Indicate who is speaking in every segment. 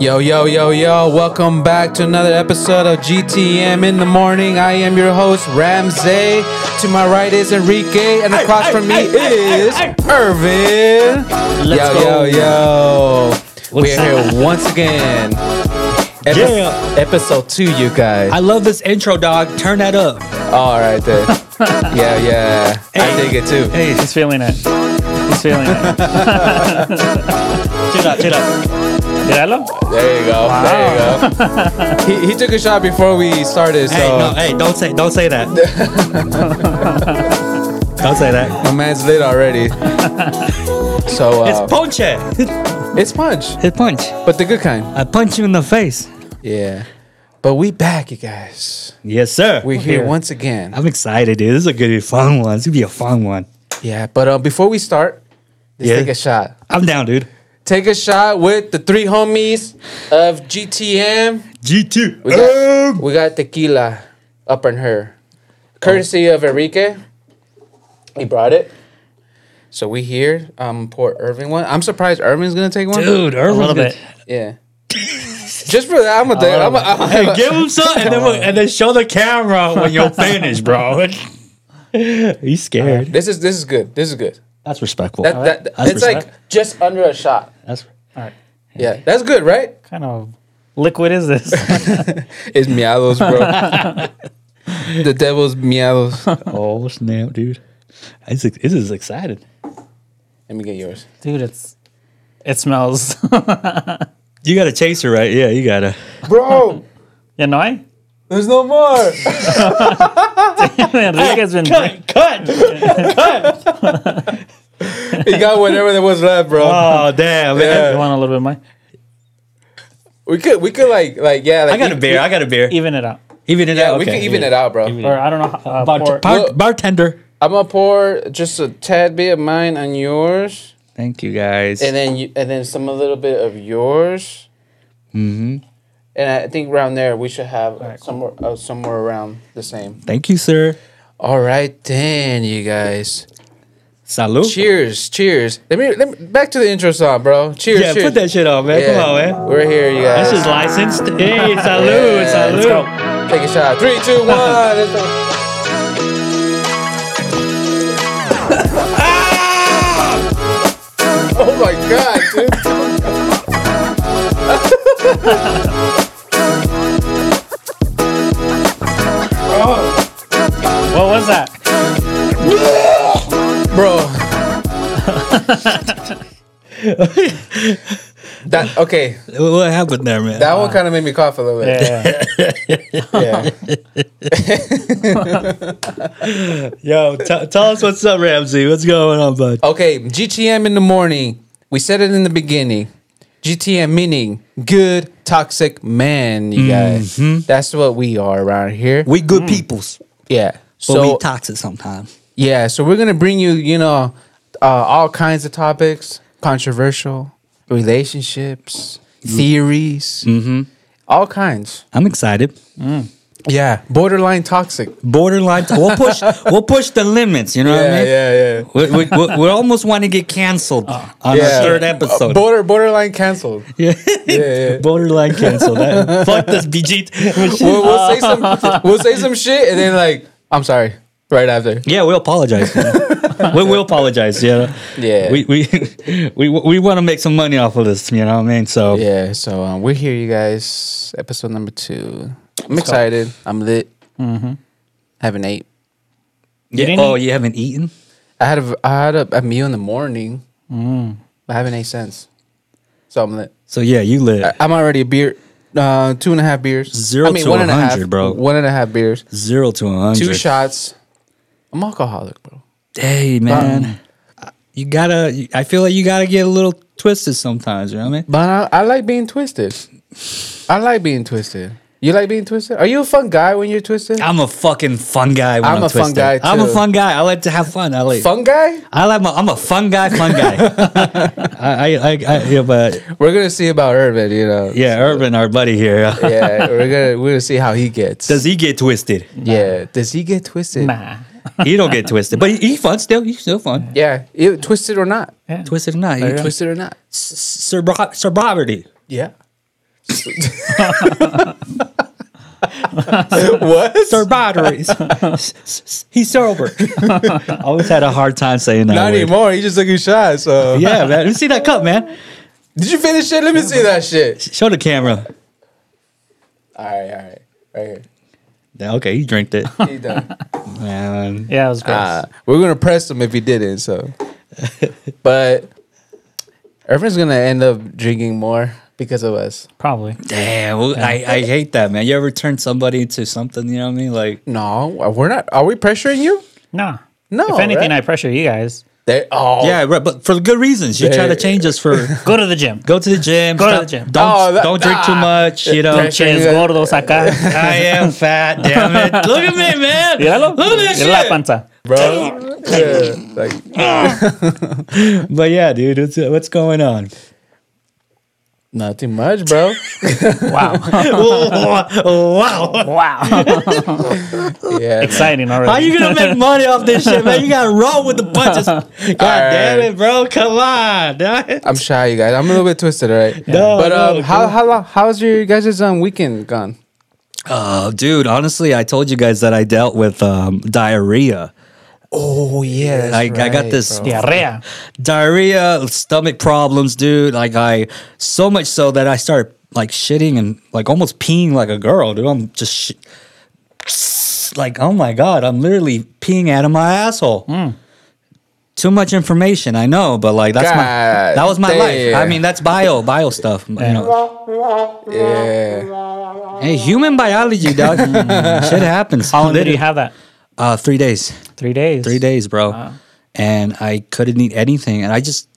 Speaker 1: Yo, yo, yo, yo, welcome back to another episode of GTM in the morning. I am your host, Ramsey. To my right is Enrique, and across from me is Irvin. yo,
Speaker 2: Let's go.
Speaker 1: yo, yo.
Speaker 2: What's
Speaker 1: We're here once again. Epi-
Speaker 2: Yeah.
Speaker 1: Episode two, you guys.
Speaker 2: I love this intro, dog. Turn that up.
Speaker 1: All right, then. yeah, yeah. I dig it too.
Speaker 2: Hey,
Speaker 3: He's feeling it. He's feeling it.
Speaker 2: chill out, chill out.
Speaker 3: Míralo.
Speaker 1: There you go. There you go. he, he took a shot before we started, so
Speaker 2: Hey, no, hey, don't say, don't say that. don't say that.
Speaker 1: my man's lit already. so uh,
Speaker 2: It's punch.
Speaker 1: It's punch,
Speaker 2: It's punch.
Speaker 1: but the good kind.
Speaker 2: I punch you in the face.
Speaker 1: Yeah. But we back, you guys.
Speaker 2: Yes, sir.
Speaker 1: We're here,
Speaker 3: here.
Speaker 1: once again.
Speaker 2: I'm excited, dude. This is a good, fun one. This will be a fun one.
Speaker 1: Yeah. But uh, before we start, let's
Speaker 2: Yeah.
Speaker 1: take a shot.
Speaker 2: I'm down, dude.
Speaker 1: Take a shot with the three homies of GTM.
Speaker 2: G2.
Speaker 1: We got, we got tequila up on her, courtesy of Enrique. He brought it. So we here. Um, poor Irving one. I'm surprised Irving's gonna take one.
Speaker 2: dude,
Speaker 3: A
Speaker 2: Irvin's
Speaker 3: little
Speaker 2: gonna-
Speaker 3: bit.
Speaker 1: Yeah. Just for that, I'm gonna. take- I'm a, I'm
Speaker 2: Uh, Hey, give him some, and then we'll- and then show the camera when you're finished, bro. He's scared.
Speaker 1: this is this is good. This is good.
Speaker 2: That's respectful.
Speaker 1: That, that,
Speaker 2: That's
Speaker 1: it's
Speaker 2: respect.
Speaker 1: like just under a shot.
Speaker 2: That's
Speaker 3: All right.
Speaker 1: Yeah, that's good, right?
Speaker 3: Kind of liquid is this?
Speaker 1: It's miados, bro. the devil's miados.
Speaker 2: Oh snap, dude! This is, this is excited.
Speaker 1: Let me get yours.
Speaker 3: Dude, it's it smells.
Speaker 2: You got a chaser, right? Yeah, you gotta.
Speaker 1: Bro,
Speaker 3: you know I?
Speaker 1: there's no more.
Speaker 3: Enrique's been
Speaker 2: Cut! Cut!
Speaker 1: he got whatever there was left, bro.
Speaker 2: Oh damn, man!
Speaker 3: you want a little bit more?
Speaker 1: we could we could like like yeah. Like, e-
Speaker 2: I got a beer. I got a beer.
Speaker 3: Even it out.
Speaker 2: Even it
Speaker 1: Yeah,
Speaker 2: out.
Speaker 1: we
Speaker 2: okay.
Speaker 1: could even it out, bro.
Speaker 3: Or I don't know how uh,
Speaker 2: Bart-
Speaker 3: pour-
Speaker 2: bar-
Speaker 1: Well-
Speaker 2: bartender.
Speaker 1: I'm gonna pour just a tad bit of mine on yours,
Speaker 2: Thank you guys.
Speaker 1: and then you, and then some a little bit of yours. Mm-hmm. And I think around there we should have somewhere uh, somewhere around the same.
Speaker 2: Thank you, sir.
Speaker 1: All right, then you guys.
Speaker 2: Salud.
Speaker 1: Cheers, cheers. Let me, let me back to the intro song, bro. Cheers,
Speaker 2: Yeah,
Speaker 1: cheers.
Speaker 2: put that shit on, man.
Speaker 1: Yeah,
Speaker 2: Come on, man.
Speaker 1: We're here, you guys.
Speaker 2: This is licensed. Hey, salud,
Speaker 1: Yeah,
Speaker 2: salud.
Speaker 1: let's Take a shot. Three, two, one. Let's go.
Speaker 2: Ah!
Speaker 1: oh my god, dude.
Speaker 3: What was that?
Speaker 1: Bro. that okay.
Speaker 2: What happened there, man?
Speaker 1: That one kind of made me cough a little bit.
Speaker 3: Yeah.
Speaker 1: Yeah.
Speaker 2: Yo, t- tell us what's up, Ramsey. What's going on, bud?
Speaker 1: Okay, GTM in the morning. We said it in the beginning. GTM meaning good toxic man, you guys. That's what we are around here.
Speaker 2: Mm-hmm. We good peoples,
Speaker 1: Yeah.
Speaker 2: but
Speaker 1: So
Speaker 2: we toxic sometimes.
Speaker 1: yeah, so we're gonna bring you, you know, uh, all kinds of topics, controversial relationships,
Speaker 2: Mm-hmm.
Speaker 1: theories, all kinds.
Speaker 2: I'm excited.
Speaker 1: Yeah, borderline toxic.
Speaker 2: borderline. we'll push. We'll push the limits. You know what I mean?
Speaker 1: yeah,
Speaker 2: We, we, we, we almost want to get canceled on our third episode.
Speaker 1: Uh, border borderline canceled.
Speaker 2: Ah. Uh, yeah.
Speaker 1: yeah.
Speaker 2: borderline canceled. That- fuck this BG.
Speaker 1: we'll, we'll say some we'll say some shit and then like I'm sorry right after.
Speaker 2: yeah, we'll apologize. man. we will apologize. Yeah.
Speaker 1: Yeah.
Speaker 2: We we we, we want to make some money off of this. You know what I mean? So
Speaker 1: Yeah, so um, we're here, you guys. Episode number two. I'm excited. I'm lit.
Speaker 2: Mm-hmm.
Speaker 1: Haven't ate.
Speaker 2: Yeah.
Speaker 3: didn't
Speaker 2: Oh, you haven't eaten?
Speaker 1: I had a I had a, a meal in the morning.
Speaker 2: Mm.
Speaker 1: I haven't ate since. So I'm lit.
Speaker 2: So yeah, you live
Speaker 1: I'm already a beer. Uh, two and a half beers.
Speaker 2: Zero to
Speaker 1: and a half,
Speaker 2: 100, bro.
Speaker 1: One and a half beers.
Speaker 2: zero to a hundred.
Speaker 1: Two shots. I'm alcoholic, bro.
Speaker 2: Hey man, Um, you gotta. you- I feel like you gotta get a little twisted sometimes. You know what I mean?
Speaker 1: But I, I like being twisted. I like being twisted. You like being twisted? Are you a fun guy when you're twisted?
Speaker 2: I'm a fucking fun guy. When
Speaker 1: I'm
Speaker 2: I'm,
Speaker 1: a fun
Speaker 2: twisted.
Speaker 1: guy,
Speaker 2: I'm a
Speaker 1: too.
Speaker 2: fun guy. I like to have fun. I like.
Speaker 1: fun guy?
Speaker 2: I like. My, I'm a fun guy. Fun guy. I, I, I, I. Yeah, but
Speaker 1: We're gonna see about Urban, you know.
Speaker 2: yeah, Urban, our buddy here. uh,
Speaker 1: yeah, we're gonna we're gonna see how he gets.
Speaker 2: Does he get twisted?
Speaker 1: yeah, does he get twisted?
Speaker 3: Nah.
Speaker 2: He don't get twisted, but he, he fun still. He's still fun.
Speaker 1: Yeah, it, twisted or not,
Speaker 3: Yeah.
Speaker 2: Oh, Twisted or not, he twisted.
Speaker 1: twisted or not.
Speaker 2: Sir, Bro- Sir Poverty.
Speaker 1: Yeah, what?
Speaker 2: Sir batteries. He's sober. I always had a hard time saying that.
Speaker 1: Not
Speaker 2: word.
Speaker 1: anymore. He just took a shot. So
Speaker 2: Yeah, man. Let me see that cup, man.
Speaker 1: did you finish it? Let me see that shit.
Speaker 2: Show the camera.
Speaker 1: All right, all right, right
Speaker 2: Yeah, Okay, he drank it. Um,
Speaker 1: here. He done.
Speaker 2: Man.
Speaker 3: Yeah, it was gross.
Speaker 1: Uh, we're gonna press him if he didn't. So, but Irvin's gonna end up drinking more because of us.
Speaker 3: Probably.
Speaker 2: Damn, well, I, I hate that, man. You ever turn somebody into something, you know what I mean? Like,
Speaker 1: No, we're not. Are we pressuring you?
Speaker 3: Nah.
Speaker 1: No,
Speaker 3: If anything,
Speaker 1: right?
Speaker 3: I pressure you guys.
Speaker 1: They, oh,
Speaker 2: yeah, right, but for good reasons. You try to
Speaker 1: They-
Speaker 2: change us for
Speaker 3: Go to the gym.
Speaker 2: go to the gym.
Speaker 3: Go to
Speaker 2: stop-
Speaker 3: the gym.
Speaker 2: Don't
Speaker 1: Oh, that-
Speaker 2: don't drink too
Speaker 1: ah.
Speaker 2: much. You know.
Speaker 1: Pressure.
Speaker 3: Bitches, go to those acá.
Speaker 2: I am fat. Damn it! Look at me, man.
Speaker 3: Míralo.
Speaker 2: Look at
Speaker 3: Mira
Speaker 2: that
Speaker 3: la
Speaker 2: shit.
Speaker 3: panza.
Speaker 1: bro. Yeah, like
Speaker 2: But yeah, dude, what's, what's going on?
Speaker 1: nothing much, bro.
Speaker 3: Wow.
Speaker 2: wow.
Speaker 3: wow.
Speaker 1: Yeah, man.
Speaker 3: Exciting already.
Speaker 2: How you gonna make money off this shit, man? You gotta roll with the punches. God damn it, bro! Come on, dog.
Speaker 1: I'm shy, you guys. I'm a little bit twisted, all right?
Speaker 2: No,
Speaker 1: but um,
Speaker 2: no,
Speaker 1: how how long, how's your guys' um weekend gone?
Speaker 2: Oh, dude, honestly, I told you guys that I dealt with um, diarrhea.
Speaker 1: Oh yeah,
Speaker 2: I, I got this
Speaker 3: Diarrhea.
Speaker 2: diarrhea, stomach problems, dude. Like I so much so that I started like shitting and like almost peeing like a girl, dude. I'm just sh- like, oh my god, I'm literally peeing out of my asshole.
Speaker 3: Hmm.
Speaker 2: Too much information, I know, but like that's my
Speaker 1: God
Speaker 2: that was my life.
Speaker 1: damn.
Speaker 2: I mean, that's bio bio stuff. You know,
Speaker 1: Yeah,
Speaker 2: hey, human biology, dog. Shit happens.
Speaker 3: How long did you
Speaker 2: Literally.
Speaker 3: have that?
Speaker 2: Uh, three days.
Speaker 3: Three days.
Speaker 2: three days, bro. And I couldn't eat anything. And I just,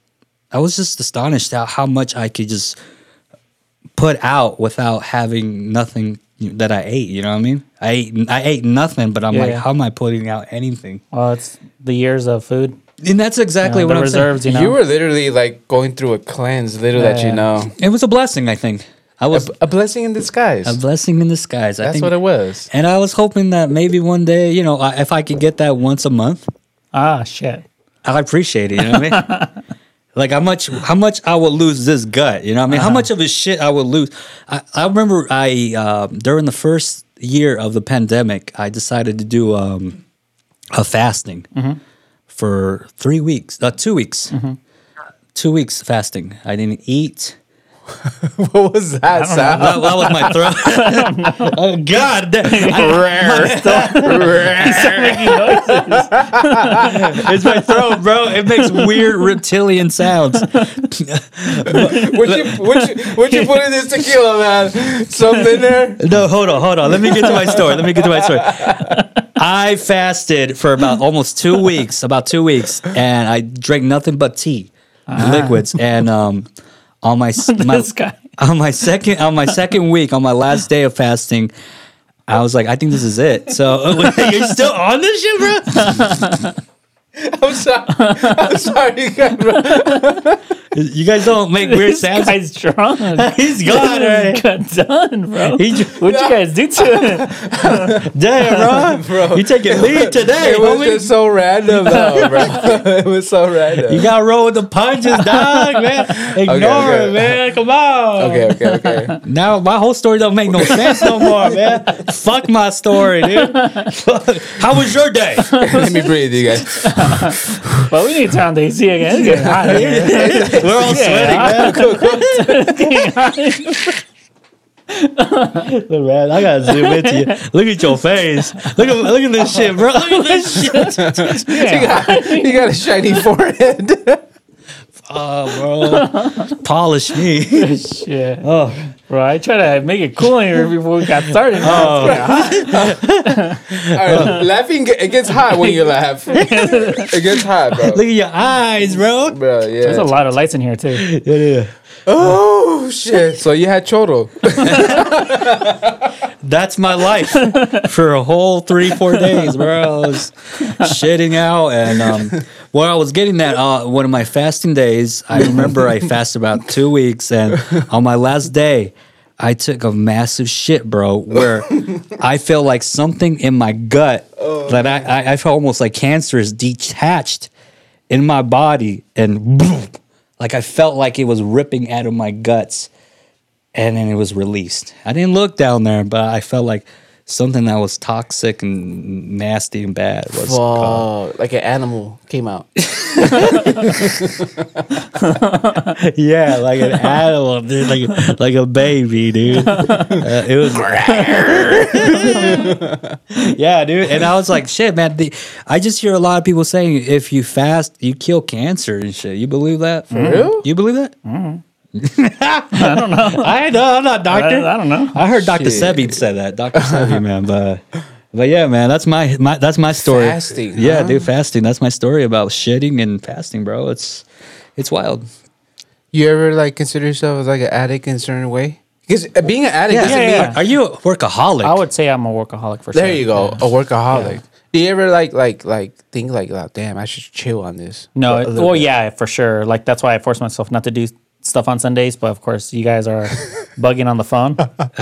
Speaker 2: I was just astonished at how much I could just put out without having nothing that I ate. You know what I mean? I ate, I ate nothing, but I'm
Speaker 3: Yeah,
Speaker 2: like,
Speaker 3: yeah.
Speaker 2: how am I putting out anything?
Speaker 3: Well, it's the years of food.
Speaker 2: And that's exactly
Speaker 3: You know,
Speaker 2: what
Speaker 3: the
Speaker 2: I'm
Speaker 3: reserves, you
Speaker 2: saying.
Speaker 3: know.
Speaker 1: you were literally like going through a cleanse, little that you
Speaker 3: Yeah.
Speaker 1: know,
Speaker 2: It was a blessing, I think. I
Speaker 1: a,
Speaker 2: was
Speaker 1: a blessing in disguise.
Speaker 2: a blessing in disguise. I
Speaker 1: That's
Speaker 2: think.
Speaker 1: what it was.
Speaker 2: and I was hoping that maybe one day, you know, I, if I could get that once a month,
Speaker 3: Ah, shit.
Speaker 2: I appreciate it. You know what I mean? Like how much how much I would lose this gut, you know what I mean? How much of his shit I would lose. I, I remember I uh, during the first year of the pandemic, I decided to do um, a fasting for three weeks, uh, two weeks, two weeks fasting. I didn't eat.
Speaker 1: What was that sound?
Speaker 2: That, that was my throat. oh God, it's my throat, bro. It makes weird reptilian sounds.
Speaker 1: What you what you what you put in this tequila, man? Something there.
Speaker 2: No, hold on, hold on. Let me get to my story. Let me get to my story. I fasted for about almost two weeks, about two weeks, and I drank nothing but tea, liquids, and um, on my, s- my
Speaker 3: This guy.
Speaker 2: on my second on my second week, on my last day of fasting, I was like, I think this is it. So you're still on this shit, bro?
Speaker 1: I'm sorry. I'm sorry, you guys. Bro.
Speaker 2: You guys don't make weird
Speaker 3: This
Speaker 2: sounds.
Speaker 3: guy's drunk.
Speaker 2: He's gone
Speaker 3: This
Speaker 2: already.
Speaker 3: got done, bro.
Speaker 2: He just,
Speaker 3: What'd you guys do to it?
Speaker 2: damn, bro.
Speaker 1: Bro.
Speaker 2: You taking lead today,
Speaker 1: It was
Speaker 2: homie.
Speaker 1: just so random, though, bro. it was so random.
Speaker 2: You gotta roll with the punches, dog, man. Ignore
Speaker 1: okay.
Speaker 2: it, man. Come on.
Speaker 1: okay, okay, okay.
Speaker 2: Now my whole story don't make no sense no more, man. Fuck my story, dude. How was your day?
Speaker 1: Let me breathe, you guys.
Speaker 3: Well, we need to turn on the AC again. It's getting hot in here.
Speaker 2: We're all sweating, man. Look, man, I gotta zoom into you. Look at your face. Look at look at this shit, bro. Look at this shit.
Speaker 3: Yeah.
Speaker 1: You got a shiny forehead.
Speaker 2: Oh, bro. Polish me.
Speaker 3: Shit.
Speaker 2: Oh,
Speaker 3: Bro, I try to make it cool in here before we got started.
Speaker 2: Oh,
Speaker 1: All right, laughing ge- it gets hot when you laugh. it gets hot, bro.
Speaker 2: look at your eyes, bro.
Speaker 1: Bro, yeah.
Speaker 3: There's a lot of lights in here, too.
Speaker 2: Yeah, yeah.
Speaker 1: Oh shit! So you had choro.
Speaker 2: That's my life for a whole three, four days, bro. I was shitting out, and um, while I was getting that, uh, one of my fasting days, I remember I fasted about two weeks, and on my last day, I took a massive shit, bro. Where I feel like something in my gut that I, I, I felt almost like cancer is detached in my body, and like I felt like it was ripping out of my guts and then it was released. I didn't look down there, but I felt like something that was toxic and nasty and bad was caught.
Speaker 4: Fuck. Like an animal came out.
Speaker 2: Yeah, like an animal, dude, like like a baby, dude. Uh, it was. yeah, dude, and I was like, shit, man. The, I just hear a lot of people saying if you fast, you kill cancer and shit. You believe that? For
Speaker 4: real?
Speaker 2: You believe that? I don't know. I know. I'm not a
Speaker 3: I,
Speaker 2: doctor.
Speaker 3: I don't know.
Speaker 2: I heard Dr.
Speaker 1: Shit.
Speaker 2: Sebi said that. Dr. Sebi, man, but but yeah, man, that's my, my that's my story.
Speaker 1: Fasting,
Speaker 2: yeah,
Speaker 1: huh?
Speaker 2: dude, fasting. That's my story about shitting and fasting, bro. It's it's wild.
Speaker 1: You ever like consider yourself as like an addict in a certain way? Because being an addict doesn't
Speaker 3: yeah,
Speaker 1: mean
Speaker 3: yeah.
Speaker 2: Are you a workaholic?
Speaker 3: I would say I'm a workaholic for sure.
Speaker 1: there you go
Speaker 3: Yeah.
Speaker 1: a workaholic. Do you ever like like like think like, like damn I should chill on this?
Speaker 3: No,
Speaker 1: A
Speaker 3: it,
Speaker 1: little
Speaker 3: well,
Speaker 1: bit.
Speaker 3: yeah, for sure. Like that's why I force myself not to do stuff on Sundays. But of course, you guys are bugging on the phone.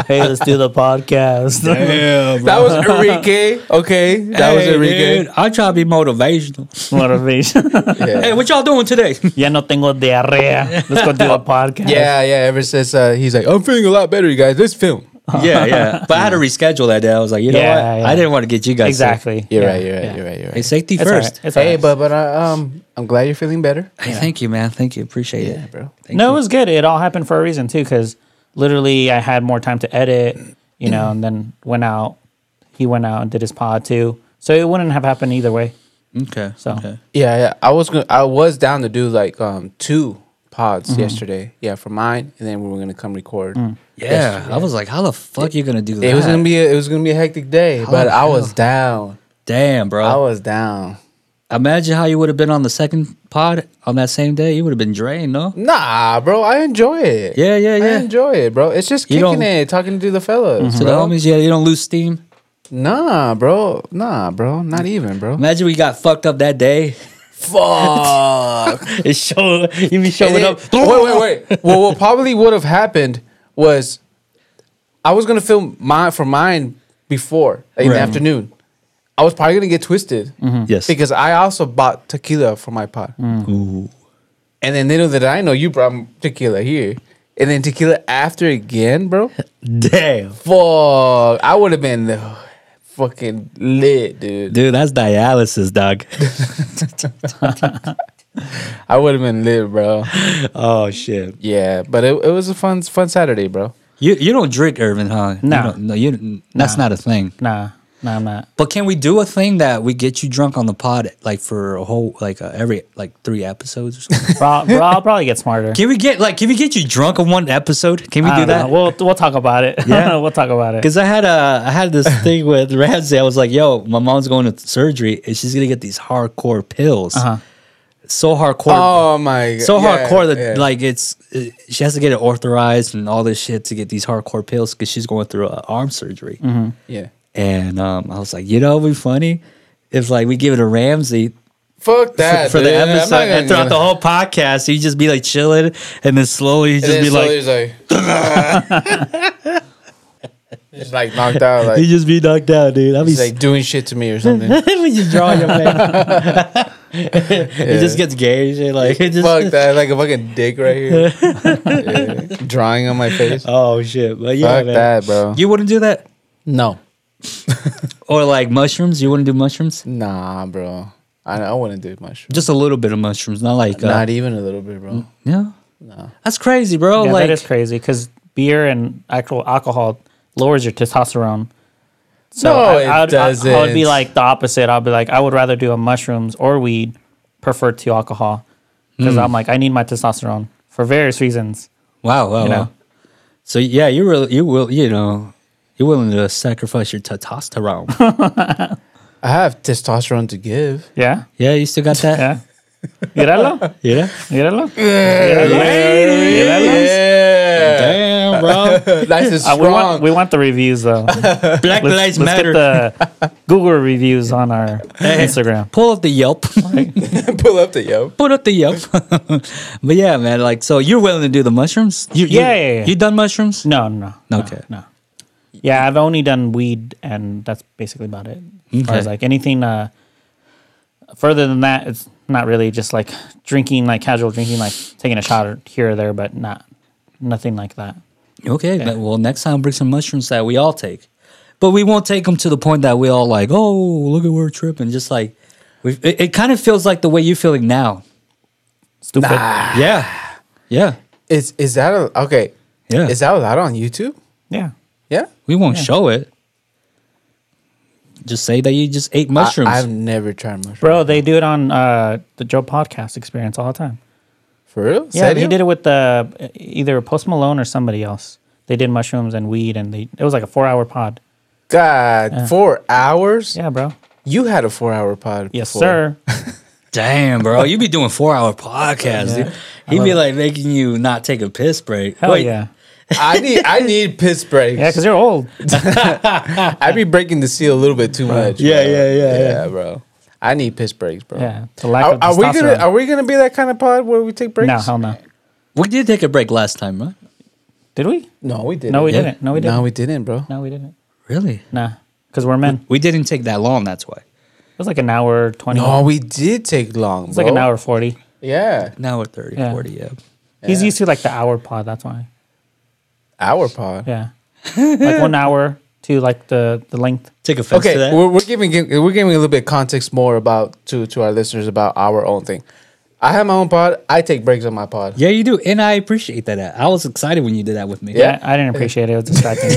Speaker 3: hey, let's do the podcast.
Speaker 2: yeah,
Speaker 1: That was Enrique. Okay, that was Enrique.
Speaker 2: I try to be motivational.
Speaker 3: Motivation.
Speaker 1: Yeah.
Speaker 2: Hey, what y'all doing today?
Speaker 3: ya no tengo diarrhea. Let's go do a podcast.
Speaker 1: yeah, yeah. Ever since uh, he's like, I'm feeling a lot better, you guys. Let's film.
Speaker 2: yeah, yeah. But I had to reschedule that day. I was like, you know
Speaker 3: Yeah,
Speaker 2: what?
Speaker 3: yeah.
Speaker 2: I didn't want to get you guys sick.
Speaker 3: Exactly.
Speaker 1: You're
Speaker 3: Yeah,
Speaker 1: right. You're right.
Speaker 3: yeah.
Speaker 1: You're right. You're
Speaker 2: Hey,
Speaker 1: right.
Speaker 2: safety
Speaker 3: It's all
Speaker 2: first.
Speaker 3: right, it's all
Speaker 1: Hey,
Speaker 3: right.
Speaker 1: but but uh, um, I'm glad you're feeling better.
Speaker 2: Hey, thank you, man. Thank you. Appreciate it.
Speaker 1: bro.
Speaker 2: Thank
Speaker 3: no,
Speaker 2: you.
Speaker 3: it was good. It all happened for a reason too, because literally I had more time to edit, you know, and then went out. He went out and did his pod too, so it wouldn't have happened either way.
Speaker 2: okay.
Speaker 3: So.
Speaker 2: okay.
Speaker 1: Yeah, yeah. I was gonna, I was down to do like um two pods
Speaker 3: Mm-hmm.
Speaker 1: yesterday. Yeah, for mine, and then we were gonna come record.
Speaker 3: Mm.
Speaker 2: Yeah, I was like, how the fuck you gonna do that?
Speaker 1: It was gonna be a, it was gonna be a hectic day, but I was down.
Speaker 2: damn, bro.
Speaker 1: I was down.
Speaker 2: Imagine how you would have been on the second pod on that same day. You would have been drained, no?
Speaker 1: Nah, bro. I enjoy it.
Speaker 2: Yeah, yeah,
Speaker 1: I
Speaker 2: yeah.
Speaker 1: enjoy it, bro. It's just
Speaker 2: You
Speaker 1: kicking
Speaker 2: don't-
Speaker 1: it, talking to the fellas.
Speaker 2: To the
Speaker 1: bro.
Speaker 2: homies, yeah, you don't lose steam. Mm-hmm.
Speaker 1: Nah, bro. Nah, bro. Not even, bro.
Speaker 2: Imagine we got fucked up that day.
Speaker 1: Fuck.
Speaker 2: It's show you be showing
Speaker 1: And
Speaker 2: up.
Speaker 1: it- wait, wait, wait. well, what probably would have happened was I was gonna film mine for mine before like, in the
Speaker 2: Right. Mm-hmm.
Speaker 1: afternoon. I was probably gonna get twisted
Speaker 2: Yes. Mm.
Speaker 1: because I also bought tequila for my pot, and then little did I know you brought tequila here, and then tequila after again, bro.
Speaker 2: Damn.
Speaker 1: Fuck, I would have been uh, fucking lit, dude.
Speaker 2: Dude, that's dialysis, dog.
Speaker 1: I would have been lit, bro.
Speaker 2: oh shit.
Speaker 1: Yeah, but it, it was a fun fun Saturday, bro.
Speaker 2: You you don't drink, Irvin, huh?
Speaker 3: No.
Speaker 2: You don't- no, you that's
Speaker 3: No.
Speaker 2: not a thing.
Speaker 3: Nah, nah, I'm not.
Speaker 2: But can we do a thing that we get you drunk on the pod like for a whole like uh, every like three episodes or something?
Speaker 3: Bro, bro, I'll probably get smarter.
Speaker 2: can we get like can we get you drunk on one episode? Can we
Speaker 3: I
Speaker 2: do
Speaker 3: don't
Speaker 2: that?
Speaker 3: know. We'll we'll talk about it.
Speaker 2: Yeah.
Speaker 3: we'll talk about it.
Speaker 2: Because I had a I had this thing with Ramsey. I was like, "Yo, my mom's going to surgery, and she's gonna get these hardcore pills.
Speaker 3: Uh-huh.
Speaker 2: So hardcore,
Speaker 1: Oh my god,
Speaker 2: so
Speaker 1: Yeah,
Speaker 2: hardcore that
Speaker 1: yeah.
Speaker 2: like it's uh, she has to get it authorized and all this shit to get these hardcore pills because she's going through uh, arm surgery.
Speaker 1: yeah.
Speaker 2: And um, I was like, you know, what would be funny if like we give it to Ramsey
Speaker 1: Fuck that
Speaker 2: for the
Speaker 1: dude. I'm not
Speaker 2: episode and
Speaker 1: gonna-
Speaker 2: throughout the whole podcast, he'd just be like chilling, and then slowly he'd
Speaker 1: And
Speaker 2: just
Speaker 1: then
Speaker 2: be like.
Speaker 1: slowly he's like, just like knocked out, like
Speaker 2: He'd just be knocked out, dude. I'd be
Speaker 1: he's like doing shit to me or something.
Speaker 2: when you draw your face. It just gets gay and shit. Like it just.
Speaker 1: Fuck that, like a fucking dick right here, Yeah. drawing on my face.
Speaker 2: Oh shit! But yeah,
Speaker 1: Fuck
Speaker 2: man.
Speaker 1: that, bro.
Speaker 2: You wouldn't do that,
Speaker 1: No,
Speaker 2: or like mushrooms. You wouldn't do mushrooms.
Speaker 1: nah, bro. I I wouldn't do much.
Speaker 2: Just a little bit of mushrooms, not like uh,
Speaker 1: Not e- even a little bit, bro.
Speaker 2: yeah. No, that's crazy, bro.
Speaker 3: yeah,
Speaker 2: like
Speaker 3: that is crazy because beer and actual alcohol lowers your testosterone. So
Speaker 1: No, it
Speaker 3: I, would- I, I would
Speaker 1: doesn't.
Speaker 3: be like the opposite. I'd be like, I would rather do a mushrooms or weed, prefer to alcohol, because
Speaker 2: Hmm.
Speaker 3: I'm like, I need my testosterone for various reasons.
Speaker 2: wow, wow,
Speaker 3: You
Speaker 2: Oh, wow.
Speaker 3: know.
Speaker 2: So yeah, you really, you will, you know, you're willing to sacrifice your testosterone.
Speaker 1: I have testosterone to give.
Speaker 3: Yeah,
Speaker 2: yeah, you still got that.
Speaker 3: yeah. Míralo,
Speaker 2: yeah.
Speaker 3: míralo.
Speaker 1: Yeah,
Speaker 2: Damn, bro.
Speaker 1: nice and
Speaker 3: Uh, we want we
Speaker 1: strong.
Speaker 3: want the reviews though.
Speaker 2: Black lives
Speaker 3: Let's, let's
Speaker 2: matter.
Speaker 3: get the Google reviews on our Instagram.
Speaker 2: Pull up the Yelp.
Speaker 1: Pull up the yo.
Speaker 2: Put up the Yelp. but yeah, man, like, so you're willing to do the mushrooms? You, you-
Speaker 3: Yeah, yeah, yeah.
Speaker 2: You done mushrooms?
Speaker 3: No, no, no.
Speaker 2: Okay.
Speaker 3: No. no. Yeah, I've only done weed, and that's basically about it. As far as
Speaker 2: Okay.
Speaker 3: like anything uh, further than that, it's not really just like drinking, like casual drinking, like taking a shot or here or there, but not nothing like that.
Speaker 2: Okay, but- well, next time bring some mushrooms that we all take, but we won't take them to the point that we all like, oh, look at we're tripping. Just like, we've, it, it kind of feels like the way you're feeling now.
Speaker 3: Stupid.
Speaker 2: Yeah, yeah,
Speaker 1: Is is that a, okay?
Speaker 2: yeah.
Speaker 1: Is that allowed on YouTube?
Speaker 3: Yeah.
Speaker 1: Yeah,
Speaker 2: we won't show it. Just say that you just ate mushrooms.
Speaker 1: I, have never tried mushrooms.
Speaker 3: Bro, they do it on uh, the Joe podcast experience all the time.
Speaker 1: For real?
Speaker 3: Yeah, he did it with the either Post Malone or somebody else. They did mushrooms and weed, and they it was like a four hour pod.
Speaker 1: God, four hours.
Speaker 3: Yeah, bro.
Speaker 1: You had a four-hour pod.
Speaker 3: Yes,
Speaker 1: before.
Speaker 3: sir.
Speaker 2: Damn, bro, you be doing four hour podcasts. Dude. He'd be like making you not take a piss break.
Speaker 3: Hell
Speaker 2: Wait,
Speaker 3: yeah.
Speaker 1: I need I need piss breaks.
Speaker 3: Yeah, because you're old.
Speaker 1: I be breaking the seal a little bit too much.
Speaker 2: Yeah,
Speaker 1: bro.
Speaker 2: yeah, yeah,
Speaker 1: yeah, bro. I need piss breaks, bro.
Speaker 3: Yeah. The lack
Speaker 1: Are,
Speaker 3: of
Speaker 1: are we gonna
Speaker 3: testosterone.
Speaker 1: Are we gonna be that kind of pod where we take breaks?
Speaker 3: no, hell no.
Speaker 2: We did take a break last time, right?
Speaker 3: Did we?
Speaker 1: no, we didn't.
Speaker 3: No, we
Speaker 2: Yeah.
Speaker 3: didn't. No, we didn't.
Speaker 1: No, we didn't, bro.
Speaker 3: No, we didn't.
Speaker 2: Really?
Speaker 3: Nah, because we're men.
Speaker 2: We didn't take that long. That's why.
Speaker 3: It was like an hour twenty.
Speaker 1: No, we did take long.
Speaker 3: it's like an hour forty.
Speaker 1: Yeah,
Speaker 2: Now we're 30,
Speaker 3: Yeah.
Speaker 2: 40, yeah.
Speaker 3: He's used to like the hour pod. That's why.
Speaker 1: hour pod.
Speaker 3: Yeah, like one hour to like the the length.
Speaker 2: Take offense to
Speaker 1: Okay,
Speaker 2: that.
Speaker 1: we're, we're giving we're giving a little bit of context more about to to our listeners about our own thing. I have my own pod. I take breaks on my pod.
Speaker 2: yeah, you do. And I appreciate that. I was excited when you did that with me.
Speaker 1: Yeah.
Speaker 3: I, I didn't appreciate it. It was distracting.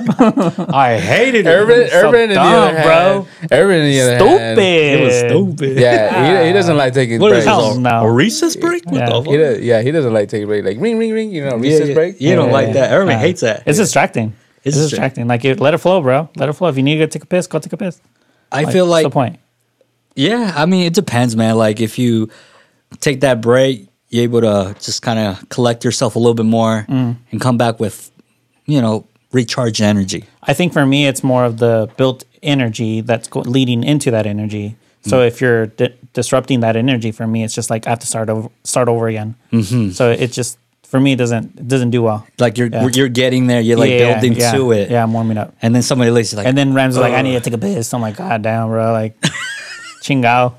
Speaker 2: I hated it.
Speaker 1: Urban,
Speaker 3: so
Speaker 1: Urban, and the other
Speaker 3: dumb, bro.
Speaker 1: hand, Urban, and the other hand,
Speaker 3: Stupid.
Speaker 2: It was stupid.
Speaker 1: Yeah, he, he doesn't like taking
Speaker 2: What is
Speaker 1: breaks.
Speaker 2: this?
Speaker 3: Hell
Speaker 2: A,
Speaker 3: no.
Speaker 2: a recess break? What
Speaker 3: Yeah.
Speaker 2: the
Speaker 1: He
Speaker 2: fuck?
Speaker 1: does, yeah, he doesn't like taking break. Like ring, ring, ring. You know,
Speaker 2: Yeah,
Speaker 1: recess
Speaker 2: yeah,
Speaker 1: break.
Speaker 2: You don't like that. Urban
Speaker 3: Nah.
Speaker 2: hates that.
Speaker 3: It's distracting. It's, distracting.
Speaker 2: distracting.
Speaker 3: Like you let it flow, bro. Let it flow. If you need to go take a piss, go take a piss.
Speaker 2: I feel
Speaker 3: what's
Speaker 2: like,
Speaker 3: the point.
Speaker 2: yeah, I mean, it depends, man. Like, if you take that break, you're able to just kind of collect yourself a little bit more and come back with, you know, recharge energy.
Speaker 3: I think for me, it's more of the built energy that's go- leading into that energy. So
Speaker 2: Mm.
Speaker 3: if you're di- disrupting that energy for me, it's just like I have to start over, start over again.
Speaker 2: Mm-hmm.
Speaker 3: So it just for me it doesn't it doesn't do well.
Speaker 2: Like, you're you're getting there, you're like
Speaker 3: Yeah,
Speaker 2: building
Speaker 3: yeah,
Speaker 2: to it.
Speaker 3: Yeah, I'm warming up.
Speaker 2: And then somebody lays like,
Speaker 3: And then Rams was like, I need to take a piss. I'm like, God damn, bro. Like, chingao.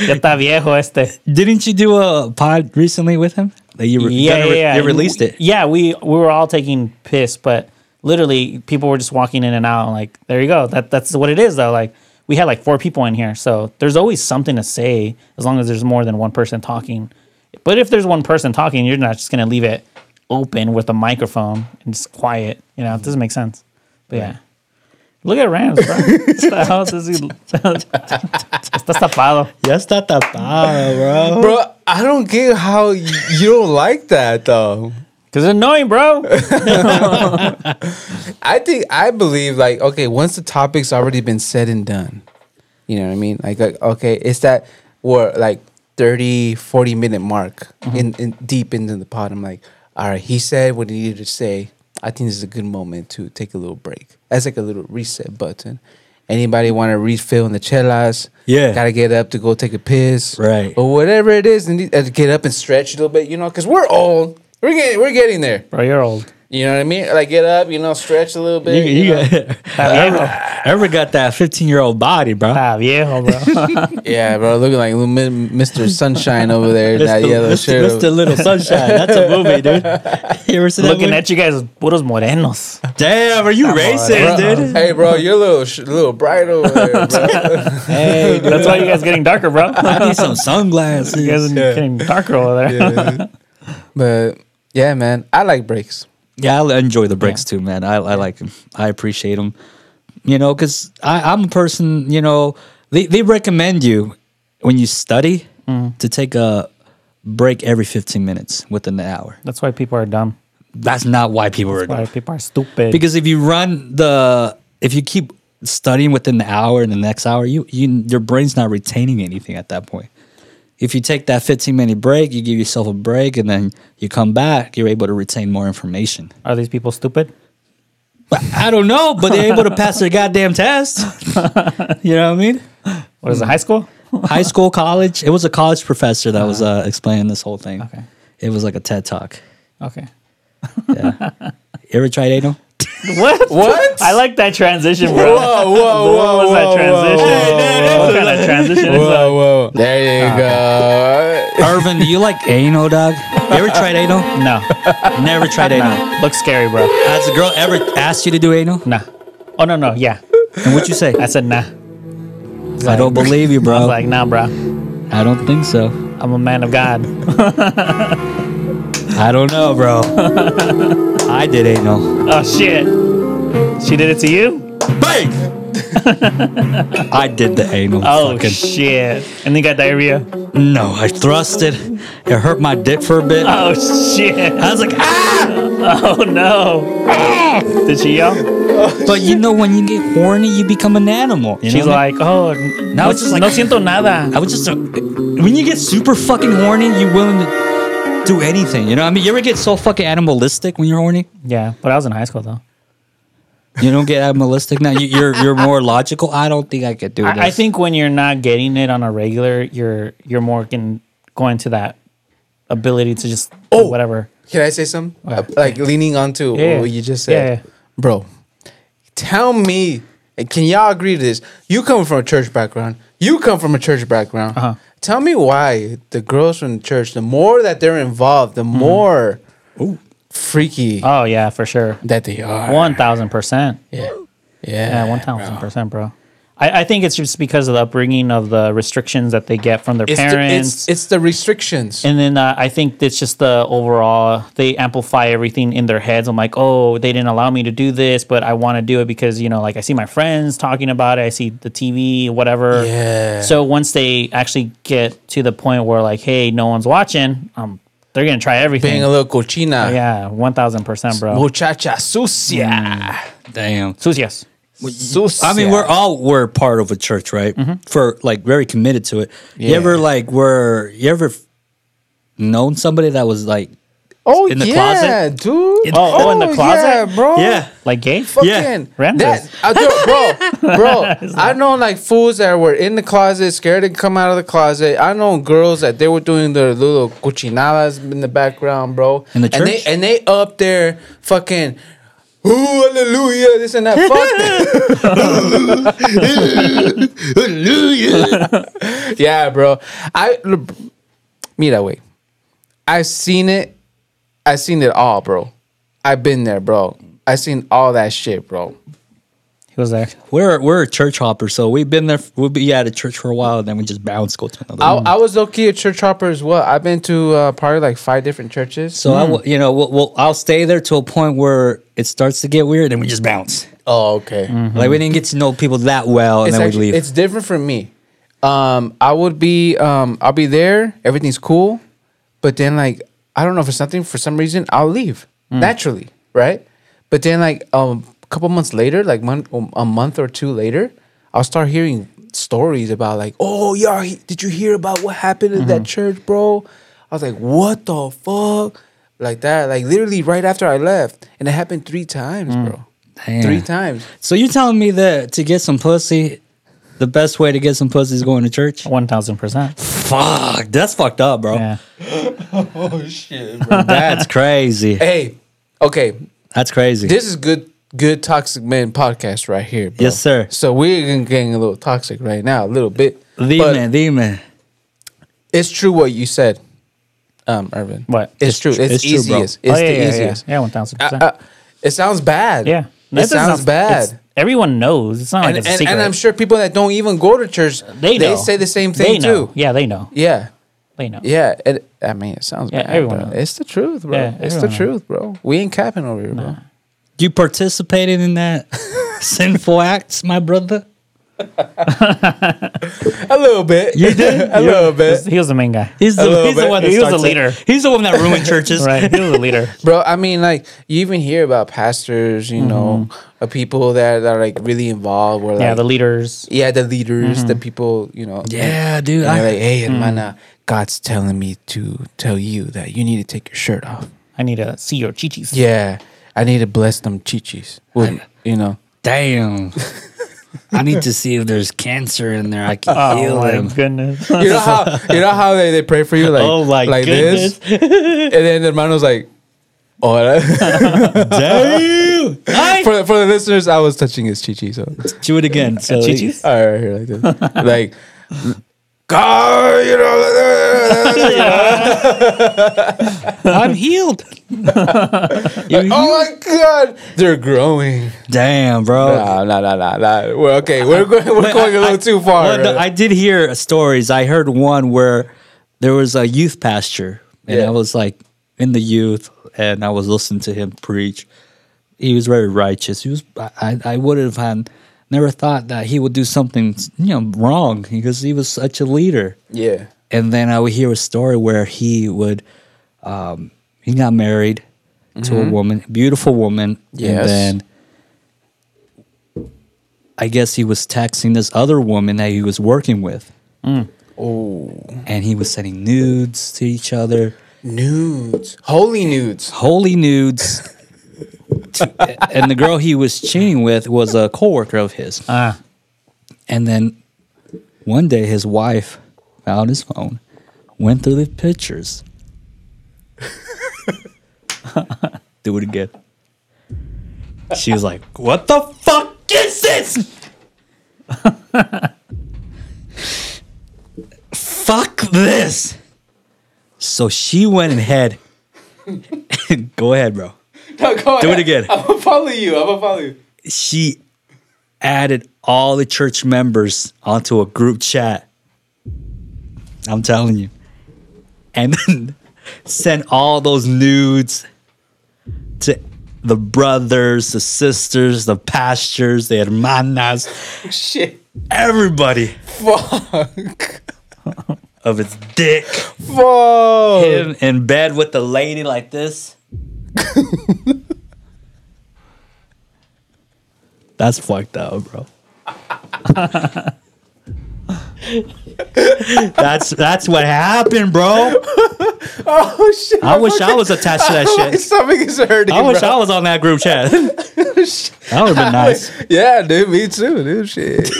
Speaker 3: Ya está viejo este.
Speaker 2: Didn't you do a pod recently with him? That you, re-
Speaker 3: Yeah,
Speaker 2: gonna
Speaker 3: yeah,
Speaker 2: re-
Speaker 3: yeah.
Speaker 2: you released it.
Speaker 3: Yeah, we we were all taking piss, but literally people were just walking in and out. And like, there you go. That that's what it is though. Like, we had like four people in here, so there's always something to say as long as there's more than one person talking. But if there's one person talking, you're not just gonna leave it open with a microphone and just quiet. You know, it doesn't make sense. But yeah. Look at Rams, bro. Esta house is- Estás tapado.
Speaker 2: Yes, not the bro.
Speaker 1: Bro, I don't get how y- you don't like that though.
Speaker 3: Because it's annoying, bro.
Speaker 1: I think I believe like okay, once the topic's already been said and done, you know what I mean? Like, like, okay, it's that or like 30, 40 minute mark
Speaker 2: Mm-hmm.
Speaker 1: in, in deep into the pod. I'm like, all right, he said what he needed to say. I think this is a good moment to take a little break. That's like a little reset button. Anybody want to refill in the chelas?
Speaker 2: Yeah.
Speaker 1: gotta get up to go take a piss,
Speaker 2: Right.
Speaker 1: Or whatever it is, and you- uh, get up and stretch a little bit, you know, because we're old. We're getting, we're getting there.
Speaker 3: Bro, you're old.
Speaker 1: You know what I mean? Like get up, you know, stretch a little
Speaker 2: You,
Speaker 1: bit. You,
Speaker 2: you
Speaker 1: know?
Speaker 2: got,
Speaker 3: Está viejo.
Speaker 2: ever got that 15 year old body, bro?
Speaker 3: Está viejo, bro.
Speaker 1: yeah, bro, looking like little Mi- Mr. Sunshine over there in that yellow
Speaker 2: Mr.
Speaker 1: shirt.
Speaker 2: Mr. Little Sunshine. That's a movie, dude. You ever seen
Speaker 3: Looking
Speaker 2: that
Speaker 3: at you guys, puros morenos.
Speaker 2: movie? Damn, are you racist, dude?
Speaker 1: Hey, bro, you're a little, sh- little bright over there, bro.
Speaker 2: Hey, dude.
Speaker 3: That's why you guys getting darker, bro. you
Speaker 2: I need some sunglasses.
Speaker 3: guys are getting darker over there.
Speaker 1: but yeah, man, I like breaks.
Speaker 2: Yeah, I enjoy the breaks too, man. I, I like them. I appreciate them. You know, because I'm a person, you know, they, they recommend you when you study to take a break every 15 minutes within the hour.
Speaker 3: That's why people are dumb.
Speaker 2: That's not why people are
Speaker 3: Why people are stupid.
Speaker 2: Because if you run the, if you keep studying within the hour and the next hour, you, you your brain's not retaining anything at that point. If you take that 15 minute break, you give yourself a break and then you come back, you're able to retain more information.
Speaker 3: are these people stupid?
Speaker 2: I don't know, but they're able to pass their goddamn test. you know what I mean?
Speaker 3: What is it, high school?
Speaker 2: High school, college. It was a college professor that was uh, explaining this whole thing.
Speaker 3: Uh-huh. Okay.
Speaker 2: It was like a TED talk.
Speaker 3: Okay.
Speaker 2: Yeah. you ever tried anal?
Speaker 3: What?
Speaker 1: What?
Speaker 3: I like that transition, bro.
Speaker 1: Whoa, whoa,
Speaker 3: what was that transition? what kind of transition is that?
Speaker 1: whoa. There you go.
Speaker 2: Irvin, do you like anal, dog? ever tried anal?
Speaker 3: No,
Speaker 2: Never tried anal.
Speaker 3: nah. Looks scary, bro.
Speaker 2: Has a girl ever asked you to do anal?
Speaker 3: Nah. Oh no, no, yeah.
Speaker 2: And what'd you say?
Speaker 3: I said nah.
Speaker 2: I don't believe you,
Speaker 3: I
Speaker 2: bro.
Speaker 3: was like, nah, bro.
Speaker 2: I don't think so.
Speaker 3: I'm a man of God.
Speaker 2: I don't know, bro. I did anal.
Speaker 3: Oh shit. She did it to you?
Speaker 2: Bang! I did the anal.
Speaker 3: Oh
Speaker 2: fucking.
Speaker 3: shit. And then you got diarrhea.
Speaker 2: No, I thrusted. It hurt my dick for a bit.
Speaker 3: Oh shit.
Speaker 2: I was like, ah!
Speaker 3: Oh no. Did she yell?
Speaker 2: But you know, when you get horny, you become an animal. You
Speaker 3: She's
Speaker 2: know?
Speaker 3: like, oh,
Speaker 2: Now
Speaker 3: no,
Speaker 2: it's just like-
Speaker 3: no siento nada.
Speaker 2: I was just a, when you get super fucking horny, you willing to do anything. You know, what I mean, you ever get so fucking animalistic when you're horny?
Speaker 3: Yeah, but I was in high school though.
Speaker 2: You don't get animalistic now. You, you're you're more logical. I don't think I could do this.
Speaker 3: I, I think when you're not getting it on a regular, you're you're more can going to that ability to just oh whatever.
Speaker 1: Can I say something? Like leaning onto
Speaker 3: Yeah.
Speaker 1: what you just
Speaker 3: Yeah,
Speaker 1: said.
Speaker 3: yeah.
Speaker 1: Bro, tell me, and can y'all agree to this? You come from a church background. You come from a church background.
Speaker 3: Uh-huh.
Speaker 1: Tell me why the girls from the church, the more that they're involved, the
Speaker 3: Mm-hmm.
Speaker 1: more freaky
Speaker 3: Oh yeah, for sure.
Speaker 1: that they are.
Speaker 3: One thousand percent.
Speaker 1: Yeah. Yeah.
Speaker 3: Yeah, one thousand percent, bro. I, I think it's just because of the upbringing of the restrictions that they get from their
Speaker 1: It's the,
Speaker 3: parents.
Speaker 1: it's, it's the restrictions.
Speaker 3: and then uh, I think it's just the overall they amplify everything in their heads. I'm like, oh, they didn't allow me to do this, but I want to do it because you know, like I see my friends talking about it, I see the TV, whatever.
Speaker 1: Yeah.
Speaker 3: So once they actually get to the point where like, hey, no one's watching, um, they're gonna try everything.
Speaker 1: Being a little cochina.
Speaker 3: yeah, one thousand percent, bro. Mm.
Speaker 1: Muchacha sucia.
Speaker 2: damn.
Speaker 3: Sucias.
Speaker 1: Sucia.
Speaker 2: I mean, we're all we're part of a church, right? For like very committed to it. You
Speaker 1: Yeah.
Speaker 2: ever like were you ever f- known somebody that was like
Speaker 1: oh,
Speaker 2: in the
Speaker 1: yeah,
Speaker 2: closet?
Speaker 1: dude. Oh,
Speaker 3: oh, in the
Speaker 1: yeah,
Speaker 3: closet?
Speaker 1: bro.
Speaker 2: yeah?
Speaker 3: Like gay?
Speaker 1: Fucking
Speaker 2: Yeah.
Speaker 1: that,
Speaker 3: Randos.
Speaker 1: I do- bro, bro. I know like fools that were in the closet, scared to come out of the closet. I know girls that they were doing their little cuchinadas in the background, bro.
Speaker 2: In the
Speaker 1: and they
Speaker 2: church?
Speaker 1: and they up there fucking. Ooh, hallelujah, this and that. Fuck that. hallelujah. yeah, bro. I mira, way. I've seen it. I've seen it all, bro. I've been there, bro. I've seen all that shit, bro.
Speaker 3: He was there.
Speaker 2: We're we're a church hopper, so we've been there. We'll be at a church for a while, and then we just bounce go to another.
Speaker 1: I, I was low key a church hopper as well. I've been to uh, probably like five different churches.
Speaker 2: so I will- you know, we'll, we'll, I'll stay there to a point where it starts to get weird, and we just bounce.
Speaker 1: Oh, okay.
Speaker 2: Like we didn't get to know people that well, and
Speaker 1: It's
Speaker 2: then
Speaker 1: actually-
Speaker 2: we leave.
Speaker 1: It's different for me. Um, I would be, um, I'll be there. Everything's cool, but then like I don't know for something for some reason I'll leave
Speaker 2: Hmm.
Speaker 1: naturally, right? But then like um, a couple months later, like mon- um, a month or two later, I'll start hearing stories about like, oh y'all, he- did you hear about what happened in that
Speaker 2: Mm-hmm.
Speaker 1: church, bro? I was like, what the fuck, like that, like literally right after I left, and it happened three times, bro.
Speaker 2: Mm. Damn.
Speaker 1: Three times.
Speaker 2: So you telling me that to get some pussy, the best way to get some pussy is going to church?
Speaker 3: One thousand percent.
Speaker 2: Fuck, that's fucked up, bro.
Speaker 3: Yeah.
Speaker 2: That's crazy.
Speaker 1: Hey, okay.
Speaker 2: That's crazy.
Speaker 1: This is good, good toxic men podcast right here. Bro.
Speaker 2: Yes, sir.
Speaker 1: So we're getting- getting a little toxic right now, a little bit.
Speaker 2: the
Speaker 1: but
Speaker 2: man, the man.
Speaker 1: It's true what you said, um, Irvin.
Speaker 3: What?
Speaker 1: It's true. It's,
Speaker 2: it's true, bro.
Speaker 1: easiest.
Speaker 3: Oh,
Speaker 1: It's
Speaker 3: yeah,
Speaker 1: the
Speaker 3: yeah, yeah,
Speaker 1: easiest.
Speaker 3: yeah. One thousand percent.
Speaker 1: Uh, uh, it sounds bad.
Speaker 3: Yeah.
Speaker 1: it
Speaker 3: That doesn't
Speaker 1: sounds
Speaker 3: sound-
Speaker 1: bad.
Speaker 3: it's- Everyone knows. It's not like
Speaker 1: and,
Speaker 3: it's a
Speaker 1: and,
Speaker 3: secret.
Speaker 1: and I'm sure people that don't even go to church,
Speaker 3: they,
Speaker 1: they,
Speaker 3: know.
Speaker 1: say the same
Speaker 3: They
Speaker 1: thing
Speaker 3: know.
Speaker 1: too.
Speaker 3: Yeah, they know.
Speaker 1: Yeah,
Speaker 3: They know.
Speaker 1: yeah. It, I mean, it sounds
Speaker 3: Yeah,
Speaker 1: bad.
Speaker 3: everyone
Speaker 1: bro.
Speaker 3: knows.
Speaker 1: It's the truth, bro.
Speaker 3: Yeah,
Speaker 1: it's the
Speaker 3: everyone knows.
Speaker 1: truth, bro. We ain't capping over here, bro.
Speaker 2: You participated in that sinful acts, my brother.
Speaker 1: A little bit. You did a little bit.
Speaker 3: He was the main guy.
Speaker 2: He's the,
Speaker 1: little
Speaker 2: he's the
Speaker 1: bit.
Speaker 2: one. That
Speaker 3: He was the
Speaker 2: starts it.
Speaker 3: leader.
Speaker 2: He's the one that ruined churches.
Speaker 3: Right. He was the leader.
Speaker 1: bro i mean like you even hear about pastors you know
Speaker 2: Mm-hmm.
Speaker 1: uh, people that, that are like really involved where like
Speaker 3: Yeah, the leaders.
Speaker 1: yeah the leaders the people you know
Speaker 2: Mm-hmm. Yeah, dude.
Speaker 1: and they're
Speaker 2: I, Mm-hmm.
Speaker 1: like hey hermana god's telling me to tell you that you need to take your shirt off
Speaker 3: I need to see your chichis.
Speaker 1: yeah i need to bless them chichis with, you know
Speaker 2: damn. I need to see if there's cancer in there. I can
Speaker 3: Oh
Speaker 2: heal
Speaker 3: my
Speaker 2: him.
Speaker 3: goodness.
Speaker 1: you know how you know how they, they pray for you like
Speaker 2: Oh, my
Speaker 1: like this and then hermano's like Oh,
Speaker 2: Damn.
Speaker 1: for, for the listeners, I was touching his chichi. So
Speaker 2: Do it again. So
Speaker 3: Chichis?
Speaker 1: All right, here, like this. like God, you know.
Speaker 5: I'm healed.
Speaker 1: oh my God, they're growing.
Speaker 2: Damn, bro.
Speaker 1: Nah, nah, nah, nah, nah. We're okay. We're going. We're going a little too far.
Speaker 2: Well, no, I did hear stories. I heard one where there was a youth pastor, and
Speaker 1: Yeah.
Speaker 2: I was like in the youth, and I was listening to him preach. He was very righteous. He was. I. I- I would have had never thought that he would do something, you know, wrong because he was such a leader.
Speaker 1: yeah.
Speaker 2: And then I would hear a story where he would, um, he got married to a woman, beautiful woman.
Speaker 1: Yes.
Speaker 2: And then I guess he was texting this other woman that he was working with. Oh. And he was sending nudes to each other,
Speaker 1: Nudes, holy nudes.
Speaker 2: holy nudes. and the girl he was cheating with was a coworker of his.
Speaker 3: Ah,
Speaker 2: And then one day his wife found his phone, went through the pictures. Do it again. She was like, What the fuck is this? fuck this. So she went ahead. Go ahead, bro.
Speaker 1: No, go
Speaker 2: Do
Speaker 1: ahead.
Speaker 2: it again.
Speaker 1: I'm gonna follow you. I'm gonna follow you.
Speaker 2: she added all the church members onto a group chat. I'm telling you. And then sent all those nudes to the brothers, the sisters, the pastors, the hermanas,
Speaker 1: Shit.
Speaker 2: everybody
Speaker 1: Fuck.
Speaker 2: of his dick.
Speaker 1: Fuck.
Speaker 2: Him in bed with the lady like this. That's fucked up, bro. that's that's what happened, bro.
Speaker 1: Oh shit.
Speaker 2: I wish I was attached to that
Speaker 1: My
Speaker 2: shit.
Speaker 1: stomach is hurting.
Speaker 2: I wish
Speaker 1: bro.
Speaker 2: I was on that group chat. that would have been nice.
Speaker 1: Yeah, dude. Me too, dude. Shit.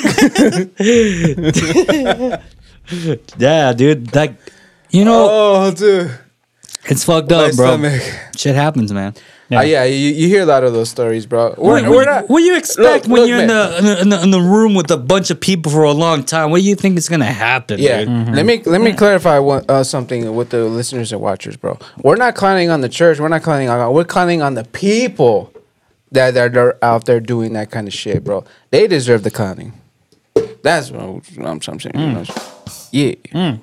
Speaker 2: Yeah, dude. That you know,
Speaker 1: Oh, dude.
Speaker 2: it's fucked
Speaker 1: My
Speaker 2: up, bro.
Speaker 1: stomach.
Speaker 2: Shit happens, man.
Speaker 1: Yeah, Uh, yeah you, you hear a lot of those stories, bro. We're,
Speaker 2: What,
Speaker 1: we're
Speaker 2: what-
Speaker 1: not.
Speaker 2: what do you expect
Speaker 1: Look,
Speaker 2: when
Speaker 1: look,
Speaker 2: you're in the, in the- in the in the room with a bunch of people for a long time? What do you think is gonna happen?
Speaker 1: yeah, Mm-hmm.
Speaker 2: dude?
Speaker 1: let me let me clarify one, uh, something with the listeners and watchers, bro. We're not clowning on the church. We're not clowning on. God. We're clowning on the people that that are out there doing that kind of shit, bro. They deserve the clowning. That's what I'm, I'm saying.
Speaker 2: Mm.
Speaker 1: Yeah,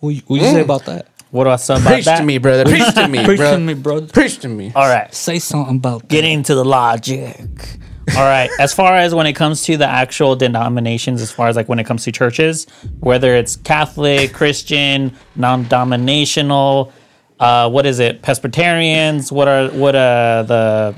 Speaker 2: What you, what you
Speaker 1: Mm.
Speaker 2: say about that?
Speaker 3: what do I say about
Speaker 1: preach
Speaker 3: that?
Speaker 1: to me, brother. Preach to me,
Speaker 2: Preach
Speaker 1: bro.
Speaker 2: to me, bro.
Speaker 1: Preach to me.
Speaker 3: All right.
Speaker 2: Say something about that.
Speaker 3: getting to the logic. All right. As far as when it comes to the actual denominations, as far as like when it comes to churches, whether it's Catholic, Christian, non-dominational, uh, what is it? Presbyterians? What are what uh the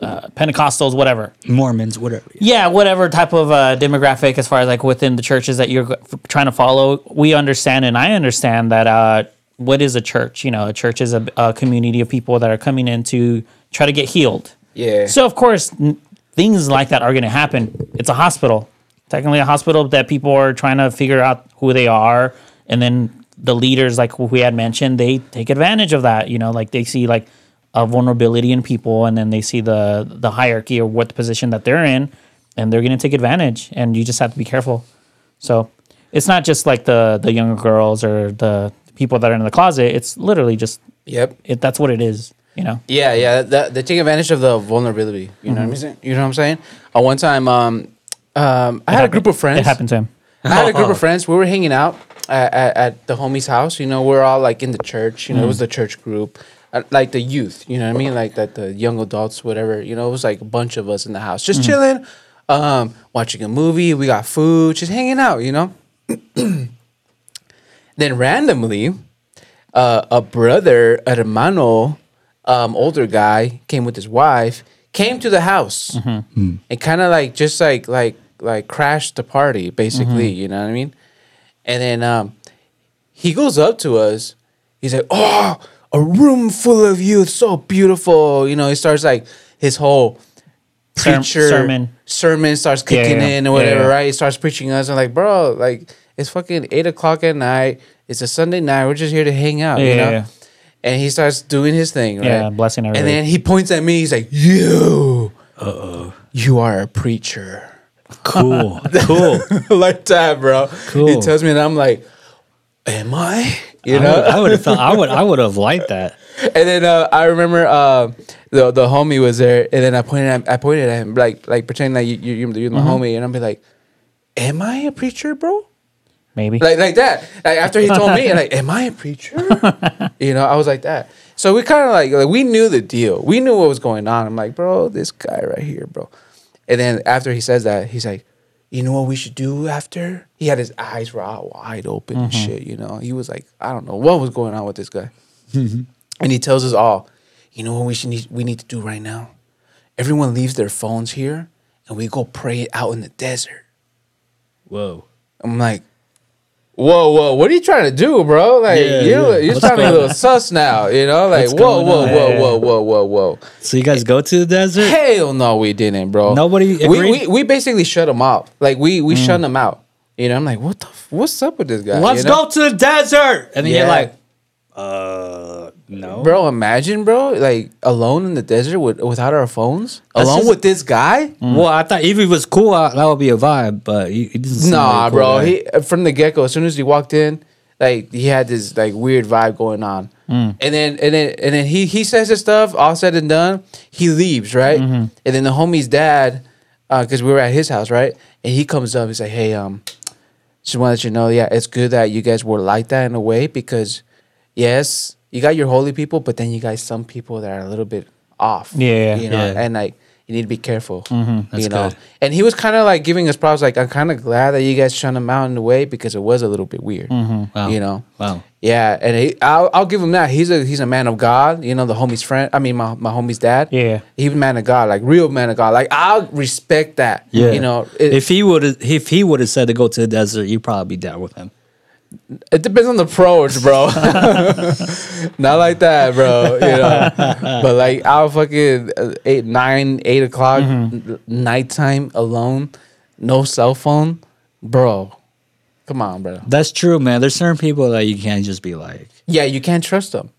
Speaker 3: uh, Pentecostals? Whatever.
Speaker 2: Mormons, whatever.
Speaker 3: Yeah, whatever type of uh, demographic, as far as like within the churches that you're f- trying to follow, we understand, and I understand that uh, what is a church? You know, a church is a, a community of people that are coming in to try to get healed.
Speaker 1: Yeah.
Speaker 3: So of course, n- things like that are going to happen. It's a hospital, technically a hospital that people are trying to figure out who they are, and then the leaders, like we had mentioned, they take advantage of that. You know, like they see like a vulnerability in people, and then they see the the hierarchy or what the position that they're in, and they're going to take advantage. And you just have to be careful. So it's not just like the the younger girls or the people that are in the closet. It's literally just
Speaker 1: Yep.
Speaker 3: it. That's what it is. You know.
Speaker 1: Yeah, yeah. That, they take advantage of the vulnerability. You
Speaker 3: Mm-hmm.
Speaker 1: know what I'm saying? You know what I'm saying? Uh, one time, um, um, I had a group of friends.
Speaker 3: It happened to him.
Speaker 1: I had a group of friends. We were hanging out at, at, at the homie's house. You know, we're all like in the church. You know, it
Speaker 3: Mm-hmm.
Speaker 1: was the church group, uh, like the youth. You know what I mean? Like that, the young adults, whatever. You know, it was like a bunch of us in the house,
Speaker 3: Mm-hmm.
Speaker 1: just chilling, um, watching a movie. We got food, just hanging out. You know. then randomly, uh, a brother, a hermano, um, older guy, came with his wife, came to the house and kind of like just like like like crashed the party, basically.
Speaker 3: Mm-hmm.
Speaker 1: You know what I mean? And then um, he goes up to us. He's like, "Oh, a room full of youth, so beautiful." You know, he starts like his whole
Speaker 3: Serm-
Speaker 1: preacher
Speaker 3: sermon.
Speaker 1: sermon starts
Speaker 3: Yeah,
Speaker 1: kicking
Speaker 3: yeah,
Speaker 1: in
Speaker 3: yeah.
Speaker 1: or whatever,
Speaker 3: Yeah, yeah.
Speaker 1: right? He starts preaching us. I'm like, bro, like it's fucking eight o'clock at night. It's a Sunday night. We're just here to hang out,
Speaker 3: Yeah,
Speaker 1: you know.
Speaker 3: yeah, yeah.
Speaker 1: And he starts doing his thing, right?
Speaker 3: Yeah, blessing
Speaker 1: And
Speaker 3: everybody.
Speaker 1: then he points at me. He's like, "You, uh oh, you are a preacher."
Speaker 5: Cool. cool.
Speaker 1: like that, bro. He
Speaker 2: Cool.
Speaker 1: tells me, and I'm like, am I? You
Speaker 2: I
Speaker 1: know?
Speaker 3: Uh-huh.
Speaker 2: would- I would have thought I would I would have liked that.
Speaker 1: and then uh, I remember uh, the the homie was there, and then I pointed at, I pointed at him like like pretending like you, you you're you're
Speaker 3: Mm-hmm.
Speaker 1: my homie, and I'm be like, "Am I a preacher, bro?"
Speaker 3: Maybe.
Speaker 1: Like like that. Like after he told me, and like, "Am I a preacher?" you know, I was like that. So we kind of like, like we knew the deal. We knew what was going on. I'm like, bro, this guy right here, bro. And then after he says that, he's like, you know what we should do after? He had his eyes were all wide open and shit. You know, he was like, I don't know what was going on with this guy and he tells us all, you know what we should need, we need to do right now? Everyone leaves their phones here and we go pray out in the desert.
Speaker 2: Whoa.
Speaker 1: I'm like, whoa, whoa, what are you trying to do, bro? Like
Speaker 2: Yeah,
Speaker 1: you
Speaker 2: yeah.
Speaker 1: you're
Speaker 2: What's
Speaker 1: sounding a
Speaker 2: going
Speaker 1: little sus now, you know? Like,
Speaker 2: What's
Speaker 1: whoa,
Speaker 2: going
Speaker 1: whoa,
Speaker 2: on?
Speaker 1: whoa, whoa, whoa, whoa, whoa.
Speaker 2: So you guys go to the desert?
Speaker 1: Hell no, we didn't, bro.
Speaker 2: Nobody
Speaker 1: we,
Speaker 2: agreed? Mm.
Speaker 1: we we basically shut him out. Like we we shut him out. You know, I'm like, what the f- what's up with this guy?
Speaker 2: Let's
Speaker 1: you know?
Speaker 2: go to the desert. And then
Speaker 1: Yeah.
Speaker 2: you're like, uh, no.
Speaker 1: Bro, imagine, bro, like alone in the desert with, without our phones,
Speaker 2: That's
Speaker 1: alone
Speaker 2: just-
Speaker 1: with this guy.
Speaker 2: Well, I thought if it was cool, I, that would be a vibe, but he, he doesn't seem
Speaker 1: Nah,
Speaker 2: like a cool
Speaker 1: bro.
Speaker 2: guy.
Speaker 1: He uh, from the get go. As soon as he walked in, like he had this like weird vibe going on. And then and then and then he he says his stuff. All said and done, he leaves right. And then the homie's dad, because we were at his house right, and he comes up. He's like, hey, um, just want to let you know, yeah, it's good that you guys were like that in a way because, yes, you got your holy people, but then you got some people that are a little bit off.
Speaker 3: Yeah,
Speaker 1: you know,
Speaker 2: yeah.
Speaker 1: and like you need to be careful.
Speaker 2: Mm-hmm. that's
Speaker 1: you know,
Speaker 2: good.
Speaker 1: and he was kind of like giving us props. Like I'm kind of glad that you guys shut him out in a way because it was a little bit weird.
Speaker 2: Mm-hmm. Wow.
Speaker 1: You know.
Speaker 2: Wow.
Speaker 1: Yeah, and he, I'll, I'll give him that. He's a he's a man of God. You know, the homie's friend. I mean, my, my homie's dad.
Speaker 3: Yeah.
Speaker 1: he was a man of God, like real man of God. Like I'll respect that.
Speaker 2: Yeah.
Speaker 1: you know, it,
Speaker 2: if he would have if he would have said to go to the desert, you'd probably be down with him.
Speaker 1: it depends on the approach, bro. Not like that, bro. You know, but like I'll fucking uh, eight nine eight o'clock n- nighttime alone, no cell phone, bro. Come on, bro.
Speaker 2: That's true, man. There's certain people that you can't just be like,
Speaker 1: Yeah, you can't trust them.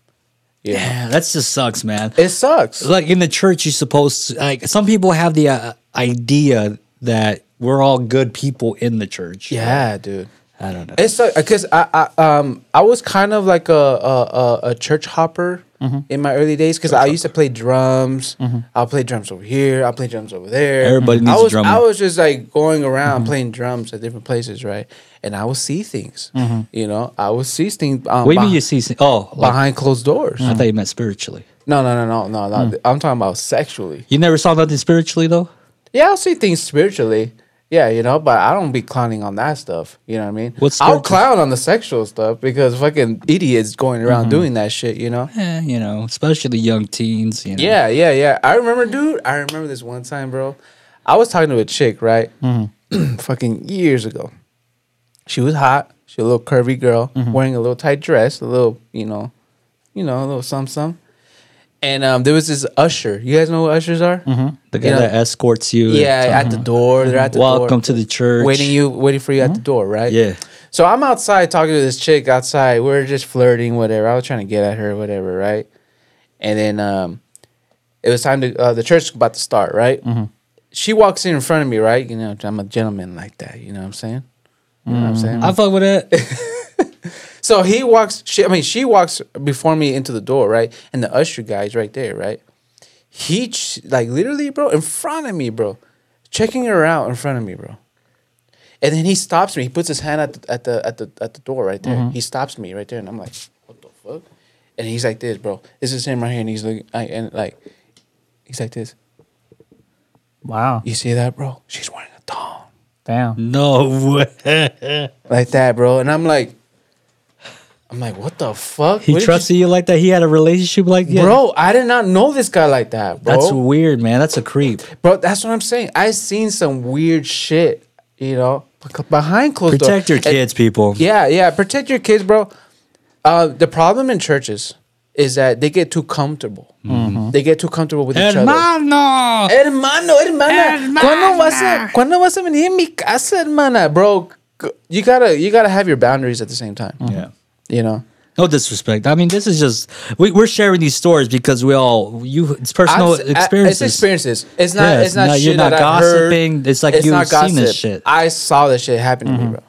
Speaker 1: Yeah.
Speaker 2: yeah, that just sucks, man.
Speaker 1: It sucks.
Speaker 2: Like in the church, you're supposed to like. Some people have the uh, idea that we're all good people in the church.
Speaker 1: Yeah, dude.
Speaker 2: I don't know.
Speaker 1: It's because I, I um I was kind of like a a, a, a church hopper
Speaker 2: Mm-hmm.
Speaker 1: in my early days because I used to play drums. I'll play drums over here. I'll play drums over there.
Speaker 2: Everybody needs
Speaker 1: I
Speaker 2: a
Speaker 1: was,
Speaker 2: drummer. Mm-hmm.
Speaker 1: I was just like going around playing drums at different places, right? And I would see things. You know, I would see things. Um,
Speaker 2: Mm-hmm. What do you mean
Speaker 1: beh-
Speaker 2: you see? some- Oh, like, Mm.
Speaker 1: behind closed doors?
Speaker 2: I thought you meant spiritually.
Speaker 1: No, no, no, no, no, no.
Speaker 2: Mm.
Speaker 1: I'm talking about sexually.
Speaker 2: You never saw nothing spiritually though.
Speaker 1: Yeah, I'll see things spiritually. Yeah, you know, but I don't be clowning on that stuff. You know what I mean?
Speaker 2: What's
Speaker 1: I'll
Speaker 2: spiritual?
Speaker 1: clown on the sexual stuff because fucking idiots going around
Speaker 2: Mm-hmm.
Speaker 1: doing that shit. You know?
Speaker 2: Eh, you know, especially young teens. You know.
Speaker 1: Yeah, yeah, yeah. I remember, dude. I remember this one time, bro. I was talking to a chick, right?
Speaker 2: Mm-hmm.
Speaker 1: fucking years ago. She was hot. She a little curvy girl,
Speaker 2: Mm-hmm.
Speaker 1: wearing a little tight dress, a little, you know, you know, a little some some. And um, there was this usher. You guys know what ushers are?
Speaker 2: the guy
Speaker 1: Yeah.
Speaker 2: that escorts you.
Speaker 1: Yeah, at the door. They're at the door.
Speaker 2: Uh-huh. Welcome to the church. Mm-hmm.
Speaker 1: waiting you waiting for you at the door, right?
Speaker 2: Yeah.
Speaker 1: So I'm outside talking to this chick outside. We're just flirting, whatever. I was trying to get at her, whatever, right? And then um, it was time to uh, the church was about to start, right?
Speaker 2: Mm-hmm.
Speaker 1: She walks in in front of me, right? You know, I'm a gentleman like that. You know what I'm saying? You know what I'm saying?
Speaker 2: I fuck with it.
Speaker 1: so he walks. She, I mean, she walks before me into the door, right? And the usher guy's right there, right? He ch- like literally, bro, in front of me, bro, checking her out in front of me, bro. And then he stops me. He puts his hand at the at the at the, at the door right there. He stops me right there, and I'm like, what the fuck? And he's like this, bro. This is him right here, and he's looking, I, and like, he's like this.
Speaker 3: wow.
Speaker 1: You see that, bro? She's wearing a thong.
Speaker 3: Damn.
Speaker 2: No way.
Speaker 1: like that, bro. And I'm like, I'm like, what the fuck?
Speaker 2: He
Speaker 1: What did you
Speaker 2: trusted you, like that. He had a relationship like that.
Speaker 1: Bro, I did not know this guy like that, bro.
Speaker 2: that's weird, man. That's a creep.
Speaker 1: bro, that's what I'm saying. i seen some weird shit, you know, bec- behind closed doors.
Speaker 2: Protect your
Speaker 1: And-
Speaker 2: kids, people.
Speaker 1: yeah, yeah, protect your kids, bro. Uh, the problem in churches is that they get too comfortable. They get too comfortable with each other.
Speaker 2: Mm-hmm. Hermano.
Speaker 1: Hermano, hermana, ¿cuándo vas a, cuándo vas a venir a mi
Speaker 2: Mm-hmm.
Speaker 1: casa, hermana, bro? c- You gotta, you gotta have your boundaries at the same time.
Speaker 2: Yeah.
Speaker 1: You know,
Speaker 2: No disrespect. I mean, this is just we, we're sharing these stories because we all you. It's personal
Speaker 1: I've s- I-
Speaker 2: experiences.
Speaker 1: It's experiences. It's not.
Speaker 2: Yeah,
Speaker 1: it's not. shit
Speaker 2: you're not
Speaker 1: that
Speaker 2: gossiping.
Speaker 1: I heard.
Speaker 2: It's like
Speaker 1: It's
Speaker 2: you've
Speaker 1: not
Speaker 2: seen this
Speaker 1: gossip.
Speaker 2: shit. Mm-hmm.
Speaker 1: I saw this shit happen to me, bro.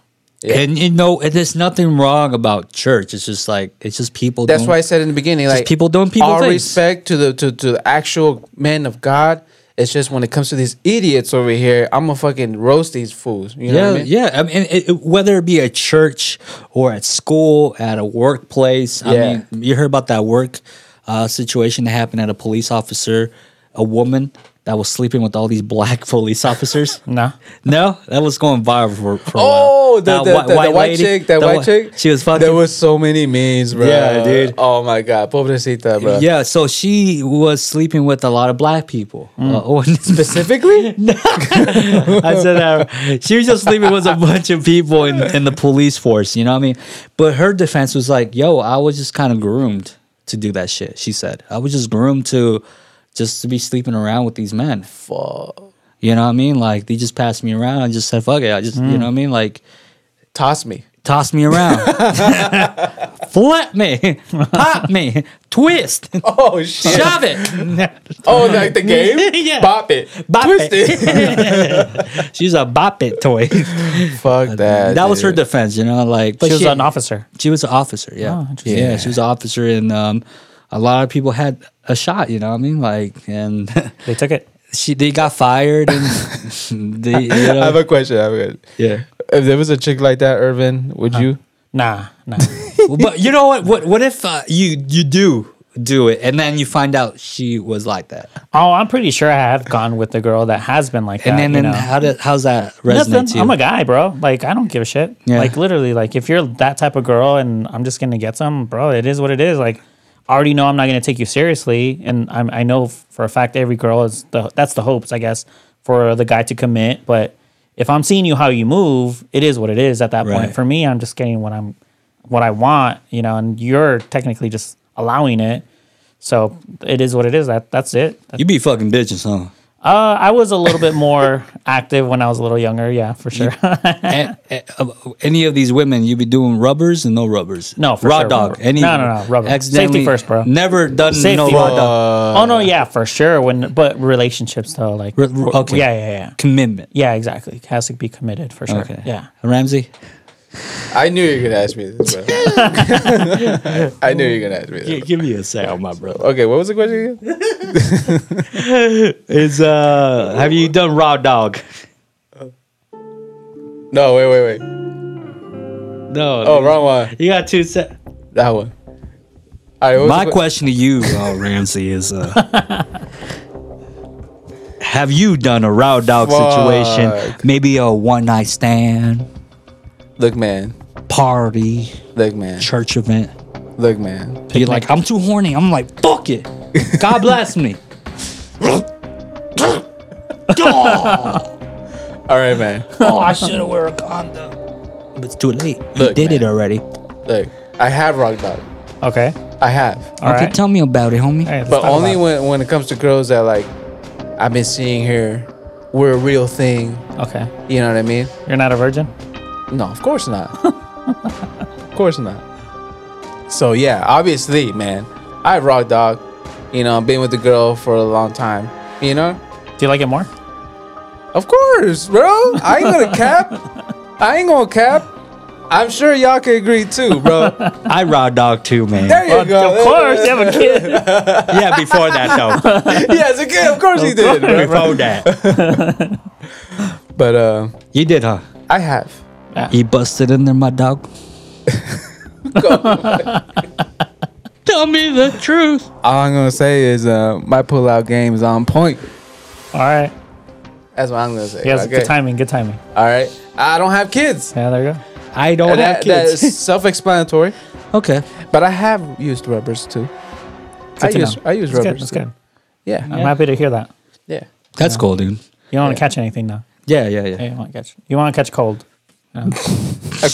Speaker 1: Yeah.
Speaker 2: And you know, and there's nothing wrong about church. It's just like it's just people.
Speaker 1: That's
Speaker 2: doing-
Speaker 1: why I said in the beginning,
Speaker 2: Just
Speaker 1: like
Speaker 2: people doing people
Speaker 1: All
Speaker 2: things.
Speaker 1: respect to the to, to the actual men of God. It's just when it comes to these idiots over here, I'm gonna fucking roast these fools. You know
Speaker 2: yeah,
Speaker 1: what I mean?
Speaker 2: yeah. I mean, it, it- whether it be at church or at school, at a workplace.
Speaker 1: Yeah.
Speaker 2: I mean, you heard about that work uh, situation that happened at a police officer, a woman that was sleeping with all these black police officers.
Speaker 3: No.
Speaker 2: no, that was going viral for, for a while.
Speaker 1: Oh, the,
Speaker 2: That
Speaker 1: the,
Speaker 2: whi-
Speaker 1: the, the white,
Speaker 2: lady,
Speaker 1: chick, that
Speaker 2: the
Speaker 1: white
Speaker 2: whi-
Speaker 1: chick.
Speaker 2: She was fucking.
Speaker 1: There was so many memes, bro.
Speaker 2: Yeah, dude.
Speaker 1: Oh my god, pobrecita, bro.
Speaker 2: yeah, so she was sleeping with a lot of black people.
Speaker 1: Mm.
Speaker 2: Uh, oh,
Speaker 1: Specifically,
Speaker 2: I said that. She was just sleeping with a bunch of people in, in the police force, you know what I mean? But her defense was like, yo, I was just kind of groomed to do that shit, she said. I was just groomed to just to be sleeping around with these men. You know what I mean? Like they just passed me around. I just said, fuck it. I just
Speaker 1: Mm.
Speaker 2: you know what I mean? Like
Speaker 1: toss me.
Speaker 2: toss me around. Flip me. Pop me. Twist.
Speaker 1: Oh shit.
Speaker 2: Shove it.
Speaker 1: Oh, like the game?
Speaker 2: Yeah.
Speaker 1: Bop it.
Speaker 2: Bop
Speaker 1: Twist it.
Speaker 2: She's a bop it toy.
Speaker 1: Fuck that.
Speaker 2: that was her
Speaker 1: dude.
Speaker 2: defense, you know, like but
Speaker 3: she was an officer.
Speaker 2: She was an officer, yeah.
Speaker 3: Oh, interesting.
Speaker 2: yeah. she was an officer, and um, a lot of people had a shot. You know what I mean? Like, and
Speaker 3: They took it.
Speaker 2: she they got fired, and they, you know,
Speaker 1: I have a question. I have a question.
Speaker 2: yeah.
Speaker 1: If there was a chick like that, Irvin, would you?
Speaker 3: Nah, nah.
Speaker 2: Well, but you know what? What what if uh, you you do do it, and then you find out she was like that,
Speaker 3: oh, I'm pretty sure I have gone with a girl that has been like that.
Speaker 2: and then
Speaker 3: you
Speaker 2: then
Speaker 3: know?
Speaker 2: how did how's that resonate to
Speaker 3: Nothing.
Speaker 2: you?
Speaker 3: I'm a guy, bro. Like I don't give a shit.
Speaker 2: Yeah.
Speaker 3: Like literally, like if you're that type of girl and I'm just gonna get some, bro, it is what it is. Like I already know I'm not gonna take you seriously, and I'm, I know f- for a fact every girl is the that's the hopes, I guess, for the guy to commit. But if I'm seeing you how you move, it is what it is at that
Speaker 2: Right.
Speaker 3: point. For me, I'm just getting what I'm what I want, you know, and you're technically just allowing it. So it is what it is. That that's it. That-
Speaker 2: you be fucking bitches, huh?
Speaker 3: uh, I was a little bit more active when I was a little younger. Yeah, for sure.
Speaker 2: and, and, uh, any of these women, you be doing rubbers and no rubbers.
Speaker 3: No, for
Speaker 2: raw
Speaker 3: sure,
Speaker 2: dog.
Speaker 3: rubber.
Speaker 2: Any
Speaker 3: No, no, no, rubber.
Speaker 2: accidentally-
Speaker 3: Safety first, bro.
Speaker 2: Never done no
Speaker 3: Safety.
Speaker 2: raw dog.
Speaker 3: oh no, yeah, for sure. When but relationships though, like
Speaker 2: Re- re- okay.
Speaker 3: yeah, yeah, yeah,
Speaker 2: Commitment.
Speaker 3: yeah, exactly. Has to be committed for sure.
Speaker 2: Okay.
Speaker 3: Yeah.
Speaker 2: Ramsey.
Speaker 1: I knew you were gonna ask me this. Bro. I knew you were gonna ask me this.
Speaker 2: give me a sound, my brother.
Speaker 1: Okay, what was the question again?
Speaker 2: Is uh, have you done raw dog?
Speaker 1: No, wait, wait, wait.
Speaker 2: No.
Speaker 1: Oh, wrong one.
Speaker 2: you got two set.
Speaker 1: That one. All right, what was
Speaker 2: My
Speaker 1: the que-
Speaker 2: question to you, uh, Ramsey, is uh, have you done a raw dog situation?
Speaker 1: Fuck.
Speaker 2: Maybe a one night stand,
Speaker 1: Look, man.
Speaker 2: party,
Speaker 1: Look, man.
Speaker 2: church event.
Speaker 1: Look, man.
Speaker 2: You're like, I'm too horny. I'm like, fuck it. God bless me.
Speaker 1: All right, man.
Speaker 2: Oh, I should have wear a condom. But it's too late. you
Speaker 1: Look,
Speaker 2: did it
Speaker 1: man.
Speaker 2: already.
Speaker 1: Look, I have rock dog.
Speaker 3: Okay.
Speaker 1: I have,
Speaker 3: All
Speaker 2: okay,
Speaker 3: right.
Speaker 2: tell me about it, homie.
Speaker 3: All right, let's
Speaker 1: but
Speaker 3: talk
Speaker 1: only
Speaker 3: about
Speaker 1: when when it comes to girls that like I've been seeing here, we're a real thing.
Speaker 3: it. Okay.
Speaker 1: You know what I mean?
Speaker 3: You're not a virgin.
Speaker 1: No, of course not. of course not. So yeah, obviously, man, I rock dog. You know, been with the girl for a long time. You know,
Speaker 3: Do you like it more?
Speaker 1: of course, bro. I ain't gonna cap. I ain't gonna cap. I'm sure y'all can agree too, bro.
Speaker 2: I raw dog too, man.
Speaker 1: There you go.
Speaker 3: Of course, you have a kid.
Speaker 2: yeah, before that though.
Speaker 1: yes, again, of course he did. bro.
Speaker 2: before that.
Speaker 1: But uh,
Speaker 2: You did, huh?
Speaker 1: I have.
Speaker 2: You busted in there, my dog. tell me the truth.
Speaker 1: All I'm gonna say is uh, my pullout game is on point.
Speaker 3: All right.
Speaker 1: That's what I'm gonna say.
Speaker 3: He has
Speaker 1: okay.
Speaker 3: good timing. Good timing.
Speaker 1: All right. I don't have kids.
Speaker 3: Yeah, there you go.
Speaker 2: I don't have
Speaker 1: That, that
Speaker 2: kids.
Speaker 1: is self-explanatory.
Speaker 2: okay.
Speaker 1: But I have used rubbers too. I
Speaker 3: Good to
Speaker 1: use
Speaker 3: know.
Speaker 1: I use
Speaker 3: That's
Speaker 1: rubbers.
Speaker 3: Good. That's
Speaker 1: too.
Speaker 3: good.
Speaker 1: Yeah,
Speaker 3: I'm happy to hear that.
Speaker 1: yeah.
Speaker 2: That's cool, dude.
Speaker 3: You don't want to catch anything now.
Speaker 2: Yeah, yeah, yeah.
Speaker 3: Yeah, you want to catch. You want to catch cold.
Speaker 1: A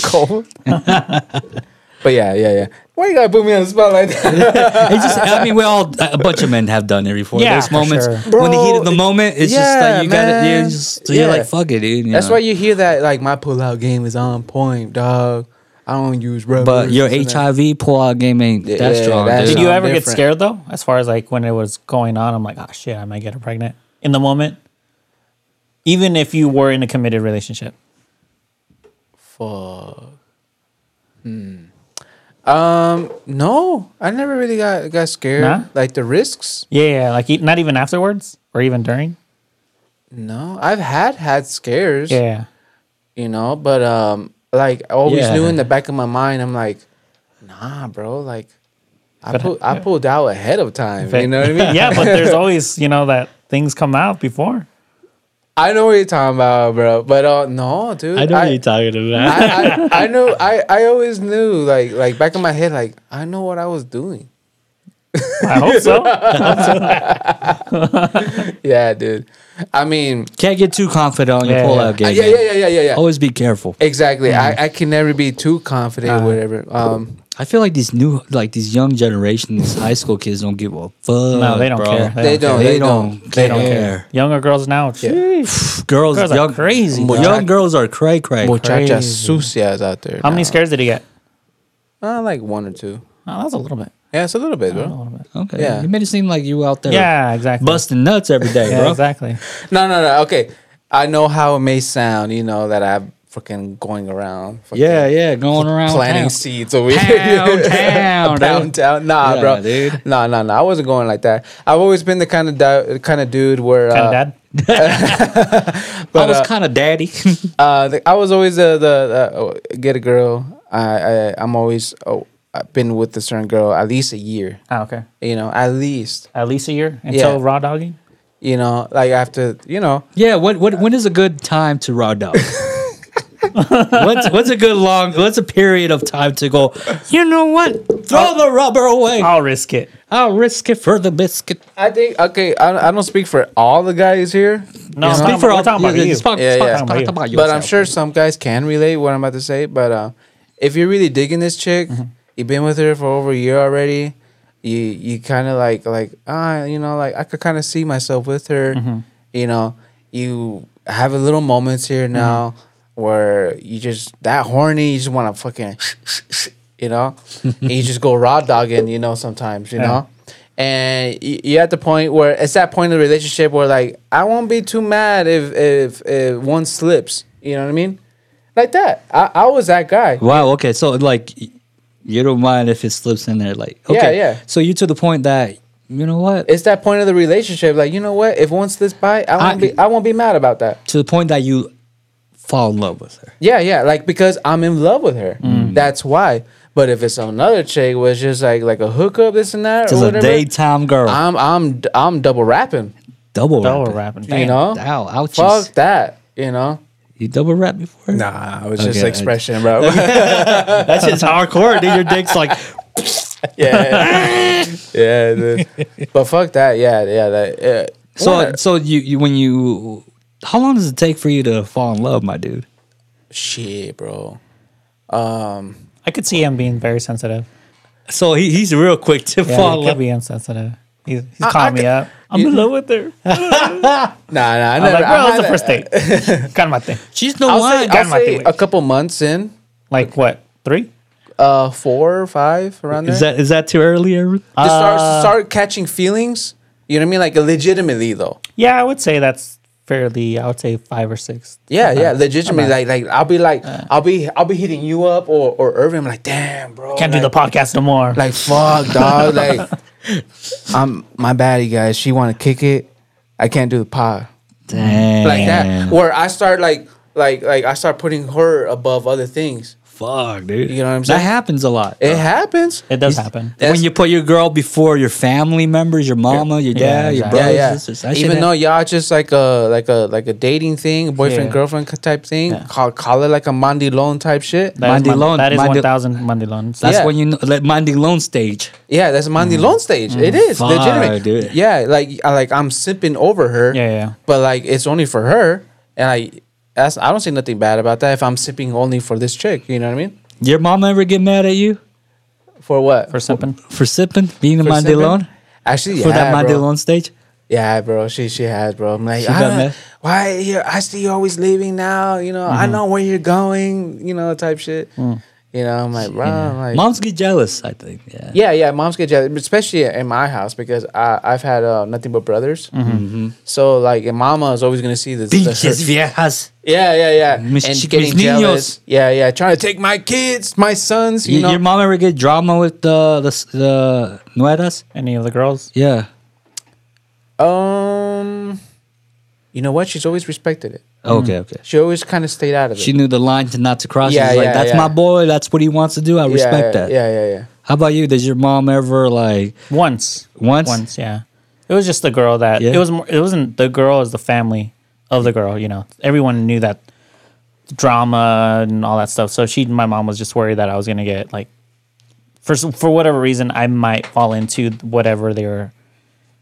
Speaker 1: cold. but yeah, yeah, yeah. Why you gotta put me on the spot like that?
Speaker 2: It's just, I mean, we all a bunch of men have done it before.
Speaker 3: Yeah,
Speaker 2: There's
Speaker 3: for
Speaker 2: moments
Speaker 3: sure.
Speaker 2: when the heat
Speaker 1: Bro,
Speaker 2: of the moment, it's just
Speaker 1: yeah,
Speaker 2: like you gotta,
Speaker 1: man.
Speaker 2: you're, just, you're
Speaker 1: Yeah.
Speaker 2: like, fuck it, dude. you
Speaker 1: That's
Speaker 2: know.
Speaker 1: why you hear that like my pullout game is on point, dog. I don't use rubbers.
Speaker 2: But your
Speaker 1: this and that.
Speaker 2: HIV pull-out game ain't that
Speaker 1: Yeah,
Speaker 2: strong.
Speaker 1: that's-
Speaker 2: dude.
Speaker 3: Did you
Speaker 1: something
Speaker 3: ever get
Speaker 1: different.
Speaker 3: scared though? As far as like when it was going on, I'm like, oh shit, I might get her pregnant in the moment. Even if you were in a committed relationship,
Speaker 1: Hmm. Um, no, I never really got got scared.
Speaker 3: Nah?
Speaker 1: Like the risks.
Speaker 3: yeah, yeah like e- not even afterwards or even during,
Speaker 1: No, I've had had scares.
Speaker 3: yeah,
Speaker 1: you know. But um, like I always
Speaker 2: Yeah.
Speaker 1: knew in the back of my mind, I'm like, nah, bro. Like, I
Speaker 3: But-
Speaker 1: pull, I pulled out ahead of time.
Speaker 3: But-
Speaker 1: You know what I mean?
Speaker 3: yeah, but there's always you know that things come out before.
Speaker 1: I know what you're talking about, bro. But uh, no, dude.
Speaker 5: I know what you're talking about.
Speaker 1: I, I, I know. I, I always knew, like, like back in my head, like I know what I was doing.
Speaker 3: I hope so.
Speaker 1: Yeah, dude. I mean,
Speaker 2: Can't get too confident on
Speaker 3: Yeah,
Speaker 2: your pull-out
Speaker 1: yeah,
Speaker 2: game.
Speaker 1: Uh, yeah,
Speaker 2: man.
Speaker 1: yeah, yeah, yeah, yeah.
Speaker 2: Always be careful.
Speaker 1: Exactly. I, I can never be too confident, whatever. Um,
Speaker 2: I feel like these new, like these young generations, high school kids don't give a fuck.
Speaker 3: No, they don't
Speaker 2: bro.
Speaker 3: care.
Speaker 1: they don't. They, don't.
Speaker 2: They
Speaker 3: They
Speaker 2: don't care.
Speaker 3: Younger girls now, sheesh.
Speaker 2: Girls,
Speaker 3: Girls are
Speaker 2: young,
Speaker 3: crazy,
Speaker 2: Young
Speaker 1: dog.
Speaker 2: girls are cray cray.
Speaker 1: Muchachas
Speaker 3: Crazy.
Speaker 1: sucias out there.
Speaker 3: How many
Speaker 1: now.
Speaker 3: scares did he get?
Speaker 1: Uh, like one or two.
Speaker 3: Oh, that's a little bit.
Speaker 1: Yeah, it's a little bit,
Speaker 3: A
Speaker 1: bro.
Speaker 3: little bit.
Speaker 2: Okay.
Speaker 1: Yeah.
Speaker 2: You made it seem like you out there
Speaker 3: Yeah, exactly.
Speaker 2: busting nuts every day,
Speaker 3: yeah,
Speaker 2: bro.
Speaker 3: exactly.
Speaker 1: No, no, no. Okay, I know how it may sound. You know that I'm fucking going around. Fucking
Speaker 2: Yeah, yeah. Going around
Speaker 1: Planting
Speaker 2: town.
Speaker 1: seeds over
Speaker 2: Pound
Speaker 1: here.
Speaker 2: town, dude.
Speaker 1: Pound town. Nah,
Speaker 2: Yeah,
Speaker 1: bro.
Speaker 2: dude.
Speaker 1: Nah, nah, nah. I wasn't going like that. I've always been the kind of di- kind of dude where
Speaker 3: Kind
Speaker 1: uh,
Speaker 3: of dad.
Speaker 2: I was kind of daddy.
Speaker 1: uh, the, I was always uh, the, the oh, get a girl. I, I I'm always oh, I've been with a certain girl at least a year.
Speaker 3: Oh, okay.
Speaker 1: You know, at least
Speaker 3: At least a year until
Speaker 1: Yeah.
Speaker 3: raw dogging.
Speaker 1: you know, like after you know,
Speaker 2: yeah. What? What? When is a good time to raw dog? what's What's a good long? What's a period of time to go? You know what?
Speaker 1: Uh,
Speaker 2: Throw the rubber away.
Speaker 3: I'll risk it.
Speaker 2: I'll risk it for the biscuit.
Speaker 1: I think okay. I, I don't speak for all the guys here,
Speaker 3: No,
Speaker 2: Yeah,
Speaker 3: I'm
Speaker 2: speak
Speaker 3: talking,
Speaker 2: for
Speaker 3: we're
Speaker 2: all-
Speaker 3: talking about
Speaker 2: yeah,
Speaker 3: you.
Speaker 2: just talk-
Speaker 1: Yeah,
Speaker 2: talk-
Speaker 1: yeah.
Speaker 2: talk
Speaker 3: Talk about
Speaker 2: about
Speaker 1: but I'm
Speaker 2: yourself.
Speaker 1: sure some guys can relate what I'm about to say. But uh, if you're really digging this chick, you've been with her for over a year already. You you kind of like like ah you know like I could kind of see myself with her. You know you have a little moments here now where you just that horny. You just want to fucking you know, and you just go raw dogging. You know sometimes you
Speaker 3: Yeah.
Speaker 1: know. And y- you're at the point where it's that point in the relationship where like I won't be too mad if if, if one slips. You know what I mean? Like that. I, I was that guy.
Speaker 2: Wow. Okay. So like, y- you don't mind if it slips in there, like okay.
Speaker 1: Yeah, yeah.
Speaker 2: So you to the point that you know what?
Speaker 1: It's that point of the relationship. Like you know what? If one slips by, I won't
Speaker 2: I-
Speaker 1: be I won't be mad about that.
Speaker 2: to the point that you fall in love with her.
Speaker 1: Yeah, yeah. Like because I'm in love with her.
Speaker 2: Mm.
Speaker 1: That's why. But if it's another chick, was just like like a hookup, this and that,
Speaker 2: Just
Speaker 1: or
Speaker 2: a
Speaker 1: whatever.
Speaker 2: daytime girl.
Speaker 1: I'm I'm I'm double rapping.
Speaker 2: double
Speaker 3: Double
Speaker 2: rapping.
Speaker 3: rapping.
Speaker 1: You
Speaker 3: Damn.
Speaker 1: know.
Speaker 2: Ow, ouchies.
Speaker 1: Fuck that. You know.
Speaker 2: You double rap before?
Speaker 1: Nah, it was
Speaker 2: Okay,
Speaker 1: just
Speaker 2: I-
Speaker 1: expression, bro.
Speaker 2: That shit's hardcore. Dude, your dick's like
Speaker 1: yeah, yeah. dude. But fuck that. Yeah, yeah. That, yeah.
Speaker 2: so.
Speaker 1: What?
Speaker 2: So you, you when you, how long does it take for you to fall in love, my dude?
Speaker 1: shit, bro.
Speaker 3: I could see him being very sensitive.
Speaker 2: So he, he's real quick to
Speaker 3: Yeah,
Speaker 2: fall
Speaker 3: he
Speaker 2: in
Speaker 3: could
Speaker 2: love.
Speaker 3: be insensitive. He's, he's calling me up. I'm in love with her. I'm
Speaker 1: Nah, nah. I never.
Speaker 3: like,
Speaker 1: I
Speaker 3: bro, it's the
Speaker 1: had a-
Speaker 3: first date. kind of my thing.
Speaker 2: She's no
Speaker 1: I'll
Speaker 2: one.
Speaker 1: say,
Speaker 3: Got
Speaker 1: I'll
Speaker 3: my
Speaker 1: say
Speaker 3: theory.
Speaker 1: a couple months in,
Speaker 3: Like what? Three?
Speaker 1: uh, four or five around there.
Speaker 2: is that is that too early? Aaron?
Speaker 1: to start
Speaker 3: uh,
Speaker 1: start catching feelings. You know what I mean? Like legitimately though.
Speaker 3: Yeah, I would say that's fairly. I would say five or six.
Speaker 1: Yeah, yeah, legitimately. Like, like I'll be like, I'll be, I'll be hitting you up or or Irvin. I'm like, damn, bro,
Speaker 3: Can't
Speaker 1: like,
Speaker 3: do the podcast no more.
Speaker 1: like fuck, dog. Like, I'm my bad, you guys. She want to kick it. I can't do the pod.
Speaker 2: Damn.
Speaker 1: like that where i start like like like i start putting her above other things
Speaker 2: Fuck, dude.
Speaker 1: You know what I'm
Speaker 2: That
Speaker 1: saying?
Speaker 2: happens a lot.
Speaker 1: it happens
Speaker 3: it does happen.
Speaker 2: when you put your girl before your family members, your mama, your
Speaker 3: Yeah,
Speaker 2: dad, your
Speaker 3: exactly.
Speaker 2: brothers,
Speaker 1: yeah yeah
Speaker 2: sisters, that shit
Speaker 1: even
Speaker 2: hap-
Speaker 1: though y'all just like a like a like a dating thing boyfriend
Speaker 3: Yeah.
Speaker 1: girlfriend type thing call, call it like a monday loan type shit
Speaker 3: That is
Speaker 2: Monday
Speaker 3: mon-
Speaker 2: loan,
Speaker 3: That is
Speaker 2: Monday-
Speaker 3: one thousand Monday loans.
Speaker 2: that's
Speaker 1: yeah.
Speaker 2: when you know, like Monday loan stage.
Speaker 1: yeah that's a monday loan stage it is
Speaker 2: Fuck,
Speaker 1: legitimate
Speaker 2: dude.
Speaker 1: yeah like I, like i'm sipping over her
Speaker 3: Yeah, yeah.
Speaker 1: but like it's only for her and i that's i don't see nothing bad about that if i'm sipping only for this chick you know what i mean
Speaker 2: Your mama ever get mad at you
Speaker 1: for what
Speaker 3: for something.
Speaker 2: for sipping, being a
Speaker 1: For
Speaker 2: Monday
Speaker 1: sipping?
Speaker 2: loan?
Speaker 1: actually
Speaker 2: for that
Speaker 1: yeah,
Speaker 2: Monday
Speaker 1: bro.
Speaker 2: loan stage?
Speaker 1: Yeah, bro, she she has, bro. I'm like,
Speaker 2: got
Speaker 1: "Ah,
Speaker 2: mad? Mm-hmm.
Speaker 1: why
Speaker 2: Mm.
Speaker 1: you I see you always leaving now? You know, I know where you're going. You know, type shit. You know, I'm like, bro, I'm like,
Speaker 2: Moms get jealous, I think. Yeah.
Speaker 1: yeah, yeah, moms get jealous, especially in my house because I, I've had uh, nothing but brothers. Mm-hmm. So like, and mama is always gonna see this. the
Speaker 2: Pinches
Speaker 1: hurt-
Speaker 2: viejas.
Speaker 1: yeah, yeah, yeah,
Speaker 2: Mis-
Speaker 1: and
Speaker 2: chi-
Speaker 1: getting
Speaker 2: mis niños.
Speaker 1: jealous. Yeah, yeah, trying to take my kids, my sons. You
Speaker 2: Y-
Speaker 1: know,
Speaker 2: Your mom ever get drama with the the, the nueras?
Speaker 3: Any of the girls?
Speaker 2: Yeah.
Speaker 1: um, you know what? She's always respected it.
Speaker 2: Okay, okay.
Speaker 1: She always kind of stayed out of it.
Speaker 2: She knew the line to not to cross.
Speaker 1: Yeah,
Speaker 2: Yeah, like,
Speaker 1: yeah,
Speaker 2: that's
Speaker 1: yeah.
Speaker 2: my boy. That's what he wants to do. I
Speaker 1: Yeah,
Speaker 2: respect
Speaker 1: yeah,
Speaker 2: that.
Speaker 1: Yeah, yeah, yeah.
Speaker 2: How about you? Did your mom ever like
Speaker 3: Once.
Speaker 2: Once?
Speaker 3: Once, yeah. It was just the girl that
Speaker 2: Yeah.
Speaker 3: it was. More, it wasn't the girl. It was the family of the girl. You know, everyone knew that drama and all that stuff. So she, my mom, was just worried that I was gonna get like, for s- for whatever reason, I might fall into whatever they were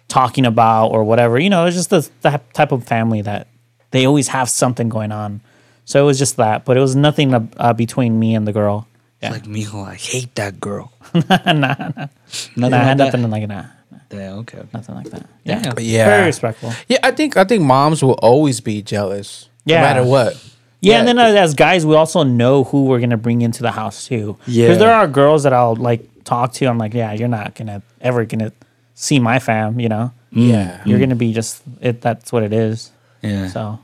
Speaker 3: talking about or whatever. You know, it's just the, the type of family that they always have something going on. So it was just that, but it was nothing uh, uh, between me and the girl. Yeah,
Speaker 2: like Mijo? I hate that girl.
Speaker 3: nah,
Speaker 2: Nothing
Speaker 3: I
Speaker 2: like that?
Speaker 3: had nothing like that.
Speaker 2: Yeah, okay. okay.
Speaker 3: Nothing like that. Yeah.
Speaker 2: Damn.
Speaker 1: Yeah.
Speaker 3: Very respectful.
Speaker 1: Yeah, I think I think moms will always be jealous,
Speaker 3: Yeah.
Speaker 1: no matter what.
Speaker 3: Yeah,
Speaker 1: Yeah,
Speaker 3: and then uh, as guys, we also know who we're gonna bring into the house too.
Speaker 2: Yeah.
Speaker 3: because there are girls that I'll like talk to. I'm like, yeah, you're not gonna ever gonna see my fam. You know,
Speaker 2: Mm.
Speaker 1: Yeah,
Speaker 3: you're gonna be just it. That's what it is.
Speaker 2: Yeah.
Speaker 3: So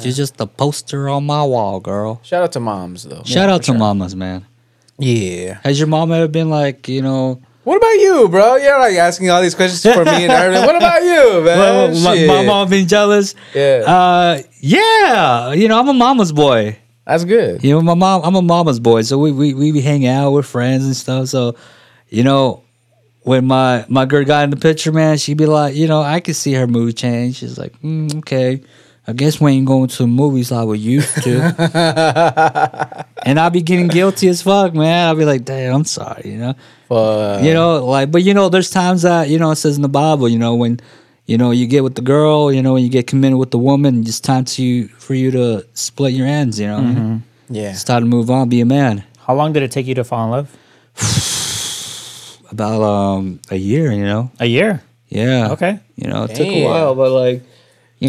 Speaker 2: She's just the poster on my wall, girl.
Speaker 1: shout out to moms though.
Speaker 2: Shout out to mamas, man.
Speaker 1: Yeah.
Speaker 2: Has your mom ever been like, you know,
Speaker 1: What about you, bro? You're like asking all these questions for me and everything. What about you, man?
Speaker 2: well, my,
Speaker 1: Shit.
Speaker 2: my mom been jealous?
Speaker 1: Yeah.
Speaker 2: Uh, yeah. You know, I'm a mama's boy.
Speaker 1: That's good.
Speaker 2: You know, my mom, I'm a mama's boy, so we we we hang out, we're friends and stuff. So, you know, when my my girl got in the picture, man, she'd be like, you know, I could see her mood change. She's like, mm, okay, I guess we ain't going to the movies like we used to. and I'd be getting guilty as fuck, man. I'd be like, damn, I'm sorry, you know.
Speaker 1: But
Speaker 2: You know, like, but you know, there's times that you know it says in the Bible, you know, when you know you get with the girl, you know, when you get committed with the woman, it's time to for you to split your ends, you know.
Speaker 1: yeah,
Speaker 2: It's time to move on, be a man.
Speaker 3: how long did it take you to fall in love?
Speaker 2: About um a year, you know.
Speaker 3: A year.
Speaker 2: Yeah.
Speaker 3: Okay.
Speaker 2: You know, it took a
Speaker 1: Damn.
Speaker 2: while, but like, you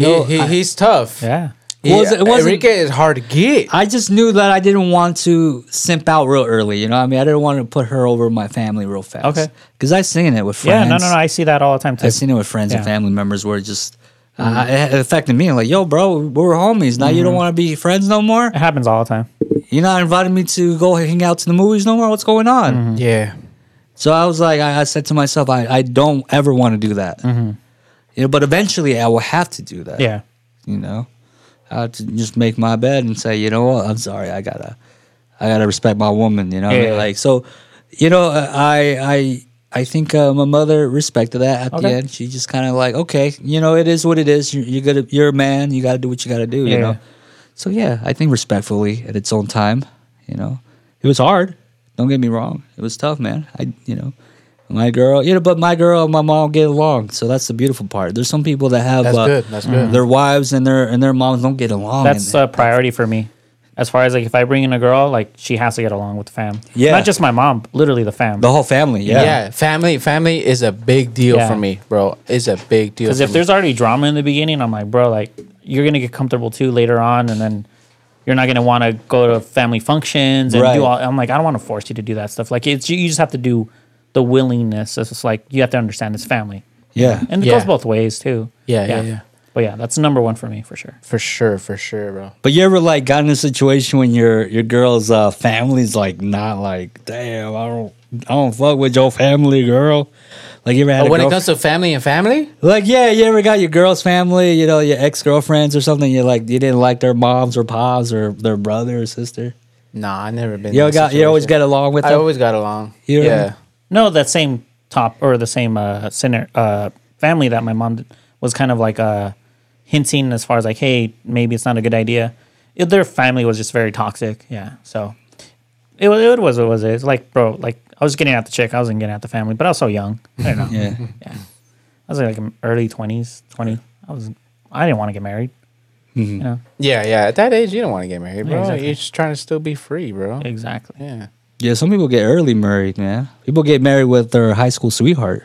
Speaker 1: He-
Speaker 2: know,
Speaker 1: he,
Speaker 2: I,
Speaker 1: he's tough.
Speaker 3: Yeah.
Speaker 1: He- uh,
Speaker 2: It wasn't- it wasn't-
Speaker 1: Enrique is hard to get.
Speaker 2: I just knew that I didn't want to simp out real early. You know, what I mean, I didn't want to put her over my family real fast.
Speaker 3: Okay.
Speaker 2: Because I seen it with
Speaker 3: Yeah.
Speaker 2: friends.
Speaker 3: No, no, no. I see that all the time too.
Speaker 2: I seen it with friends
Speaker 3: Yeah. Mm-hmm.
Speaker 2: and family members where it just uh, it affected me. Like, yo, bro, we were homies. Now you don't want to be friends no more.
Speaker 3: It happens all the time.
Speaker 2: You're not inviting me to go hang out to the movies no more. What's going on?
Speaker 3: Mm-hmm.
Speaker 1: Yeah,
Speaker 2: So I was like, I, I said to myself, I, I don't ever want to do that. You know, but eventually I will have to do that.
Speaker 3: Yeah.
Speaker 2: You know, I have to just make my bed and say, you know what, I'm sorry, I gotta, I gotta respect my woman. You know, what I
Speaker 3: Yeah.
Speaker 2: mean? like so, you know, uh, I I I think uh, my mother respected that at
Speaker 3: Okay.
Speaker 2: the end. She just kind of like, okay, you know, it is what it is. You, you're gonna, you're a man. You gotta do what you gotta do.
Speaker 3: Yeah.
Speaker 2: You know. So yeah, I think respectfully at its own time, you know, it was hard. Don't get me wrong, it was tough, man. I, you know, my girl, you know, but my girl and my mom get along, so that's the beautiful part. There's some people that have
Speaker 1: That's
Speaker 2: uh,
Speaker 1: good,
Speaker 3: Mm-hmm.
Speaker 1: that's good.
Speaker 2: Their wives and their and their moms don't get along.
Speaker 3: That's
Speaker 2: and-
Speaker 3: a priority for me. As far as like if I bring in a girl, like she has to get along with the fam.
Speaker 2: Yeah.
Speaker 3: Not just my mom, literally the fam.
Speaker 2: the whole family.
Speaker 1: yeah.
Speaker 2: Yeah,
Speaker 1: Family, family is a big deal
Speaker 3: Yeah.
Speaker 1: for me, bro. It's a big deal.
Speaker 3: Because
Speaker 1: for
Speaker 3: if
Speaker 1: me.
Speaker 3: there's already drama in the beginning, I'm like, bro, like you're gonna get comfortable too later on, and then you're not gonna want to go to family functions and
Speaker 2: Right.
Speaker 3: do all. I'm like, I don't want to force you to do that stuff. Like it's you, you just have to do the willingness. It's just like you have to understand it's family,
Speaker 2: yeah.
Speaker 3: and it
Speaker 1: Yeah.
Speaker 3: goes both ways too.
Speaker 1: Yeah, yeah, yeah.
Speaker 3: But yeah, that's number one for me for sure.
Speaker 1: for sure, for sure, bro.
Speaker 2: But you ever like got in a situation when your your girl's uh, family's like not like, damn, I don't I don't fuck with your family, girl. Like you ever had
Speaker 1: But
Speaker 2: a
Speaker 1: Oh, when it
Speaker 2: girlf-
Speaker 1: comes to family and family,
Speaker 2: Like, yeah, you ever got your girl's family, you know, your ex girlfriends or something, you like you didn't like their moms or pops or their brother or sister.
Speaker 1: nah, I never been.
Speaker 2: You
Speaker 1: in
Speaker 2: all
Speaker 1: that
Speaker 2: got you always
Speaker 1: situation.
Speaker 2: get along with
Speaker 1: I
Speaker 2: them.
Speaker 1: always got along.
Speaker 2: You know what I
Speaker 1: yeah,
Speaker 2: mean?
Speaker 3: No, that same top or the same uh, center uh, family that my mom did, was kind of like uh, hinting as far as like, hey, maybe it's not a good idea. It, their family was just very toxic. Yeah, so it was it was what was it? It's like, bro, like I was getting at the chick, I wasn't getting at the family, but I was so young. I don't know.
Speaker 2: yeah.
Speaker 3: I was like in early twenties, twenty. I was I didn't want to get married. You know
Speaker 1: yeah, yeah. At that age, you don't want to get married, bro.
Speaker 3: exactly.
Speaker 1: You're just trying to still be free, bro.
Speaker 3: exactly.
Speaker 1: Yeah,
Speaker 2: Yeah, some people get early married, man. People get married with their high school sweetheart.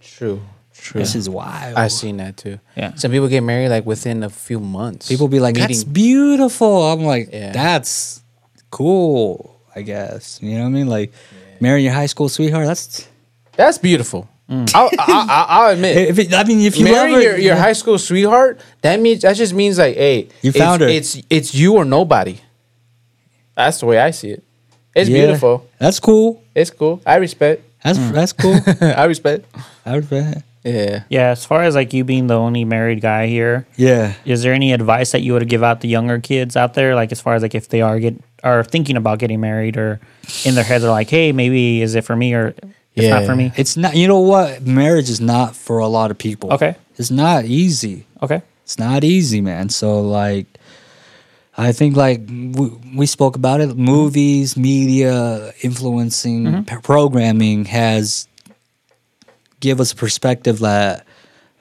Speaker 1: true, true.
Speaker 2: This is wild.
Speaker 1: I've seen that too.
Speaker 3: Yeah.
Speaker 1: Some people get married like within a few months.
Speaker 2: People be like,
Speaker 1: Meeting-
Speaker 2: That's beautiful. I'm like,
Speaker 1: Yeah.
Speaker 2: That's cool. I guess. You know what I mean? Like marrying your high school sweetheart. That's
Speaker 1: That's beautiful. I'll, I'll, I'll- I'll admit.
Speaker 2: if it, I mean Mm. if you
Speaker 1: marry
Speaker 2: love her,
Speaker 1: your, your high school sweetheart, that means that just means like, hey,
Speaker 2: You
Speaker 1: it's,
Speaker 2: found her.
Speaker 1: It's it's you or nobody. That's the way I see it. It's
Speaker 2: yeah,
Speaker 1: beautiful.
Speaker 2: That's cool.
Speaker 1: It's cool. I respect.
Speaker 2: That's that's cool.
Speaker 1: I respect.
Speaker 2: I would bet.
Speaker 1: Yeah.
Speaker 3: Yeah, as far as like you being the only married guy here,
Speaker 2: Yeah.
Speaker 3: is there any advice that you would give out the younger kids out there? Like as far as like if they are get are thinking about getting married or in their head they're like, hey, maybe is it for me or it's not
Speaker 1: Yeah.
Speaker 3: for me?
Speaker 2: It's not. You know what? Marriage is not for a lot of people.
Speaker 3: Okay.
Speaker 2: It's not easy.
Speaker 3: Okay.
Speaker 2: It's not easy, man. So like, I think like we, we spoke about it. Movies, media, influencing, p- programming has give us a perspective that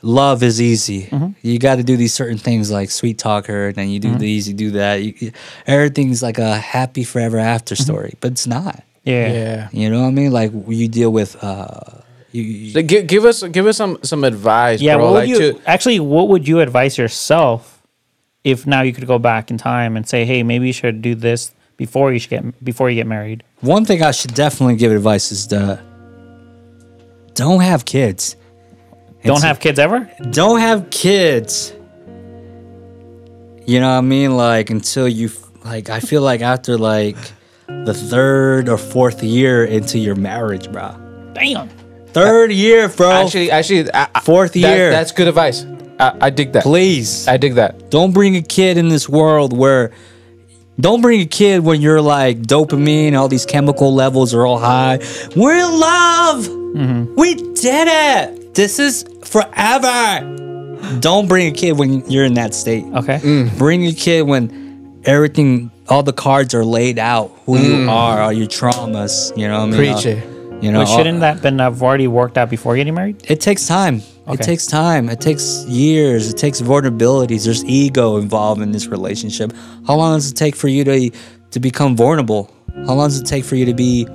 Speaker 2: love is easy. You got to do these certain things like sweet talker, and then you do these, you do that. You, you- everything's like a happy forever after story, but it's not.
Speaker 3: Yeah.
Speaker 1: Yeah.
Speaker 2: You know what I mean? Like you deal with. uh you, you,
Speaker 1: Like, give, give us give us some some advice,
Speaker 3: Yeah,
Speaker 1: bro.
Speaker 3: what would
Speaker 1: like
Speaker 3: you
Speaker 1: to
Speaker 3: actually? What would you advise yourself if now you could go back in time and say, "Hey, maybe you should do this before you should get before you get married."
Speaker 2: One thing I should definitely give advice is the don't have kids.
Speaker 3: Don't
Speaker 2: It's-
Speaker 3: have kids ever.
Speaker 2: don't have kids. You know what I mean? Like until you like I feel like after like the third or fourth year into your marriage, bro.
Speaker 3: Damn.
Speaker 2: Third year, bro.
Speaker 1: actually actually I, I-
Speaker 2: Fourth
Speaker 1: that-
Speaker 2: Oh, year.
Speaker 1: that's good advice. I, I dig that.
Speaker 2: please.
Speaker 1: I dig that.
Speaker 2: Don't bring a kid in this world where don't bring a kid when you're like dopamine, all these chemical levels are all high. We're in love. We did it. This is forever. Don't bring a kid when you're in that state.
Speaker 3: Okay.
Speaker 2: Bring a kid when everything, all the cards are laid out. Who you are, all your traumas. You know what I mean?
Speaker 1: Preach it.
Speaker 2: You know,
Speaker 3: But shouldn't that been have already worked out before getting married?
Speaker 2: it takes time. It
Speaker 3: Okay.
Speaker 2: takes time. It takes years. It takes vulnerabilities. There's ego involved in this relationship. How long does it take for you to to become vulnerable? How long does it take for you to be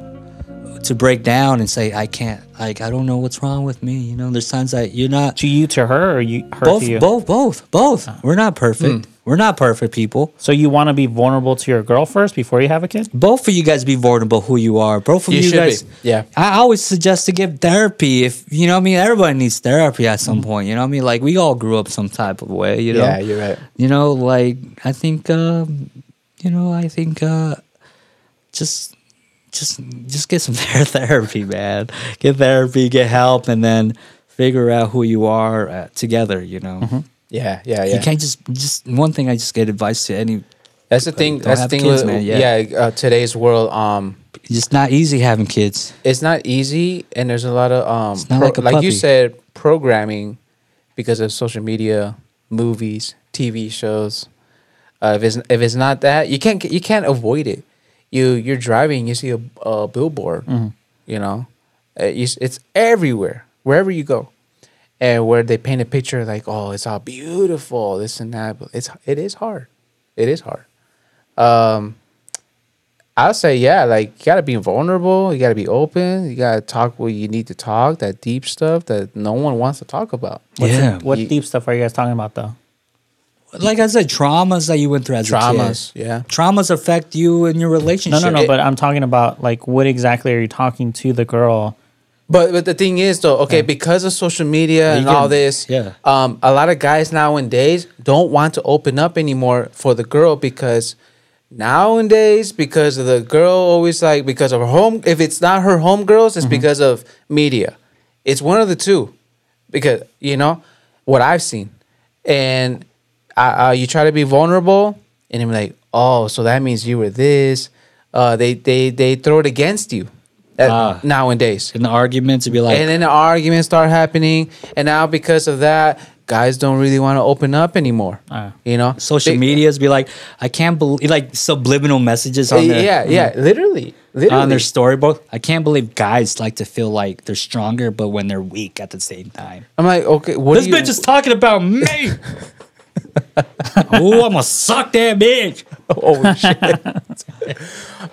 Speaker 2: to break down and say, "I can't. Like I don't know what's wrong with me." You know, there's times that you're not
Speaker 3: To you, to her, or you, her
Speaker 2: both,
Speaker 3: to you. Uh. Hmm.
Speaker 2: both, both, both. We're not perfect. We're not perfect people.
Speaker 3: So you want to be vulnerable to your girl first before you have a kid?
Speaker 2: both of you guys be vulnerable who you are. Both of
Speaker 1: You
Speaker 2: you,
Speaker 1: should
Speaker 2: guys,
Speaker 1: be, yeah.
Speaker 2: I always suggest to get therapy if you know. what I mean, everybody needs therapy at some point. You know, what I mean, like we all grew up some type of way. You know,
Speaker 1: Mm-hmm. Yeah, you're right.
Speaker 2: You know, like I think, um, you know, I think uh, just. Just, just get some ther- therapy, man. Get therapy, get help, and then figure out who you are uh, together. You know,
Speaker 1: Yeah, yeah, Mm-hmm. yeah.
Speaker 2: you can't just, just one thing. I just get advice to any.
Speaker 1: that's the thing.
Speaker 2: don't
Speaker 1: That's the
Speaker 2: have
Speaker 1: thing.
Speaker 2: kids,
Speaker 1: with,
Speaker 2: man,
Speaker 1: yeah,
Speaker 2: yeah.
Speaker 1: uh, today's world. Um,
Speaker 2: It's just not easy having kids.
Speaker 1: it's not easy and there's a lot of um
Speaker 2: not like a
Speaker 1: you
Speaker 2: puppy.
Speaker 1: said programming because of social media movies tv shows uh, if it's if it's not that you can't you can't avoid it you you're driving you see a, a billboard you know Uh, you s- it's everywhere wherever you go and where they paint a picture like oh it's all beautiful this and that but it's it is hard it is hard um I'll say, yeah, like you gotta be vulnerable, you gotta be open, you gotta talk what you need to talk, that deep stuff that no one wants to talk about.
Speaker 3: What's
Speaker 2: Yeah.
Speaker 3: It, what
Speaker 1: You-
Speaker 3: deep stuff are you guys talking about though?
Speaker 2: like I said, traumas that you went through as
Speaker 1: Traumas,
Speaker 2: a kid.
Speaker 1: yeah.
Speaker 2: Traumas affect you in your
Speaker 3: No,
Speaker 2: relationship.
Speaker 3: no, no.
Speaker 1: It-
Speaker 3: but I'm talking about like what exactly are you talking to the girl?
Speaker 1: But but the thing is though, okay, because of social media
Speaker 2: you
Speaker 1: and all
Speaker 2: can-
Speaker 1: this,
Speaker 2: yeah.
Speaker 1: um, a lot of guys nowadays don't want to open up anymore for the girl because nowadays because of the girl always like because of her home if it's not her home girls
Speaker 2: Mm-hmm.
Speaker 1: it's because of media it's one of the two because you know what i've seen and uh, uh, you try to be vulnerable and i'm like oh so that means you were this uh, they they they throw it against you uh,
Speaker 2: Ah.
Speaker 1: nowadays
Speaker 2: in the argument to be like,
Speaker 1: and then the arguments start happening and now because of that guys don't really want to open up anymore
Speaker 3: Ah.
Speaker 1: you know
Speaker 2: social
Speaker 1: They-
Speaker 2: media's be like, I can't believe like subliminal messages on Mm-hmm. their
Speaker 1: yeah yeah literally literally
Speaker 2: on their storybook. I can't believe guys like to feel like they're stronger, but when they're weak at the same time.
Speaker 1: i'm like okay what do
Speaker 2: This
Speaker 1: you-
Speaker 2: bitch is talking about me. oh, I'm gonna suck that bitch.
Speaker 1: Oh shit!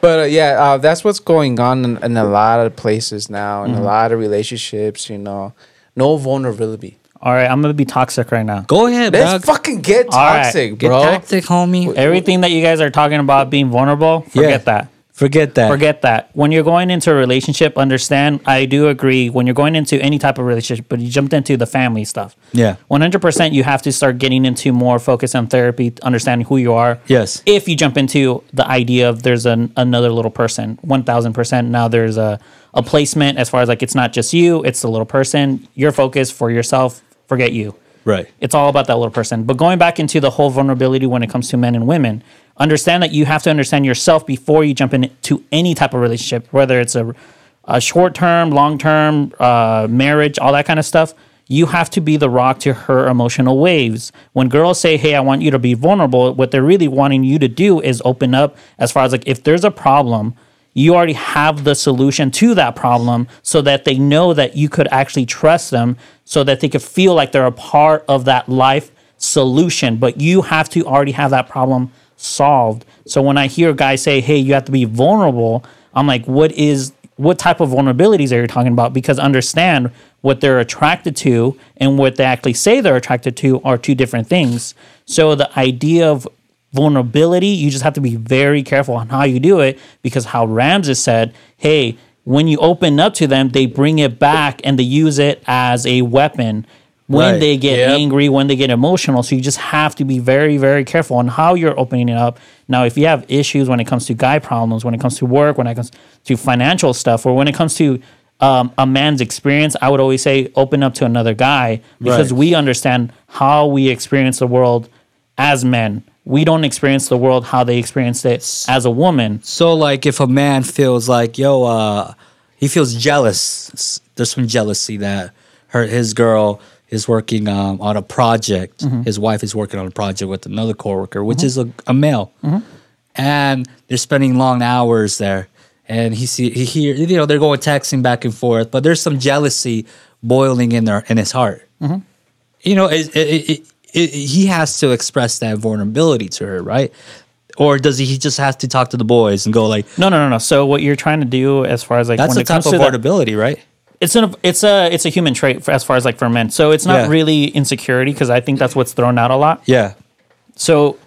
Speaker 1: but uh, yeah, uh, that's what's going on in, in a lot of places now,
Speaker 2: Mm-hmm.
Speaker 1: in a lot of relationships. You know, no vulnerability.
Speaker 3: All right, I'm gonna be toxic right now.
Speaker 2: Go ahead, bro.
Speaker 1: Let's fucking get
Speaker 3: All right,
Speaker 1: toxic,
Speaker 2: Get
Speaker 1: bro.
Speaker 2: toxic, homie.
Speaker 3: Everything that you guys are talking about being vulnerable, forget
Speaker 2: Yeah.
Speaker 3: that.
Speaker 2: Forget that.
Speaker 3: Forget that. When you're going into a relationship, understand. I do agree. When you're going into any type of relationship, but you jumped into the family stuff.
Speaker 2: Yeah.
Speaker 3: One hundred percent. You have to start getting into more focus on therapy, understanding who you are.
Speaker 2: Yes.
Speaker 3: If you jump into the idea of there's an another little person, one thousand percent. Now there's a a placement as far as like it's not just you, it's the little person. Your focus for yourself. Forget you
Speaker 2: Right.
Speaker 3: it's all about that little person. But going back into the whole vulnerability when it comes to men and women, understand that you have to understand yourself before you jump into any type of relationship, whether it's a, a short term, long term, uh, marriage, all that kind of stuff. You have to be the rock to her emotional waves. When girls say, Hey, I want you to be vulnerable, what they're really wanting you to do is open up as far as like if there's a problem, you already have the solution to that problem so that they know that you could actually trust them so that they could feel like they're a part of that life solution but you have to already have that problem solved so when i hear guys say hey you have to be vulnerable i'm like what is what type of vulnerabilities are you talking about because understand what they're attracted to and what they actually say they're attracted to are two different things so the idea of vulnerability. You just have to be very careful on how you do it because how Rams has said, hey, when you open up to them, they bring it back and they use it as a weapon when
Speaker 2: Right.
Speaker 3: they get
Speaker 5: Yep.
Speaker 3: angry, when they get emotional. So you just have to be very, very careful on how you're opening it up. Now, if you have issues when it comes to guy problems, when it comes to work, when it comes to financial stuff, or when it comes to um, a man's experience, I would always say open up to another guy because
Speaker 2: Right.
Speaker 3: we understand how we experience the world as men. We don't experience the world how they experience it as a woman.
Speaker 2: So like if a man feels like yo, uh, he feels jealous. S- There's some jealousy that her his girl is working um, on a project. His wife is working on a project with another coworker, which is a, a male, and they're spending long hours there. And he see he hear you know they're going texting back and forth, but there's some jealousy boiling in their in his heart. You know, it, it, it, it, it, he has to express that vulnerability to her, right? Or does he, he just have to talk to the boys and go like,
Speaker 3: No, no, no, no. So what you're trying to do as far as like
Speaker 2: that's
Speaker 3: when
Speaker 2: the
Speaker 3: it comes
Speaker 2: type
Speaker 3: to
Speaker 2: of
Speaker 3: that-
Speaker 2: vulnerability, right?
Speaker 3: it's an it's a it's a human trait for, as far as like for men. So it's not
Speaker 2: Yeah.
Speaker 3: really insecurity because I think that's what's thrown out a lot.
Speaker 2: Yeah.
Speaker 3: So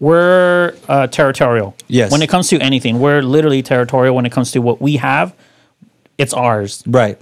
Speaker 3: we're uh, territorial.
Speaker 2: Yes.
Speaker 3: When it comes to anything, we're literally territorial. When it comes to what we have, it's ours.
Speaker 2: Right.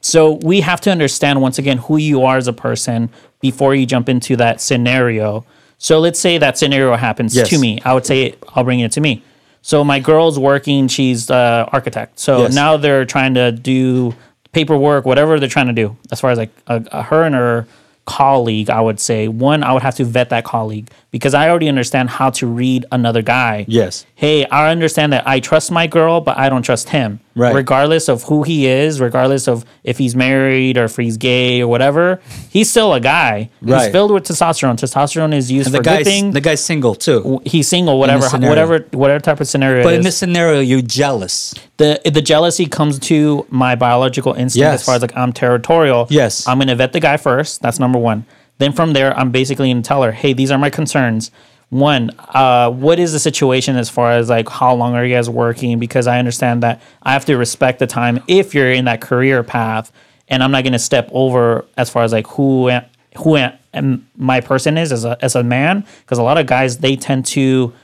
Speaker 3: So we have to understand once again who you are as a person before you jump into that scenario. So let's say that scenario happens
Speaker 2: Yes.
Speaker 3: to me. I would say I'll bring it to me. So my girl's working; she's uh, architect. So
Speaker 2: Yes.
Speaker 3: now they're trying to do paperwork, whatever they're trying to do. As far as like a, a her and her colleague, I would say one, I would have to vet that colleague because I already understand how to read another guy
Speaker 2: Yes.
Speaker 3: hey, I understand that I trust my girl, but I don't trust him.
Speaker 2: Right.
Speaker 3: Regardless of who he is, regardless of if he's married or if he's gay or whatever, he's still a guy.
Speaker 2: Right.
Speaker 3: He's filled with testosterone. Testosterone is used
Speaker 2: And
Speaker 3: for
Speaker 2: the
Speaker 3: good
Speaker 2: guy's
Speaker 3: thing.
Speaker 2: the guy's single too.
Speaker 3: he's single, whatever,
Speaker 2: scenario.
Speaker 3: whatever, whatever type of scenario.
Speaker 2: But
Speaker 3: it
Speaker 2: in
Speaker 3: is
Speaker 2: this scenario, you're jealous.
Speaker 3: the the jealousy comes to my biological instinct
Speaker 2: Yes.
Speaker 3: as far as like I'm territorial.
Speaker 2: Yes.
Speaker 3: I'm gonna vet the guy first. That's number one. Then from there, I'm basically gonna tell her, hey, these are my concerns. One, uh, what is the situation as far as like how long are you guys working? Because I understand that I have to respect the time if you're in that career path, and I'm not gonna step over as far as like who am- who am- am my person is as a as a man. Because a lot of guys they tend to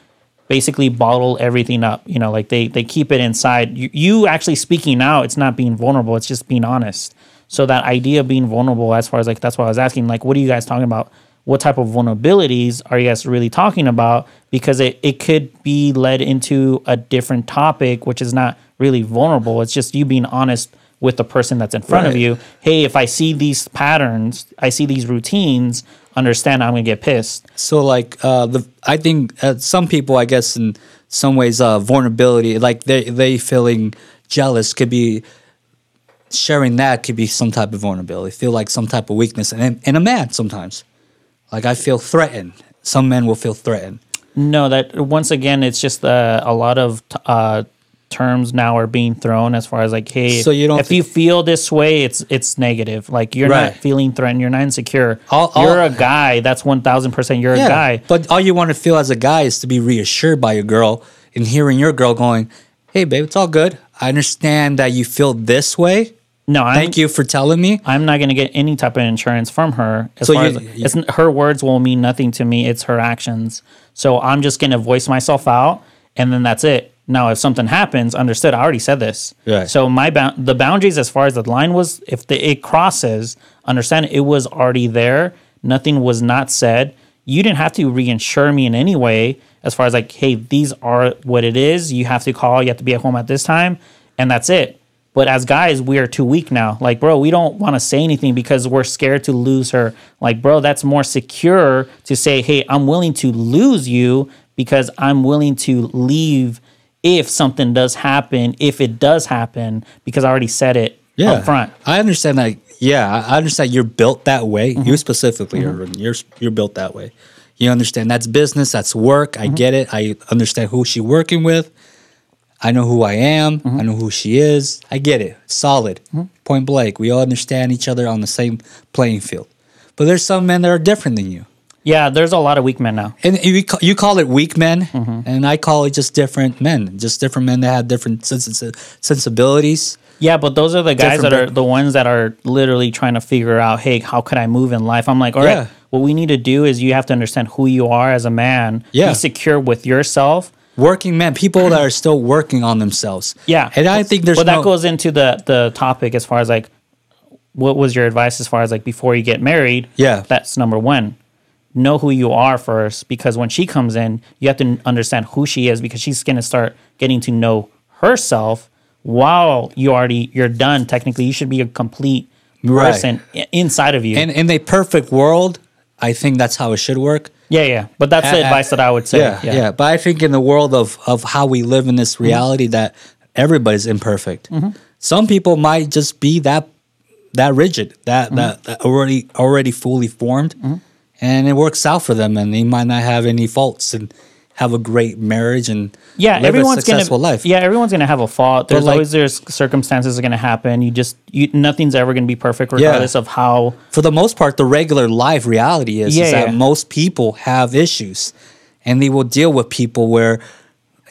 Speaker 3: basically bottle everything up you know like they they keep it inside you, you actually speaking out it's not being vulnerable it's just being honest so that idea of being vulnerable as far as like that's what i was asking like what are you guys talking about what type of vulnerabilities are you guys really talking about because it, it could be led into a different topic which is not really vulnerable it's just you being honest with the person that's in front of
Speaker 2: Right.
Speaker 3: you hey if i see these patterns i see these routines understand i'm gonna get pissed
Speaker 2: So like uh, the I think uh, some people I guess in some ways uh, vulnerability like they they feeling jealous could be sharing that could be some type of vulnerability feel like some type of weakness and and a man sometimes like I feel threatened some men will feel threatened
Speaker 3: No, that once again, it's just uh, a lot of t- uh, terms now are being thrown as far as like, hey,
Speaker 2: So you don't
Speaker 3: if
Speaker 2: thi-
Speaker 3: you feel this way, it's it's negative. Like you're
Speaker 2: Right.
Speaker 3: not feeling threatened, you're not insecure.
Speaker 2: I'll- I'll-
Speaker 3: you're a guy. That's one thousand percent. You're a guy.
Speaker 2: But all you want to feel as a guy is to be reassured by your girl and hearing your girl going, "Hey, babe, it's all good. I understand that you feel this way.
Speaker 3: No, I'm,
Speaker 2: Thank you for telling me."
Speaker 3: I'm not going to get any type of insurance from her. As
Speaker 2: So
Speaker 3: far
Speaker 2: you-
Speaker 3: as it's, n- her words will mean nothing to me. It's her actions. So I'm just going to voice myself out, and then that's it. Now, if something happens, understood. I already said this.
Speaker 2: Right.
Speaker 3: So my bound the boundaries as far as the line was, if the, it crosses, understand it was already there. Nothing was not said. You didn't have to reinsure me in any way. As far as like, hey, these are what it is. You have to call. You have to be at home at this time, and that's it. But as guys, we are too weak now. Like, bro, we don't want to say anything because we're scared to lose her. Like, bro, that's more secure to say, hey, I'm willing to lose you because I'm willing to leave if something does happen, if it does happen, because I already said it
Speaker 2: yeah.
Speaker 3: up front.
Speaker 2: I understand that. Yeah, I I understand you're built that way.
Speaker 3: Mm-hmm.
Speaker 2: You specifically, Irvin, you're you're built that way. You understand that's business, that's work.
Speaker 3: Mm-hmm.
Speaker 2: I get it. I understand who she working with. I know who I am.
Speaker 3: Mm-hmm.
Speaker 2: I know who she is. I get it. Solid. Point blank. We all understand each other on the same playing field. But there's some men that are different than you.
Speaker 3: Yeah, there's a lot of weak men now.
Speaker 2: And you ca- you call it weak men,
Speaker 3: Mm-hmm.
Speaker 2: and I call it just different men, just different men that have different sensi- sensibilities.
Speaker 3: Yeah, but those are the guys
Speaker 2: Different
Speaker 3: that are
Speaker 2: bit-
Speaker 3: the ones that are literally trying to figure out, hey, how could I move in life? I'm like, all right,
Speaker 2: Yeah.
Speaker 3: what we need to do is you have to understand who you are as a man.
Speaker 2: Yeah.
Speaker 3: Be secure with yourself.
Speaker 2: working men, people that are still working on themselves.
Speaker 3: Yeah,
Speaker 2: and I think there's
Speaker 3: Well, that
Speaker 2: no,
Speaker 3: goes into the the topic as far as like, what was your advice as far as like before you get married?
Speaker 2: Yeah.
Speaker 3: that's number one. Know who you are first, because when she comes in, you have to understand who she is, because she's gonna start getting to know herself. While you already you're done, technically, you should be a complete
Speaker 2: Right.
Speaker 3: person i- inside of you.
Speaker 2: in in a perfect world, I think that's how it should work.
Speaker 3: yeah, yeah. But that's the
Speaker 2: A- a-
Speaker 3: advice that I would say.
Speaker 2: yeah, yeah, But I think in the world of of how we live in this
Speaker 3: Mm-hmm.
Speaker 2: reality, that everybody's imperfect. Some people might just be that that rigid, that
Speaker 3: Mm-hmm.
Speaker 2: that, that already already fully formed, and it works out for them, and they might not have any faults and have a great marriage and
Speaker 3: yeah,
Speaker 2: live
Speaker 3: everyone's
Speaker 2: a successful
Speaker 3: gonna,
Speaker 2: life.
Speaker 3: Yeah, everyone's gonna have a fault. There's
Speaker 2: like-
Speaker 3: always there's circumstances that are gonna happen. You just you nothing's ever gonna be perfect regardless of how
Speaker 2: for the most part, the regular life reality is,
Speaker 3: Yeah,
Speaker 2: is that
Speaker 3: yeah.
Speaker 2: most people have issues and they will deal with people where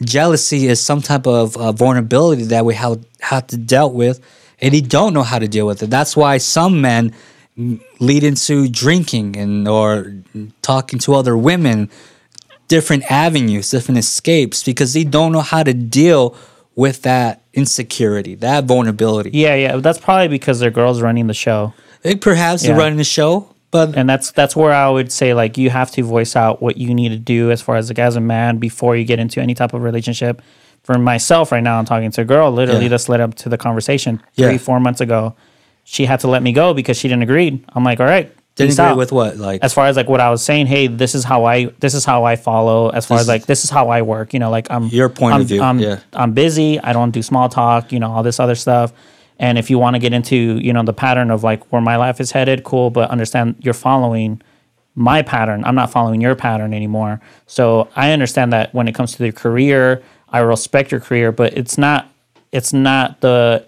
Speaker 2: jealousy is some type of uh, vulnerability that we have, have to dealt with and they don't know how to deal with it. That's why some men mm, lead into drinking and or talking to other women different avenues, different escapes because they don't know how to deal with that insecurity, that vulnerability.
Speaker 3: yeah yeah. That's probably because their girl's running the show,
Speaker 2: They perhaps
Speaker 3: Yeah.
Speaker 2: they're running the show, but
Speaker 3: and that's that's where I would say like you have to voice out what you need to do as far as like as a man before you get into any type of relationship. For myself, right now, I'm talking to a girl. Literally,
Speaker 2: Yeah.
Speaker 3: this led up to the conversation
Speaker 2: Yeah.
Speaker 3: three four months ago. She had to let me go because she didn't agree. I'm like, all right,
Speaker 2: didn't
Speaker 3: peace
Speaker 2: agree
Speaker 3: out.
Speaker 2: with what like
Speaker 3: as far as like what I was saying, hey, this is how I this is how I follow. As far as like this is how I work, you know, like I'm
Speaker 2: Your point
Speaker 3: I'm,
Speaker 2: of view,
Speaker 3: I'm,
Speaker 2: yeah.
Speaker 3: I'm busy. I don't do small talk. You know, all this other stuff. And if you want to get into you know the pattern of like where my life is headed, cool. But understand you're following my pattern. I'm not following your pattern anymore. So I understand that when it comes to your career, I respect your career, but it's not it's not the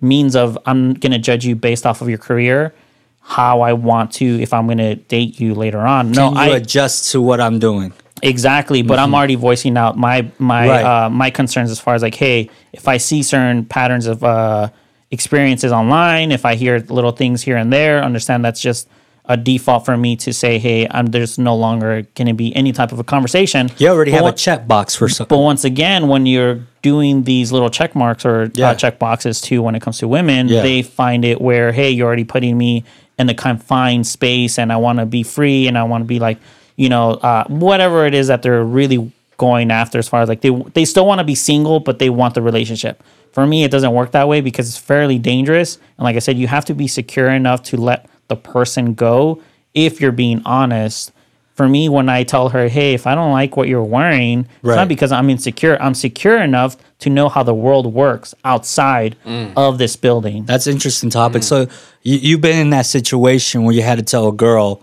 Speaker 3: means of I'm going to judge you based off of your career, how I want to, if I'm going to date you later on. No,
Speaker 2: Can you
Speaker 3: I
Speaker 2: adjust to what I'm doing.
Speaker 3: exactly, but I'm already voicing out my my
Speaker 2: Right.
Speaker 3: uh, my concerns as far as like, hey, if I see certain patterns of uh, experiences online, if I hear little things here and there, understand that's just a default for me to say, hey, I'm there's no longer going to be any type of a conversation.
Speaker 2: You already
Speaker 3: But
Speaker 2: have a
Speaker 3: what-
Speaker 2: check box for something.
Speaker 3: but once again, when you're doing these little check marks or
Speaker 2: Yeah.
Speaker 3: uh, check boxes too, when it comes to women,
Speaker 2: Yeah.
Speaker 3: they find it where, hey, you're already putting me in a confined space and I want to be free and I want to be like, you know, uh, whatever it is that they're really going after as far as like they, they still want to be single, but they want the relationship. For me, it doesn't work that way because it's fairly dangerous. And like I said, you have to be secure enough to let the person go if you're being honest. For me, when I tell her, hey, if I don't like what you're wearing, it's not
Speaker 2: Right.
Speaker 3: because because I'm insecure. I'm secure enough to know how the world works outside of this building.
Speaker 2: That's an interesting
Speaker 3: mm.
Speaker 2: topic. So you, you've been in that situation where you had to tell a girl,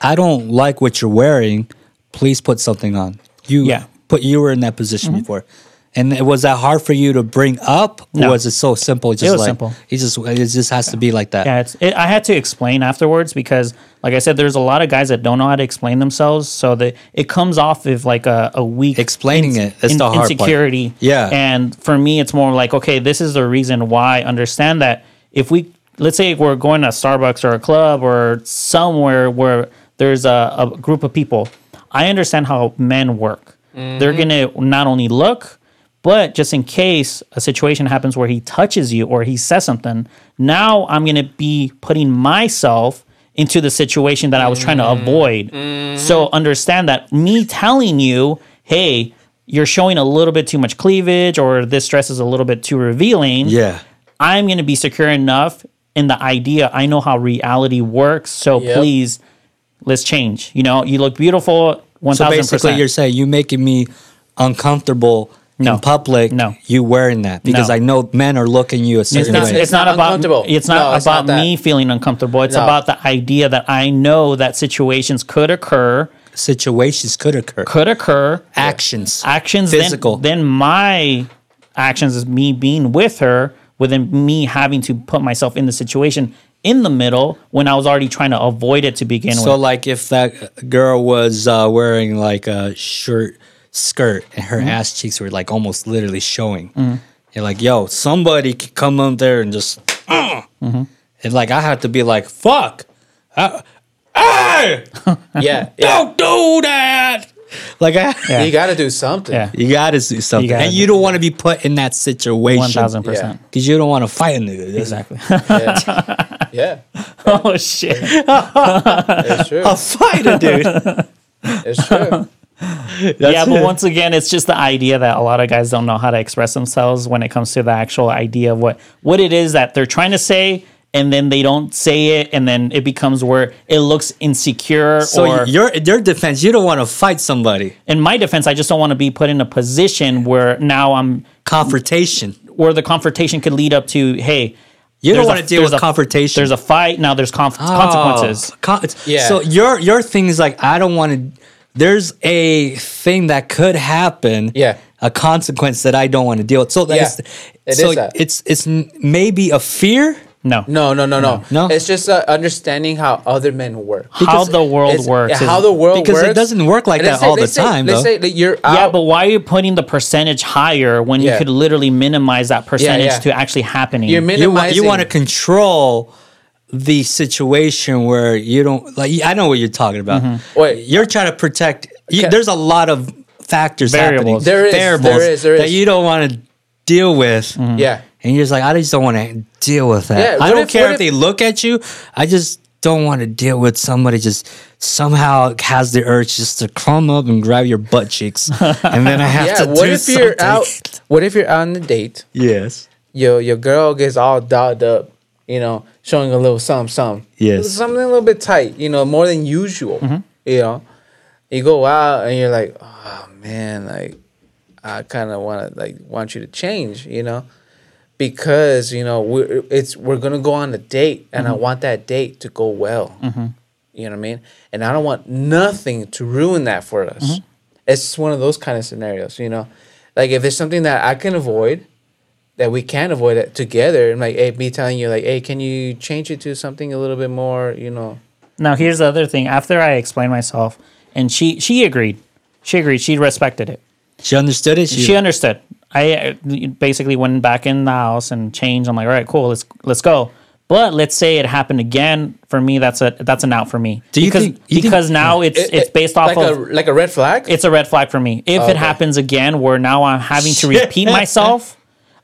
Speaker 2: "I don't like what you're wearing. Please put something on." You
Speaker 3: Yeah. Mm-hmm.
Speaker 2: put you were in that position before, and it- was that hard for you to bring up?
Speaker 3: No.
Speaker 2: Or was it so simple? Just
Speaker 3: was
Speaker 2: like,
Speaker 3: simple.
Speaker 2: It just it just has to be like that.
Speaker 3: Yeah, it's, it, I had to explain afterwards because, like I said, there's a lot of guys that don't know how to explain themselves, so that it comes off of like a, a weak
Speaker 2: Explaining it, that's the hard part.
Speaker 3: insecurity.
Speaker 2: Yeah.
Speaker 3: and for me, it's more like okay, this is the reason why. Understand that if we let's say we're going to Starbucks or a club or somewhere where there's a, a group of people, I understand how men work. They're gonna not only look, But just in case a situation happens where he touches you or he says something, now I'm going to be putting myself into the situation that I was trying to avoid. So understand that me telling you, hey, you're showing a little bit too much cleavage or this dress is a little bit too revealing.
Speaker 2: Yeah.
Speaker 3: I'm going to be secure enough in the idea. I know how reality works. So
Speaker 1: Yep.
Speaker 3: please, let's change. You know, you look beautiful. One
Speaker 2: So
Speaker 3: thousand
Speaker 2: basically,
Speaker 3: percent.
Speaker 2: you're saying you're making me uncomfortable
Speaker 3: No.
Speaker 2: in public.
Speaker 3: No.
Speaker 2: you wearing that because
Speaker 3: No.
Speaker 2: I know men are looking you a
Speaker 3: It's
Speaker 2: certain
Speaker 3: not,
Speaker 2: way.
Speaker 3: it's not
Speaker 1: not uncomfortable.
Speaker 3: about it's not
Speaker 1: No, it's not
Speaker 3: about me
Speaker 1: that.
Speaker 3: feeling uncomfortable. It's
Speaker 1: No.
Speaker 3: about the idea that I know that situations could occur,
Speaker 2: Situations could occur.
Speaker 3: could occur.
Speaker 2: Actions.
Speaker 3: Actions
Speaker 2: Physical.
Speaker 3: Then, then my actions is me being with her, within me having to put myself in the situation in the middle when I was already trying to avoid it to begin with.
Speaker 2: So like if that girl was uh, wearing like a shirt skirt and her
Speaker 3: Mm-hmm.
Speaker 2: ass cheeks were like almost literally showing. You're like, yo, somebody could come up there and just "Uh."
Speaker 3: Mm-hmm.
Speaker 2: and like I have to be like, fuck. I- hey,
Speaker 1: Yeah, yeah.
Speaker 2: don't do that. Like I
Speaker 1: You got to do something.
Speaker 3: Yeah.
Speaker 2: You gotta do something.
Speaker 3: gotta
Speaker 2: and
Speaker 3: do
Speaker 2: you don't wanna be put in that situation.
Speaker 3: One thousand percent.
Speaker 2: Because you don't wanna fight a nigga. That's-
Speaker 3: Exactly.
Speaker 1: Yeah, yeah.
Speaker 3: oh shit.
Speaker 1: That's true.
Speaker 2: A fighter, dude.
Speaker 1: That's true.
Speaker 3: yeah, but once again, it's just the idea that a lot of guys don't know how to express themselves when it comes to the actual idea of what what it is that they're trying to say, and then they don't say it, and then it becomes where it looks insecure.
Speaker 2: so
Speaker 3: or
Speaker 2: your your defense, you don't wanna fight somebody.
Speaker 3: in my defense, I just don't want to be put in a position where now I'm
Speaker 2: Confrontation.
Speaker 3: where the confrontation could lead up to hey.
Speaker 2: You don't
Speaker 3: there's a-
Speaker 2: want to deal
Speaker 3: there's
Speaker 2: with
Speaker 3: a-
Speaker 2: confrontation. Oh.
Speaker 3: There's a fight now. There's conf- Oh. consequences.
Speaker 2: yeah.
Speaker 1: Yeah.
Speaker 2: So your your thing is like I don't want to. There's a thing that could happen.
Speaker 1: Yeah.
Speaker 2: A consequence that I don't want to deal with. So that's
Speaker 1: It
Speaker 2: so
Speaker 1: is that.
Speaker 2: it's it's n- maybe a fear.
Speaker 3: No,
Speaker 1: No, no, no, no.
Speaker 2: No.
Speaker 1: It's just uh, understanding how other men work.
Speaker 3: how
Speaker 2: because
Speaker 3: the world
Speaker 2: it's-
Speaker 3: works.
Speaker 1: Yeah, how
Speaker 3: is-
Speaker 1: the world
Speaker 2: because it
Speaker 1: works.
Speaker 2: doesn't work like
Speaker 1: And
Speaker 2: that
Speaker 1: let's say-
Speaker 2: all the
Speaker 1: let's say-
Speaker 2: time,
Speaker 1: Let's
Speaker 2: though.
Speaker 1: say that you're out.
Speaker 3: yeah, but why are you putting the percentage higher when you
Speaker 1: Yeah.
Speaker 3: could literally minimize that percentage
Speaker 1: yeah.
Speaker 3: to actually happening?
Speaker 1: you're
Speaker 2: You want
Speaker 1: minimizing.
Speaker 2: you want to control the situation where you don't like. I know what you're talking about.
Speaker 3: Mm-hmm.
Speaker 1: Wait.
Speaker 2: you're trying to protect. You,
Speaker 1: Okay.
Speaker 2: There's a lot of factors happening.
Speaker 3: Variables. There
Speaker 1: is, there is, there
Speaker 2: that
Speaker 1: is.
Speaker 2: you don't want to deal with.
Speaker 3: Mm-hmm.
Speaker 1: Yeah.
Speaker 2: And you're just like, I just don't want to deal with that.
Speaker 1: Yeah,
Speaker 2: I
Speaker 1: what
Speaker 2: don't
Speaker 1: if-
Speaker 2: care
Speaker 1: what
Speaker 2: if,
Speaker 1: if-
Speaker 2: they look at you. I just don't want to deal with somebody just somehow has the urge just to climb up and grab your butt cheeks, and then I have
Speaker 1: Yeah.
Speaker 2: to
Speaker 1: What
Speaker 2: do
Speaker 1: if you're
Speaker 2: something.
Speaker 1: out? What if you're on a date?
Speaker 2: Yes.
Speaker 1: Your your girl gets all dolled up. You know, showing a little something, something.
Speaker 2: Yes.
Speaker 1: Something a little bit tight. You know, more than usual. You know, you go out and you're like, oh man, like I kind of want to like want you to change. You know. Because you know we're it's we're gonna go on a date, and I want that date to go well. You know what I mean? And I don't want nothing to ruin that for us. It's just one of those kind of scenarios, you know? Like if there's something that I can avoid, that we can avoid it together, and like, hey, me telling you, like, hey, can you change it to something a little bit more, you know?
Speaker 3: Now here's the other thing. After I explained myself, and she she agreed, she agreed, she respected it.
Speaker 2: She understood it. She,
Speaker 3: She understood. I uh, basically went back in the house and changed. I'm like, all right, cool, let's let's go. But let's say it happened again for me. That's a that's an out for me.
Speaker 2: Do you
Speaker 3: because
Speaker 2: think- you think-
Speaker 3: because now it's
Speaker 1: It-
Speaker 3: it's
Speaker 1: it-
Speaker 3: based off
Speaker 1: like
Speaker 3: of
Speaker 1: a, like a red flag.
Speaker 3: it's a red flag for me. If it
Speaker 1: Okay.
Speaker 3: happens again, where now I'm having to repeat myself,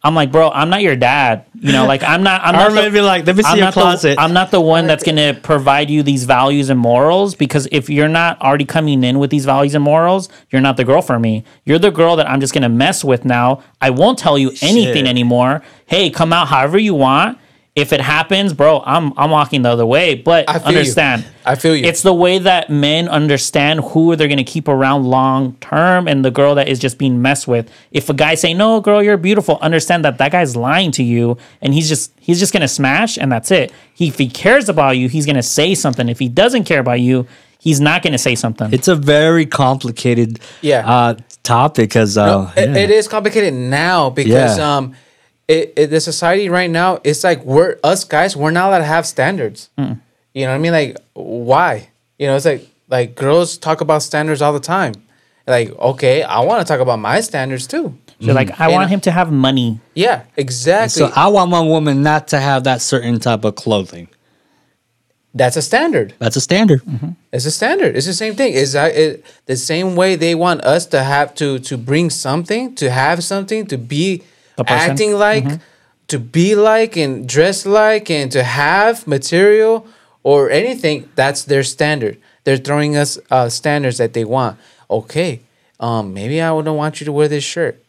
Speaker 3: I'm like, bro, I'm not your dad. You know, like I'm not. I'm
Speaker 2: Or
Speaker 3: not the-
Speaker 2: maybe like, let me see
Speaker 3: I'm
Speaker 2: your
Speaker 3: not the-
Speaker 2: closet.
Speaker 3: I'm not the one that's gonna provide you these values and morals because if you're not already coming in with these values and morals, you're not the girl for me. You're the girl that I'm just gonna mess with now. I won't tell you anything
Speaker 2: Shit.
Speaker 3: anymore. Hey, come out however you want. If it happens, bro, I'm I'm walking the other way. But
Speaker 1: I feel you.
Speaker 3: understand,
Speaker 1: I feel you.
Speaker 3: It's the way that men understand who they're gonna keep around long term, and the girl that is just being messed with. If a guy say, "No, girl, you're beautiful," understand that that guy's lying to you, and he's just he's just gonna smash, and that's it. He, if he cares about you, he's gonna say something. If he doesn't care about you, he's not gonna say something.
Speaker 2: it's a very complicated
Speaker 1: Yeah.
Speaker 2: uh, topic because uh,
Speaker 3: Oh,
Speaker 1: No, it-
Speaker 2: yeah.
Speaker 1: it is complicated now because
Speaker 2: Yeah.
Speaker 1: um, it, it, the society right now it's like we're us guys we're not allowed to have standards.
Speaker 3: Mm.
Speaker 1: You know what I mean? Like why? You know, it's like like girls talk about standards all the time. Like okay, I want to talk about my standards too.
Speaker 3: You're like, I
Speaker 1: And-
Speaker 3: want him to have money.
Speaker 1: Yeah, exactly.
Speaker 2: So I want my woman not to have that certain type of clothing.
Speaker 1: That's a standard.
Speaker 2: That's a standard.
Speaker 1: It's a standard. It's the same thing. Is that it, the same way they want us to have to to bring something, to have something, to be
Speaker 3: A person. Mm-hmm.
Speaker 1: acting like, to be like, and dress like, and to have material or anything. That's their standard. They're throwing us uh, standards that they want. Okay, um, maybe I don't want you to wear this shirt.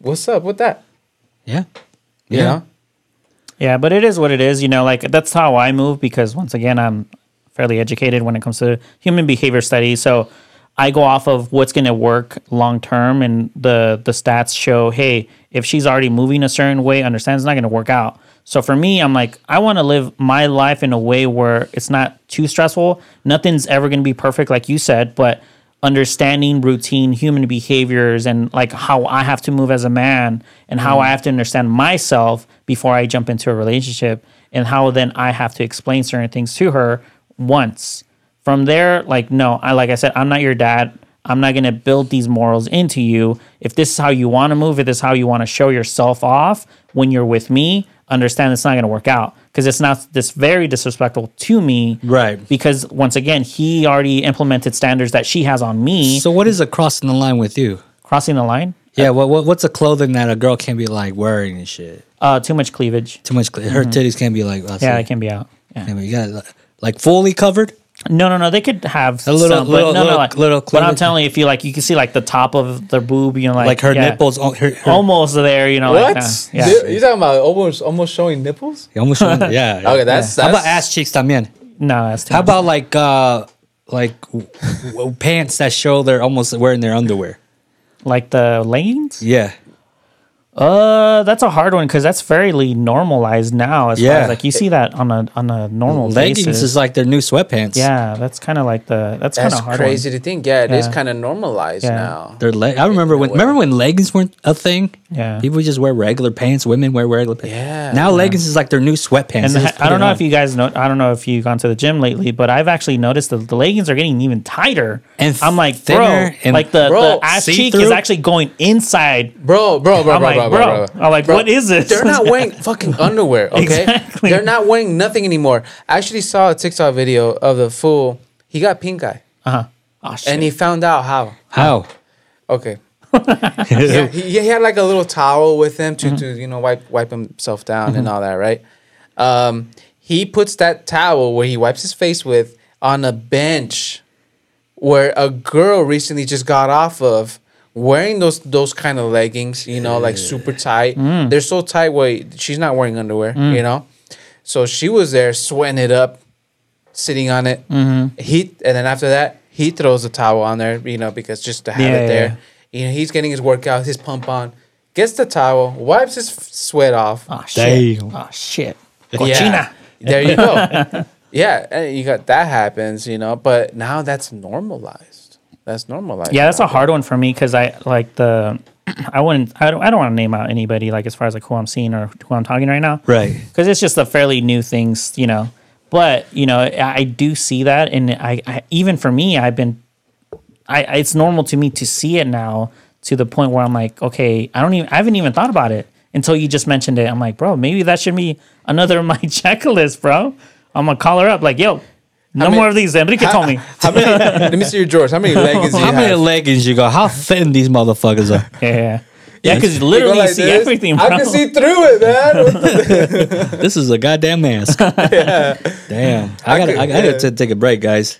Speaker 1: What's up with that?
Speaker 2: Yeah.
Speaker 1: You
Speaker 2: Yeah.
Speaker 1: know?
Speaker 3: Yeah, but it is what it is. You know, like that's how I move because once again, I'm fairly educated when it comes to human behavior studies. So I go off of what's going to work long term, and the the stats show, hey, if she's already moving a certain way, understand it's not going to work out. So for me, I'm like, I want to live my life in a way where it's not too stressful. Nothing's ever going to be perfect, like you said, but understanding routine human behaviors and like how I have to move as a man and how I have to understand myself before I jump into a relationship and how then I have to explain certain things to her once. From there, like no, I like I said, I'm not your dad. I'm not gonna build these morals into you. If this is how you wanna move, if this is how you wanna show yourself off when you're with me, understand it's not gonna work out. Because it's not this very disrespectful to me.
Speaker 2: Right.
Speaker 3: Because once again, he already implemented standards that she has on me.
Speaker 2: So what is a crossing the line with you?
Speaker 3: crossing the line,
Speaker 2: Yeah. What, what what's a clothing that a girl can be like wearing and shit?
Speaker 3: uh, too much cleavage.
Speaker 2: Too much. Cl- Her titties can be like. I see.
Speaker 3: Mm-hmm. Yeah, that can be out. Yeah.
Speaker 2: Yeah, but you got like, like fully covered.
Speaker 3: No, no, no. They could have
Speaker 2: A little-
Speaker 3: some, but
Speaker 2: little-
Speaker 3: no,
Speaker 2: little-
Speaker 3: no, like,
Speaker 2: little
Speaker 3: But I'm
Speaker 2: cleavage.
Speaker 3: telling you, if you like, you can see like the top of the boob, you know, like,
Speaker 2: Like her
Speaker 3: yeah,
Speaker 2: nipples. oh, Her, her,
Speaker 3: almost there. You know,
Speaker 1: What?
Speaker 3: Like, uh, yeah.
Speaker 1: You talking about almost almost showing nipples?
Speaker 2: You almost showing- yeah, yeah.
Speaker 1: Okay, that's-
Speaker 2: How about
Speaker 1: that's-
Speaker 2: ass cheeks, también?
Speaker 3: No, that's too
Speaker 2: How
Speaker 3: much.
Speaker 2: about like uh like w- w- pants that show they're almost wearing their underwear?
Speaker 3: like the leggings.
Speaker 2: Yeah.
Speaker 3: Uh, that's a hard one because that's fairly normalized now. As far
Speaker 2: Yeah.
Speaker 3: as like you see that on a on a normal
Speaker 2: Leggings
Speaker 3: basis.
Speaker 2: is like their new sweatpants.
Speaker 3: yeah, that's kind of like the that's, kind
Speaker 1: That's
Speaker 3: of hard. one.
Speaker 1: crazy to think. Yeah, it is
Speaker 3: Yeah.
Speaker 1: kind of normalized
Speaker 3: Yeah.
Speaker 1: now.
Speaker 2: Their leg. I remember when. Remember when leggings weren't a thing.
Speaker 3: Yeah.
Speaker 2: People would just wear regular pants. Women wear regular pants.
Speaker 1: Yeah.
Speaker 2: Now leggings is like their new sweatpants.
Speaker 3: And
Speaker 2: They
Speaker 3: the-
Speaker 2: just put
Speaker 3: I
Speaker 2: it
Speaker 3: don't know
Speaker 2: on.
Speaker 3: if you guys know. I don't know if you've gone to the gym lately, but I've actually noticed that the leggings are getting even tighter.
Speaker 2: And
Speaker 3: I'm like, bro,
Speaker 2: thinner and-
Speaker 3: like the,
Speaker 1: Bro,
Speaker 3: the ass cheek is
Speaker 2: see-through?
Speaker 3: actually going inside.
Speaker 1: Bro, bro, bro,
Speaker 3: I'm
Speaker 1: bro,
Speaker 3: like,
Speaker 1: bro, bro,
Speaker 3: bro. I'm like, what is this?
Speaker 1: They're not wearing fucking underwear, okay?
Speaker 3: Exactly.
Speaker 1: They're not wearing nothing anymore. I actually saw a TikTok video of the fool. He got pink eye,
Speaker 3: Uh huh.
Speaker 2: Ah,
Speaker 3: Oh shit.
Speaker 1: and he found out how.
Speaker 2: How?
Speaker 1: Okay. yeah, he, he had like a little towel with him to, to you know wipe wipe himself down
Speaker 3: Mm-hmm.
Speaker 1: and all that, right? Um, he puts that towel where he wipes his face with on a bench where a girl recently just got off of wearing those those kind of leggings, you know, like super tight.
Speaker 3: Mm.
Speaker 1: They're so tight where she's not wearing underwear, you know. So she was there sweating it up, sitting on it.
Speaker 3: Mm-hmm.
Speaker 1: He and then after that, he throws the towel on there, you know, because just to have
Speaker 3: Yeah,
Speaker 1: it
Speaker 3: yeah,
Speaker 1: there. You know, he's getting his workout, his pump on, gets the towel, wipes his f- sweat off.
Speaker 2: Ah,
Speaker 3: oh shit.
Speaker 2: Damn.
Speaker 3: Oh shit.
Speaker 1: Yeah.
Speaker 3: Cochina.
Speaker 1: There you go. yeah, and you got that happens, you know, but now that's normalized. That's normalized.
Speaker 3: Yeah, that's a hard one for me because I like the. I wouldn't. I don't. I don't want to name out anybody. Like as far as like who I'm seeing or who I'm talking right now.
Speaker 2: Right.
Speaker 3: Because it's just a fairly new things, you know. But you know, I, I do see that, and I, I even for me, I've been. I I- it's normal to me to see it now to the point where I'm like, okay, I don't even. I haven't even thought about it until you just mentioned it. I'm like, bro, maybe that should be another of my checklist, bro. I'm gonna call her up, like, yo, no
Speaker 1: many-
Speaker 3: more of these. Enrique told me.
Speaker 1: How many, let me see your drawers. How many leggings do you
Speaker 2: How many
Speaker 1: have?
Speaker 2: leggings you got? How thin these motherfuckers are?
Speaker 3: Yeah. Yeah, because
Speaker 1: You go
Speaker 3: literally you
Speaker 1: like
Speaker 3: see
Speaker 1: this?
Speaker 3: everything, bro.
Speaker 1: I can see through it, man. What the-
Speaker 2: this is a goddamn mask. Damn. I gotta.
Speaker 1: could-
Speaker 2: I, gotta
Speaker 1: yeah.
Speaker 2: t- take a break, guys.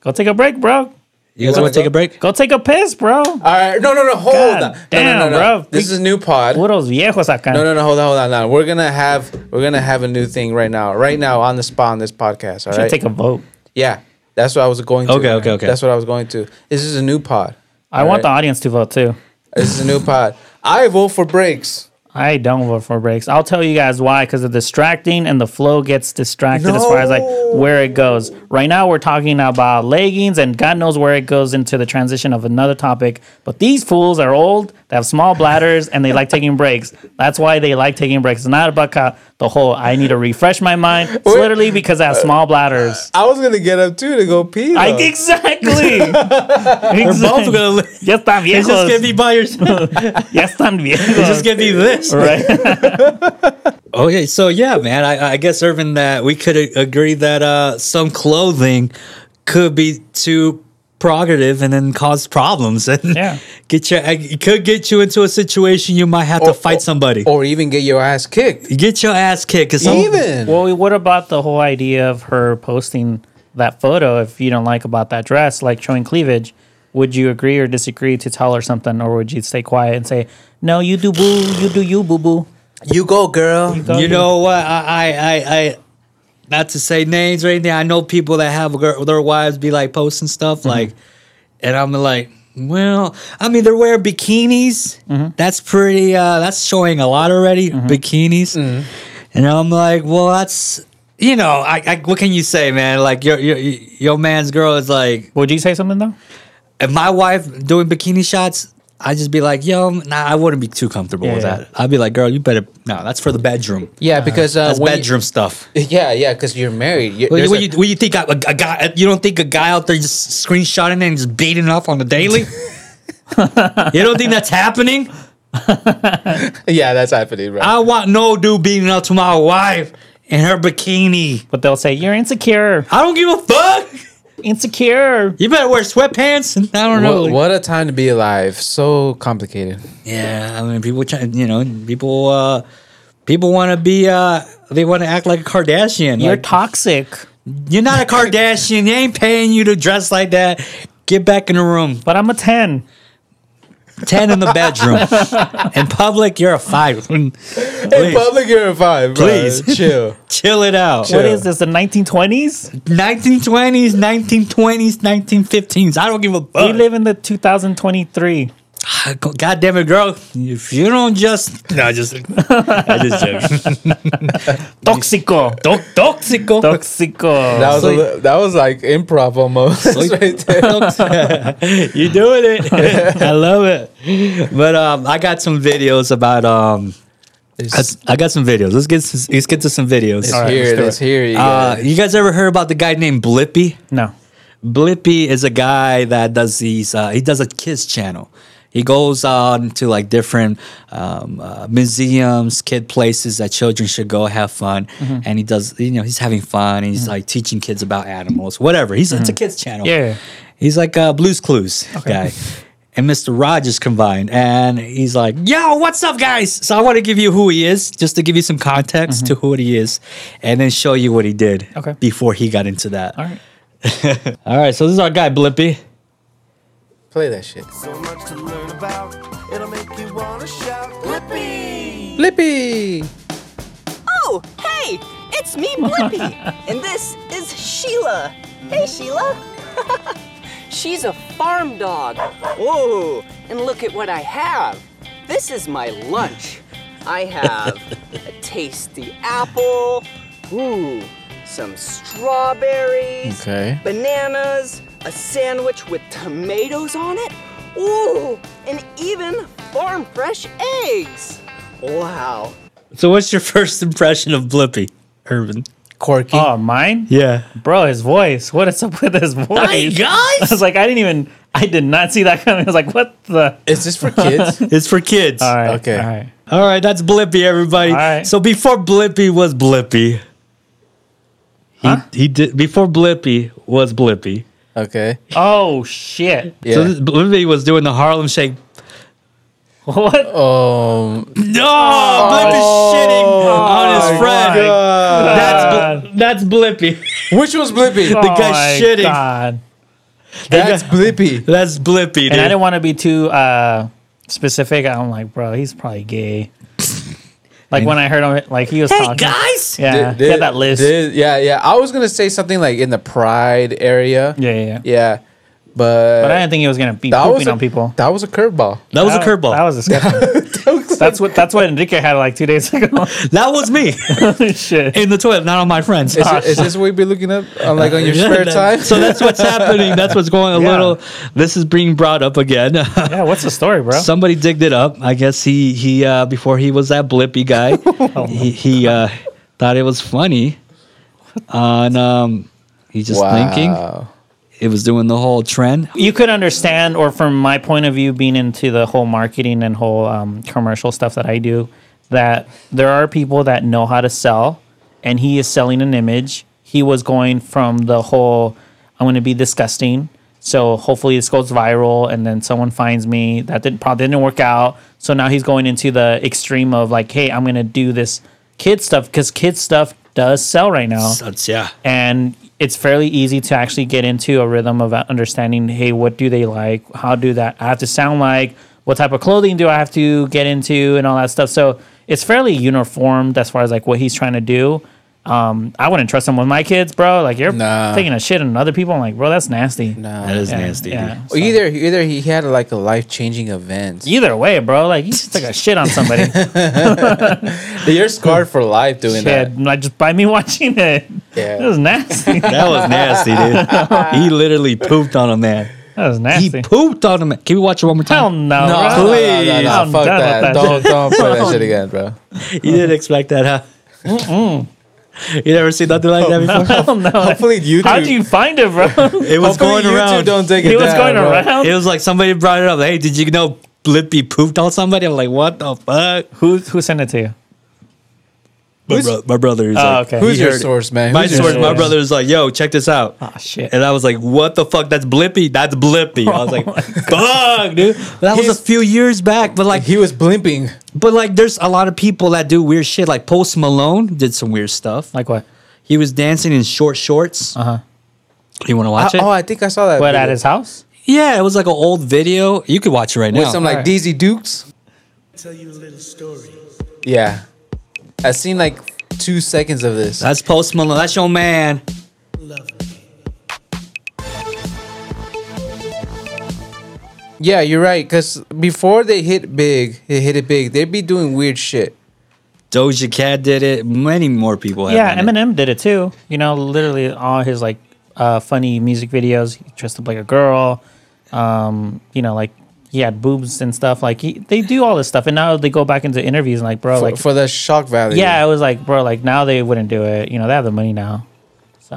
Speaker 3: Go take a break, bro.
Speaker 2: You guys
Speaker 1: wanna
Speaker 2: want to take
Speaker 1: go?
Speaker 2: a break?
Speaker 3: Go take a piss, bro.
Speaker 1: All right. No, no, no. Hold
Speaker 3: God
Speaker 1: on.
Speaker 3: damn,
Speaker 1: no, no, no, no.
Speaker 3: bro.
Speaker 1: This is a new pod.
Speaker 3: Puros viejos acá.
Speaker 1: No, no, no. Hold on, hold on, hold on. We're gonna have we're gonna have a new thing right now, right now on the spot on this podcast. All
Speaker 3: Should
Speaker 1: right.
Speaker 3: take a vote.
Speaker 1: yeah, that's what I was going to.
Speaker 2: Okay, okay, okay.
Speaker 1: That's what I was going to. This is a new pod.
Speaker 3: I want the audience to vote too.
Speaker 1: This is a new pod. I vote for breaks.
Speaker 3: I don't vote for breaks. I'll tell you guys why because it's distracting and the flow gets distracted as far as like where it goes. Right now, we're talking about leggings and God knows where it goes into the transition of another topic. But these fools are old, they have small bladders, and they like taking breaks. That's why they like taking breaks. It's not about ca- the whole I need to refresh my mind. It's literally because I have small bladders.
Speaker 1: I was gonna get up too to go pee.
Speaker 3: I,
Speaker 1: though.
Speaker 3: exactly.
Speaker 2: Both
Speaker 3: exactly.
Speaker 2: gonna.
Speaker 3: Ya están
Speaker 2: It's just
Speaker 3: viejos.
Speaker 2: gonna be by yourself.
Speaker 3: Ya están viejos.
Speaker 2: It's just gonna be this.
Speaker 3: right.
Speaker 2: Okay, so yeah, man, I, I guess Irvin, that we could a- agree that uh, some clothing could be too prerogative and then cause problems and
Speaker 3: Yeah.
Speaker 2: get you. It could get you into a situation you might have to fight somebody.
Speaker 1: or even get your ass kicked.
Speaker 2: You get your ass kicked. 'cause some-
Speaker 1: Even
Speaker 3: Well, what about the whole idea of her posting that photo? If you don't like about that dress, like showing cleavage, would you agree or disagree to tell her something, or would you stay quiet and say, "No, you do boo, you do you boo boo."
Speaker 1: you go, girl.
Speaker 3: Go
Speaker 2: you
Speaker 3: do-
Speaker 2: know what? I, I, I, I, not to say names or anything. I know people that have girl, their wives be like posting stuff
Speaker 3: Mm-hmm.
Speaker 2: like, and I'm like, well, I mean, they're wearing bikinis.
Speaker 3: Mm-hmm.
Speaker 2: That's pretty. Uh, that's showing a lot already. Bikinis,
Speaker 1: Mm-hmm.
Speaker 2: and I'm like, well, that's. You know, I, I what can you say, man? Like your your your man's girl is like
Speaker 3: Would you say something though?
Speaker 2: if my wife doing bikini shots, I'd just be like, yo, nah, I wouldn't be too comfortable with
Speaker 3: Yeah.
Speaker 2: that. I'd be like, girl, you better no, that's for the bedroom.
Speaker 1: Yeah, because uh,
Speaker 2: That's
Speaker 1: when
Speaker 2: bedroom stuff.
Speaker 1: You, yeah, yeah, because you're married. You-
Speaker 2: What,
Speaker 1: there's
Speaker 2: what
Speaker 1: a-
Speaker 2: you, what you think? A, a guy? You don't think a guy out there just screenshotting and just beating up on the daily? you don't think that's happening?
Speaker 1: yeah, that's happening, right?
Speaker 2: I want no dude beating up to my wife in her bikini.
Speaker 3: But they'll say you're insecure,
Speaker 2: I don't give a fuck.
Speaker 3: insecure.
Speaker 2: You better wear sweatpants. And I don't know.
Speaker 1: What, what a time to be alive. So complicated.
Speaker 2: Yeah, I mean, people try. You know, people. uh People want to be. uh They want to act like a Kardashian.
Speaker 3: You're
Speaker 2: Like,
Speaker 3: toxic.
Speaker 2: you're not a Kardashian. they ain't paying you to dress like that. Get back in the room.
Speaker 3: But I'm a ten.
Speaker 2: 10 in the bedroom. in public, you're a 5.
Speaker 1: In public, you're a five, bro.
Speaker 2: Please.
Speaker 1: Chill.
Speaker 2: Chill it out.
Speaker 3: What is this? The 1920s?
Speaker 2: 1920s, 1920s, 1915s. I don't give a
Speaker 3: We
Speaker 2: fuck.
Speaker 3: live in the 2023.
Speaker 2: God damn it, girl. If you don't just. No, I just. I just joke.
Speaker 3: Toxico.
Speaker 2: Don't toxico.
Speaker 3: Toxico.
Speaker 1: That was, a
Speaker 2: So-
Speaker 1: li- that was like improv almost. right there.
Speaker 2: you doing it. I love it. But um, I got some videos about. um. I, I got some videos. Let's get to, let's get to some videos.
Speaker 1: Let's hear it. Let's hear it.
Speaker 2: Uh,
Speaker 1: yeah.
Speaker 2: you guys ever heard about the guy named Blippy?
Speaker 3: No.
Speaker 2: Blippy is a guy that does these. Uh, he does a kids channel. He goes on to like different um, uh, museums, kid places that children should go have fun,
Speaker 3: Mm-hmm.
Speaker 2: and he does. You know, he's having fun. And he's like teaching kids about animals, whatever. He's it's a kids channel.
Speaker 3: Mm-hmm. Yeah.
Speaker 2: he's like a Blue's Clues guy. And Mr. Rogers combined, and he's like, "Yo, what's up, guys?" So I want to give you who he is, just to give you some context to who he is, and then show you what he did
Speaker 3: Mm-hmm. Okay.
Speaker 2: before he got into that.
Speaker 3: All right.
Speaker 2: All right, so this is our guy Blippy.
Speaker 1: Play that shit.
Speaker 6: So much to learn about, it'll make you wanna shout, Blippi!
Speaker 1: Flippy.
Speaker 7: Oh, hey, it's me, Blippi, and this is Sheila. Hey, Sheila. She's a farm dog. Whoa, and look at what I have. This is my lunch. I have a tasty apple, ooh, some strawberries,
Speaker 1: Okay.
Speaker 7: bananas, a sandwich with tomatoes on it, ooh, and even farm fresh eggs. Wow.
Speaker 2: So, what's your first impression of Blippy, Irvin?
Speaker 1: Corky.
Speaker 3: Oh, mine?
Speaker 2: Yeah.
Speaker 3: Bro, his voice. What is up with his voice?
Speaker 2: Hey
Speaker 3: I was
Speaker 2: guys,
Speaker 3: like, I didn't even, I did not see that coming. I was like, what the?
Speaker 1: Is this for kids?
Speaker 2: it's for kids.
Speaker 3: All right.
Speaker 1: Okay.
Speaker 3: All right.
Speaker 2: All right, that's Blippy, everybody.
Speaker 3: All right.
Speaker 2: So before Blippy was Blippy, he he did before Blippy was Blippy.
Speaker 1: okay.
Speaker 3: Oh, shit.
Speaker 1: Yeah.
Speaker 2: So this, Blippy was doing the Harlem Shake.
Speaker 3: What?
Speaker 1: um,
Speaker 2: No,
Speaker 3: Oh
Speaker 2: Blippy's shitting on his friend. That's Bl- that's Blippy.
Speaker 1: which one's Blippy?
Speaker 3: Oh.
Speaker 2: the guy's
Speaker 3: my
Speaker 2: shitting.
Speaker 3: God.
Speaker 1: That's Blippy.
Speaker 2: That's Blippy. Dude.
Speaker 3: And I didn't want to be too uh, specific. I'm like, bro, he's probably gay. like when I heard him, like he was
Speaker 2: hey
Speaker 3: talking.
Speaker 2: guys,
Speaker 3: Yeah,
Speaker 1: Did-
Speaker 3: he
Speaker 1: did-
Speaker 3: had that list.
Speaker 1: did- yeah, yeah. I was gonna say something like in the pride area.
Speaker 3: yeah, yeah, yeah.
Speaker 1: Yeah, but,
Speaker 3: But I didn't think he was gonna be
Speaker 1: that was
Speaker 3: pooping
Speaker 1: a,
Speaker 3: on people.
Speaker 1: That was a curveball.
Speaker 2: that was a curveball.
Speaker 3: That was disgusting. that's what that's what Enrique had like two days ago.
Speaker 2: that was me
Speaker 3: Shit.
Speaker 2: in the toilet, not on my friends.
Speaker 3: Ah.
Speaker 1: Is, it, is this what you be looking up on like on your
Speaker 2: Yeah,
Speaker 1: spare
Speaker 2: that-
Speaker 1: time?
Speaker 2: So that's what's happening. That's what's going a
Speaker 3: Yeah.
Speaker 2: little. This is being brought up again.
Speaker 3: Yeah, what's the story, bro?
Speaker 2: Somebody digged it up. I guess he he uh, before he was that blippy guy,
Speaker 3: Oh
Speaker 2: he, he uh, thought it was funny, uh, and um, he's just thinking it was doing the whole trend.
Speaker 3: you could understand, or from my point of view, being into the whole marketing and whole um, commercial stuff that I do, that there are people that know how to sell, and he is selling an image. He was going from the whole "I'm going to be disgusting," so hopefully this goes viral, and then someone finds me. That didn't probably didn't work out. So now he's going into the extreme of like, "Hey, I'm going to do this kid stuff because kid stuff does sell right now."
Speaker 2: That's, yeah.
Speaker 3: and it's fairly easy to actually get into a rhythm of understanding hey what do they like how do that i have to sound like what type of clothing do i have to get into and all that stuff so it's fairly uniformed as far as like what he's trying to do um, I wouldn't trust him with my kids, bro. Like you're
Speaker 1: Nah.
Speaker 3: taking a shit on other people. I'm like, bro, that's nasty.
Speaker 2: That is nasty.
Speaker 3: Yeah.
Speaker 1: Or either either he had like a life changing event.
Speaker 3: Either way, bro, like you just took a shit on somebody.
Speaker 1: You're scarred for life doing
Speaker 3: Shit, like just by me watching it.
Speaker 1: Yeah.
Speaker 3: That was nasty. that
Speaker 2: That was nasty, dude. he literally pooped on a man.
Speaker 3: was
Speaker 2: He
Speaker 3: nasty.
Speaker 2: pooped on a man. Can we watch it one more
Speaker 3: Hell
Speaker 2: time?
Speaker 3: no.
Speaker 1: that.
Speaker 3: bro.
Speaker 1: No, no, no, no, no,
Speaker 3: I'm
Speaker 1: fuck
Speaker 3: done with
Speaker 1: that.
Speaker 3: that.
Speaker 1: Don't don't play that shit again, bro.
Speaker 2: You didn't expect that, huh? you never seen nothing like that
Speaker 1: Oh,
Speaker 2: before?
Speaker 3: Hell no.
Speaker 1: Hopefully YouTube.
Speaker 3: How'd you find it, bro?
Speaker 2: It
Speaker 1: hopefully
Speaker 2: was going around.
Speaker 1: YouTube don't take it
Speaker 3: he was
Speaker 1: down,
Speaker 3: going
Speaker 1: bro.
Speaker 3: around.
Speaker 2: It was like somebody brought it up. Hey, did you know Blippi pooped on somebody? I'm like, what the fuck?
Speaker 3: Who who sent it to you?
Speaker 2: My, bro- my brother is
Speaker 3: Oh,
Speaker 2: like,
Speaker 3: okay.
Speaker 2: he
Speaker 1: Who's your
Speaker 2: heard it.
Speaker 1: source, man?
Speaker 2: My
Speaker 1: Who's your
Speaker 2: source, my
Speaker 3: source?
Speaker 2: brother was like, yo, check this out.
Speaker 3: Oh shit.
Speaker 2: And I was like, what the fuck? That's Blippi. That's Blippi. I was like, fuck, dude. That was
Speaker 1: Oh He's-
Speaker 2: a few years back, but like,
Speaker 1: He was blimping.
Speaker 2: but like, there's a lot of people that do weird shit. Like Post Malone did some weird stuff.
Speaker 3: Like what?
Speaker 2: He was dancing in short shorts.
Speaker 3: Uh-huh.
Speaker 2: You want to watch it?
Speaker 1: oh, I think I saw that.
Speaker 3: What
Speaker 1: video.
Speaker 3: at his house?
Speaker 2: yeah, it was like an old video. You could watch it right
Speaker 1: with
Speaker 2: now.
Speaker 1: some like
Speaker 3: Alright.
Speaker 1: Dizzy Dukes. Tell you a little story. Yeah, I seen like two seconds of this.
Speaker 2: That's Post Malone. That's your man.
Speaker 1: Yeah, you're right. Cause before they hit big, they hit it big. They'd be doing weird shit.
Speaker 2: Doja Cat did it. Many more people. have
Speaker 3: Yeah,
Speaker 2: done it.
Speaker 3: Eminem did it too. You know, literally all his like uh, funny music videos. He dressed up like a girl. Um, you know, like he had boobs and stuff. Like he, they do all this stuff, and now they go back into interviews and like, bro,
Speaker 1: For,
Speaker 3: like,
Speaker 1: for the shock value.
Speaker 3: yeah, it was like, bro, like now they wouldn't do it. You know, they have the money now.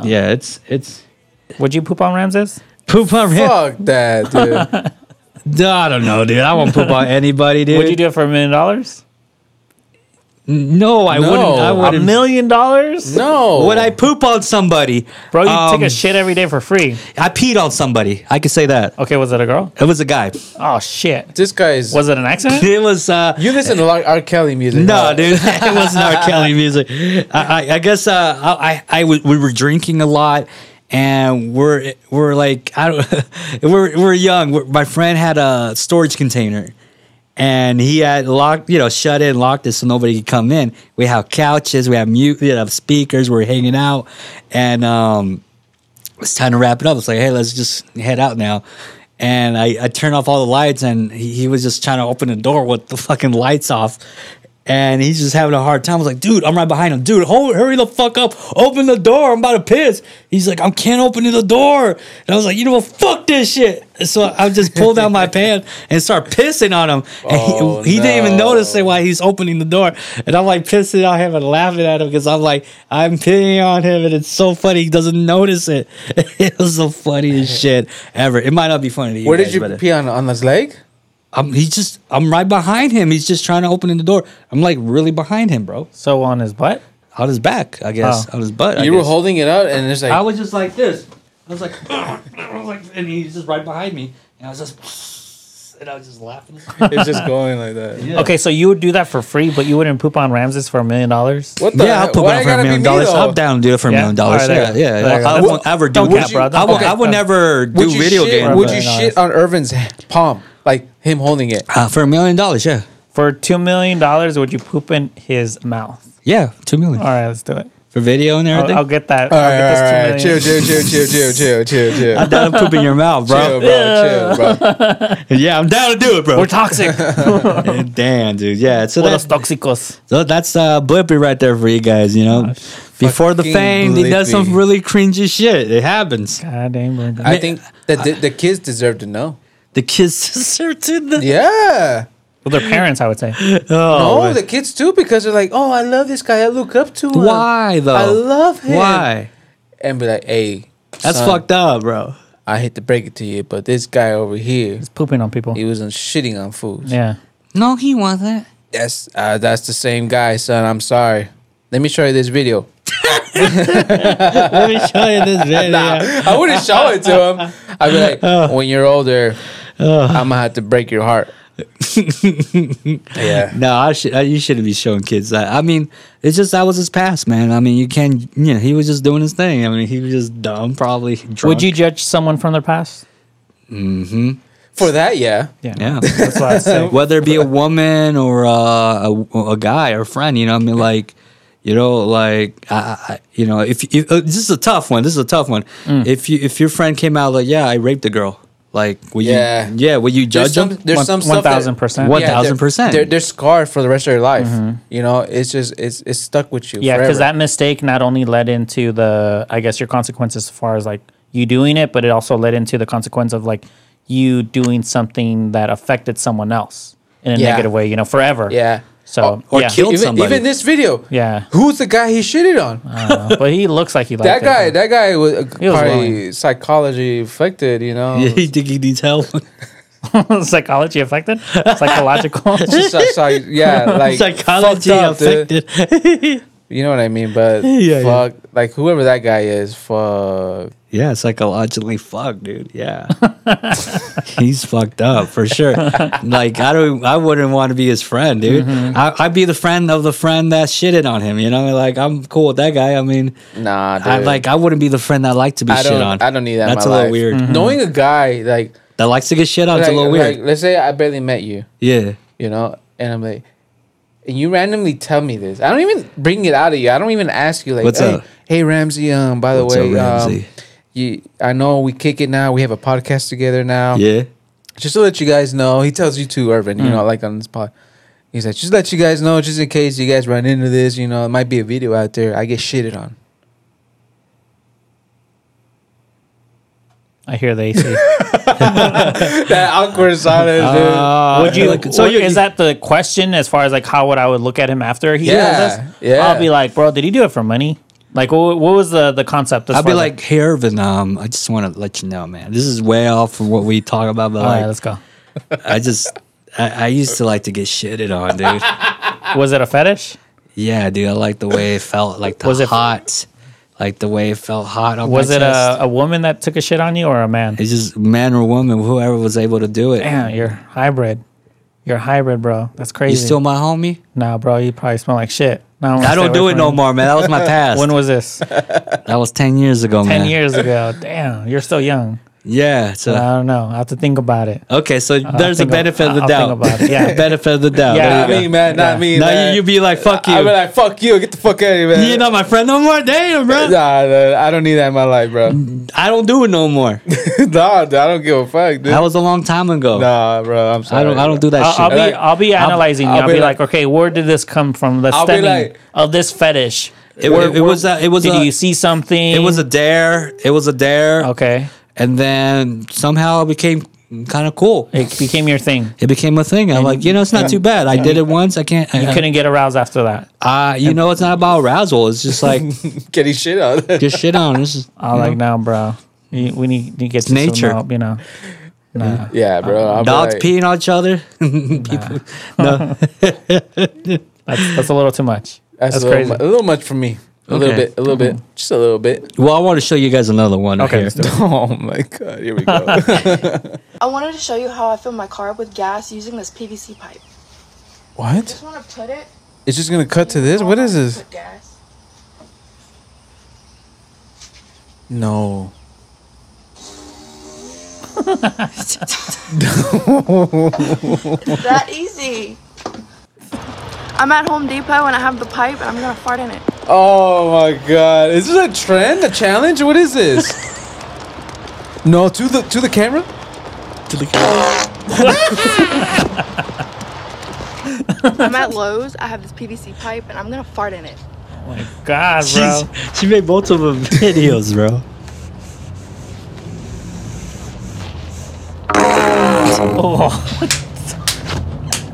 Speaker 2: Yeah, it's it's
Speaker 3: Would you poop on Ramses?
Speaker 2: poop on him.
Speaker 1: Fuck that, dude.
Speaker 2: I don't know, dude. I won't poop on anybody, dude.
Speaker 3: Would you do it for a million dollars?
Speaker 2: No, I
Speaker 1: No.
Speaker 2: wouldn't. I
Speaker 1: A
Speaker 3: A
Speaker 2: wouldn't.
Speaker 3: million dollars?
Speaker 1: no.
Speaker 2: Would I poop on somebody?
Speaker 3: Bro, you
Speaker 2: Um,
Speaker 3: take a shit every day for free.
Speaker 2: I peed on somebody. I could say that.
Speaker 3: Okay, was it a girl?
Speaker 2: It was a guy.
Speaker 3: Oh shit.
Speaker 1: This guy is.
Speaker 3: Was it an accident?
Speaker 2: It was uh
Speaker 1: you listen to a lot of R. Kelly music? Oh.
Speaker 2: no,
Speaker 1: huh?
Speaker 2: dude, it wasn't R. Kelly music. I, I, I guess uh, I, I, I w- we were drinking a lot, and we're we're like I don't, we're we're young. We're, my friend had a storage container, and he had locked, you know, shut it, and locked it so nobody could come in. We have couches, we have mute, we have speakers. We're hanging out, and um, it's time to wrap it up. It's like, hey, let's just head out now. And I, I turned off all the lights, and he, he was just trying to open the door with the fucking lights off. And he's just having a hard time. I was like, dude, I'm right behind him. Dude, hold, hurry the fuck up. Open the door. I'm about to piss. He's like, I can't open the door. And I was like, you know what? Fuck this shit. And so I just pulled down my pants and start pissing on him. And
Speaker 1: Oh,
Speaker 2: he, he didn't even
Speaker 1: no.
Speaker 2: notice it while he's opening the door. And I'm like pissing on him and laughing at him because I'm like, I'm pitying on him and it's so funny. He doesn't notice it. it was the funniest shit ever. It might not be funny to you.
Speaker 1: Where did
Speaker 2: guys,
Speaker 1: you
Speaker 2: but-
Speaker 1: pee on on his leg?
Speaker 2: I'm, he's just, I'm right behind him. He's just trying to open the door. I'm like really behind him, bro.
Speaker 3: So on his butt?
Speaker 2: On his back, I guess.
Speaker 3: Oh.
Speaker 2: On his butt. I
Speaker 1: You were
Speaker 2: guess.
Speaker 1: holding it out, and it's like
Speaker 2: I was just like this. I was like, I was like, and he's just right behind me. And I was just, and I was just laughing.
Speaker 1: it's just going like that.
Speaker 2: Yeah.
Speaker 3: Okay, so you would do that for free, but you wouldn't poop on Ramses for a million dollars?
Speaker 1: What the?
Speaker 2: Yeah, I'll
Speaker 1: heck?
Speaker 2: put
Speaker 1: Why
Speaker 2: one
Speaker 1: it
Speaker 2: for
Speaker 1: gotta
Speaker 2: a
Speaker 1: be
Speaker 2: million
Speaker 1: me,
Speaker 2: dollars.
Speaker 1: though?
Speaker 2: I'm down to do it for a
Speaker 3: Yeah?
Speaker 2: million dollars. Yeah,
Speaker 3: Alright, there you go.
Speaker 2: yeah.
Speaker 3: There you go.
Speaker 2: I
Speaker 3: That's-
Speaker 2: won't ever do.
Speaker 3: don't
Speaker 2: Would
Speaker 3: cap,
Speaker 2: you-
Speaker 3: bro. Don't
Speaker 2: I will,
Speaker 3: cap.
Speaker 2: I will never do
Speaker 1: Would you
Speaker 2: video
Speaker 1: shit,
Speaker 2: games.
Speaker 1: Would
Speaker 3: bro.
Speaker 1: you
Speaker 3: No,
Speaker 1: shit
Speaker 3: that's-
Speaker 1: on Irvin's palm, like him holding it?
Speaker 2: Uh, for a million dollars, yeah,
Speaker 3: For two million dollars, would you poop in his mouth?
Speaker 2: yeah, two million
Speaker 1: Uh,
Speaker 3: All right, let's do it.
Speaker 2: for video and
Speaker 3: I'll,
Speaker 2: everything.
Speaker 3: I'll get that.
Speaker 1: All
Speaker 3: I'll
Speaker 1: right,
Speaker 3: get
Speaker 1: all
Speaker 3: this two
Speaker 1: right, all right. chill,
Speaker 3: million.
Speaker 1: chill, chill, chill, chill, chill, chill, chill,
Speaker 2: I'm down to poop in your mouth,
Speaker 1: chill,
Speaker 2: bro.
Speaker 1: bro, chill, bro.
Speaker 2: yeah, I'm down to do it, bro.
Speaker 3: We're toxic. We're
Speaker 2: Damn, dude. Yeah, so
Speaker 3: los
Speaker 2: that's
Speaker 3: toxicos.
Speaker 2: so that's uh, Blippi right there for you guys. You know, before the
Speaker 1: Fucking
Speaker 2: fame, he does some
Speaker 1: Blippi.
Speaker 2: really cringy shit. It happens.
Speaker 3: God damn, bro.
Speaker 1: I think that the, the kids deserve to know.
Speaker 2: The kids deserve to. The-
Speaker 1: Yeah.
Speaker 3: Well, their parents, I would say.
Speaker 1: Oh,
Speaker 2: Oh,
Speaker 1: the kids too, because they're like, oh, I love this guy. I look up to him.
Speaker 2: why though?
Speaker 1: I love him.
Speaker 2: Why?
Speaker 1: And be like, hey,
Speaker 2: That's
Speaker 1: son,
Speaker 2: fucked up, bro.
Speaker 1: I hate to break it to you, but this guy over here,
Speaker 3: Pooping on people.
Speaker 1: he was on shitting on fools.
Speaker 3: Yeah.
Speaker 2: No, he wasn't.
Speaker 1: That's uh, that's the same guy, son. I'm sorry. Let me show you this video.
Speaker 5: Let me show you this video.
Speaker 1: I wouldn't show it to him. I'd be like, when you're older, I'm gonna have to break your heart. yeah.
Speaker 2: No, I should. I, you shouldn't be showing kids that. I mean, it's just that was his past, man. I mean, you can. You know, he was just doing his thing. I mean, he was just dumb, probably drunk.
Speaker 3: Would you judge someone from their past?
Speaker 1: For that, yeah.
Speaker 2: Yeah.
Speaker 3: That's what I say.
Speaker 2: Whether it be a woman or uh, a a guy or a friend, you know, I mean, like. You know, like I, I- I, you know, if, if uh, this is a tough one, this is a tough one.
Speaker 1: Mm.
Speaker 2: If you if your friend came out like, yeah, I raped a girl, like, will
Speaker 1: Yeah.
Speaker 2: you, yeah, will you
Speaker 1: There's
Speaker 2: judge
Speaker 1: some,
Speaker 2: them?
Speaker 1: there's
Speaker 3: One-
Speaker 1: some stuff that-
Speaker 3: 1000%.
Speaker 2: One
Speaker 1: yeah, they're-
Speaker 2: thousand percent.
Speaker 1: They're, they're scarred for the rest of their life. You know, it's just it's it's stuck with you.
Speaker 3: Mm-hmm. Yeah, because
Speaker 1: forever.
Speaker 3: that mistake not only led into the, I guess, your consequences as far as like you doing it, but it also led into the consequence of like you doing something that affected someone else in a
Speaker 1: Yeah.
Speaker 3: negative way, you know, forever.
Speaker 1: Yeah.
Speaker 3: So,
Speaker 2: Or
Speaker 3: yeah.
Speaker 2: killed
Speaker 1: even,
Speaker 2: somebody.
Speaker 1: even this video.
Speaker 3: Yeah.
Speaker 1: Who's the guy he shitted on?
Speaker 3: but he looks like he liked
Speaker 1: that
Speaker 3: it.
Speaker 1: guy. That guy was, uh,
Speaker 3: was
Speaker 1: probably
Speaker 3: lying.
Speaker 1: psychology affected. You know,
Speaker 2: yeah, you think he needs help?
Speaker 3: Psychology affected? Psychological?
Speaker 1: Just so- so- yeah, like fucked
Speaker 2: Psychology
Speaker 1: up, dude.
Speaker 2: affected.
Speaker 1: You know what I mean? But
Speaker 2: Yeah, yeah.
Speaker 1: fuck, like whoever that guy is, fuck.
Speaker 2: Yeah, psychologically fucked, dude. Yeah. He's fucked up for sure. Like I don't I wouldn't want to be his friend, dude.
Speaker 1: Mm-hmm.
Speaker 2: I, I'd be the friend of the friend that shitted on him, you know? Like I'm cool with that guy. I mean
Speaker 1: Nah, dude.
Speaker 2: I like I wouldn't be the friend that like to be
Speaker 1: I
Speaker 2: shit
Speaker 1: don't.
Speaker 2: on.
Speaker 1: I don't need that.
Speaker 2: That's
Speaker 1: in my
Speaker 2: a
Speaker 1: life. Mm-hmm.
Speaker 2: little weird.
Speaker 1: Knowing a guy like,
Speaker 2: That likes to get shit on,
Speaker 1: like,
Speaker 2: it's a little
Speaker 1: like,
Speaker 2: weird.
Speaker 1: let's say I barely met you,
Speaker 2: yeah.
Speaker 1: you know, and I'm like, and you randomly tell me this. I don't even bring it out of you. I don't even ask you like,
Speaker 2: What's
Speaker 1: hey,
Speaker 2: up?
Speaker 1: hey Ramsey. Um, by the
Speaker 2: What's
Speaker 1: way,
Speaker 2: up,
Speaker 1: um,
Speaker 2: Ramsey?
Speaker 1: you, I know we kick it now. We have a podcast together now.
Speaker 2: Yeah.
Speaker 1: just to let you guys know, he tells you too, Irvin,
Speaker 2: Mm.
Speaker 1: you know, like on this pod. He's like, just let you guys know, just in case you guys run into this, you know, it might be a video out there. I get shitted on.
Speaker 3: I hear the AC.
Speaker 1: that awkward silence, dude.
Speaker 2: Uh,
Speaker 3: would you?
Speaker 2: like- so
Speaker 3: would-
Speaker 2: you-
Speaker 3: is that the question as far as like how would I would look at him after he
Speaker 1: Yeah,
Speaker 3: does this?
Speaker 1: yeah.
Speaker 3: I'll be like, bro, did he do it for money? Like, what, what was the the concept? as
Speaker 2: I'd be
Speaker 3: far as,
Speaker 2: like, hey Irvin, um, I just wanna let you know, man. This is way off from what we talk about, but
Speaker 3: all right,
Speaker 2: like
Speaker 3: let's go.
Speaker 2: I just I, I used to like to get shitted on, dude.
Speaker 3: Was it a fetish?
Speaker 2: Yeah, dude, I like the way it felt, like the
Speaker 3: Was it-
Speaker 2: hot, like the way it felt hot on
Speaker 3: Was
Speaker 2: my
Speaker 3: it uh,
Speaker 2: chest.
Speaker 3: a, a woman that took a shit on you or a man?
Speaker 2: It's just man or woman, whoever was able to do it.
Speaker 3: Damn, you're hybrid. You're hybrid, bro. That's
Speaker 2: You
Speaker 3: crazy.
Speaker 2: still my homie?
Speaker 3: nah, bro, you probably smell like shit. No, wanna
Speaker 2: I
Speaker 3: stay
Speaker 2: don't do
Speaker 3: away
Speaker 2: it
Speaker 3: from
Speaker 2: no
Speaker 3: you.
Speaker 2: more, man. That was my past.
Speaker 3: When was this?
Speaker 2: that was ten years ago, man.
Speaker 3: Ten years ago. Damn, you're still young.
Speaker 2: Yeah. So
Speaker 3: I don't know. I have to think about it.
Speaker 2: okay, so there's a
Speaker 3: think ab-
Speaker 2: benefit of the
Speaker 3: Uh, I'll
Speaker 2: doubt.
Speaker 3: think about it, yeah.
Speaker 2: benefit of the doubt.
Speaker 3: Yeah,
Speaker 2: Yeah.
Speaker 1: not
Speaker 2: There
Speaker 1: me,
Speaker 2: you
Speaker 1: man. Not me.
Speaker 2: go. Now
Speaker 1: man.
Speaker 2: you, you be like, fuck you.
Speaker 1: I'd be like, fuck you. Get the fuck out of here, man.
Speaker 2: You're not my friend no more. Damn, bro.
Speaker 1: Nah, dude, I don't need that in my life, bro. nah,
Speaker 2: I don't do it no more.
Speaker 1: dude, I don't give a fuck, dude.
Speaker 2: That was a long time ago.
Speaker 1: Nah, bro. I'm sorry.
Speaker 2: I don't. I don't
Speaker 1: bro.
Speaker 2: do that shit.
Speaker 3: I'll, I'll be
Speaker 1: Like,
Speaker 3: I'll be analyzing. I'll,
Speaker 1: I'll
Speaker 3: be,
Speaker 1: be
Speaker 3: like,
Speaker 1: like-
Speaker 3: okay, where did this come from? The
Speaker 1: I'll be
Speaker 3: stemming
Speaker 1: like-
Speaker 3: of this fetish.
Speaker 2: It-
Speaker 3: Where-
Speaker 2: it- it was
Speaker 3: where-
Speaker 2: a- it was
Speaker 3: Did
Speaker 2: a-
Speaker 3: you see something?
Speaker 2: it was a dare. It was a dare.
Speaker 3: okay.
Speaker 2: And then somehow it became kind of cool.
Speaker 3: It became your thing.
Speaker 2: it became a thing. I'm like, you know, it's not too bad. I did it once. I can't.
Speaker 3: You
Speaker 2: I,
Speaker 3: couldn't get aroused after that.
Speaker 2: Uh, you know, it's not about arousal. It's just like
Speaker 1: Getting shit on.
Speaker 2: get shit on. This is
Speaker 3: I'm like, no, bro. You, we need to get you some
Speaker 2: nature.
Speaker 3: help. You know. Nah.
Speaker 1: yeah, bro. I'll be
Speaker 2: dogs
Speaker 1: like,
Speaker 2: peeing on each other. People- no,
Speaker 3: That's, that's a little too much.
Speaker 1: That's,
Speaker 3: That's
Speaker 1: a, little,
Speaker 3: crazy.
Speaker 1: mu- a little much for me. A little
Speaker 2: Okay. Mm-hmm.
Speaker 1: bit. A little bit. Just a little bit.
Speaker 2: Well, I want to show you guys another one.
Speaker 3: Okay,
Speaker 2: Okay.
Speaker 3: let's do it.
Speaker 1: Oh my god. Here we go.
Speaker 8: I wanted to show you how I fill my car up with gas using this PVC pipe.
Speaker 1: what?
Speaker 8: Just want to put it.
Speaker 1: It's just gonna cut to this. What is this?
Speaker 8: Put gas.
Speaker 1: No.
Speaker 8: It's that easy. I'm at Home Depot and I have the pipe and I'm gonna fart in it.
Speaker 1: Oh my god. Is this a trend? A challenge? What is this? no, to the to the camera?
Speaker 8: I'm at Lowe's. I have this PVC pipe and I'm gonna fart in it.
Speaker 3: God, bro.
Speaker 2: She's, she made multiple videos, bro.
Speaker 3: Oh.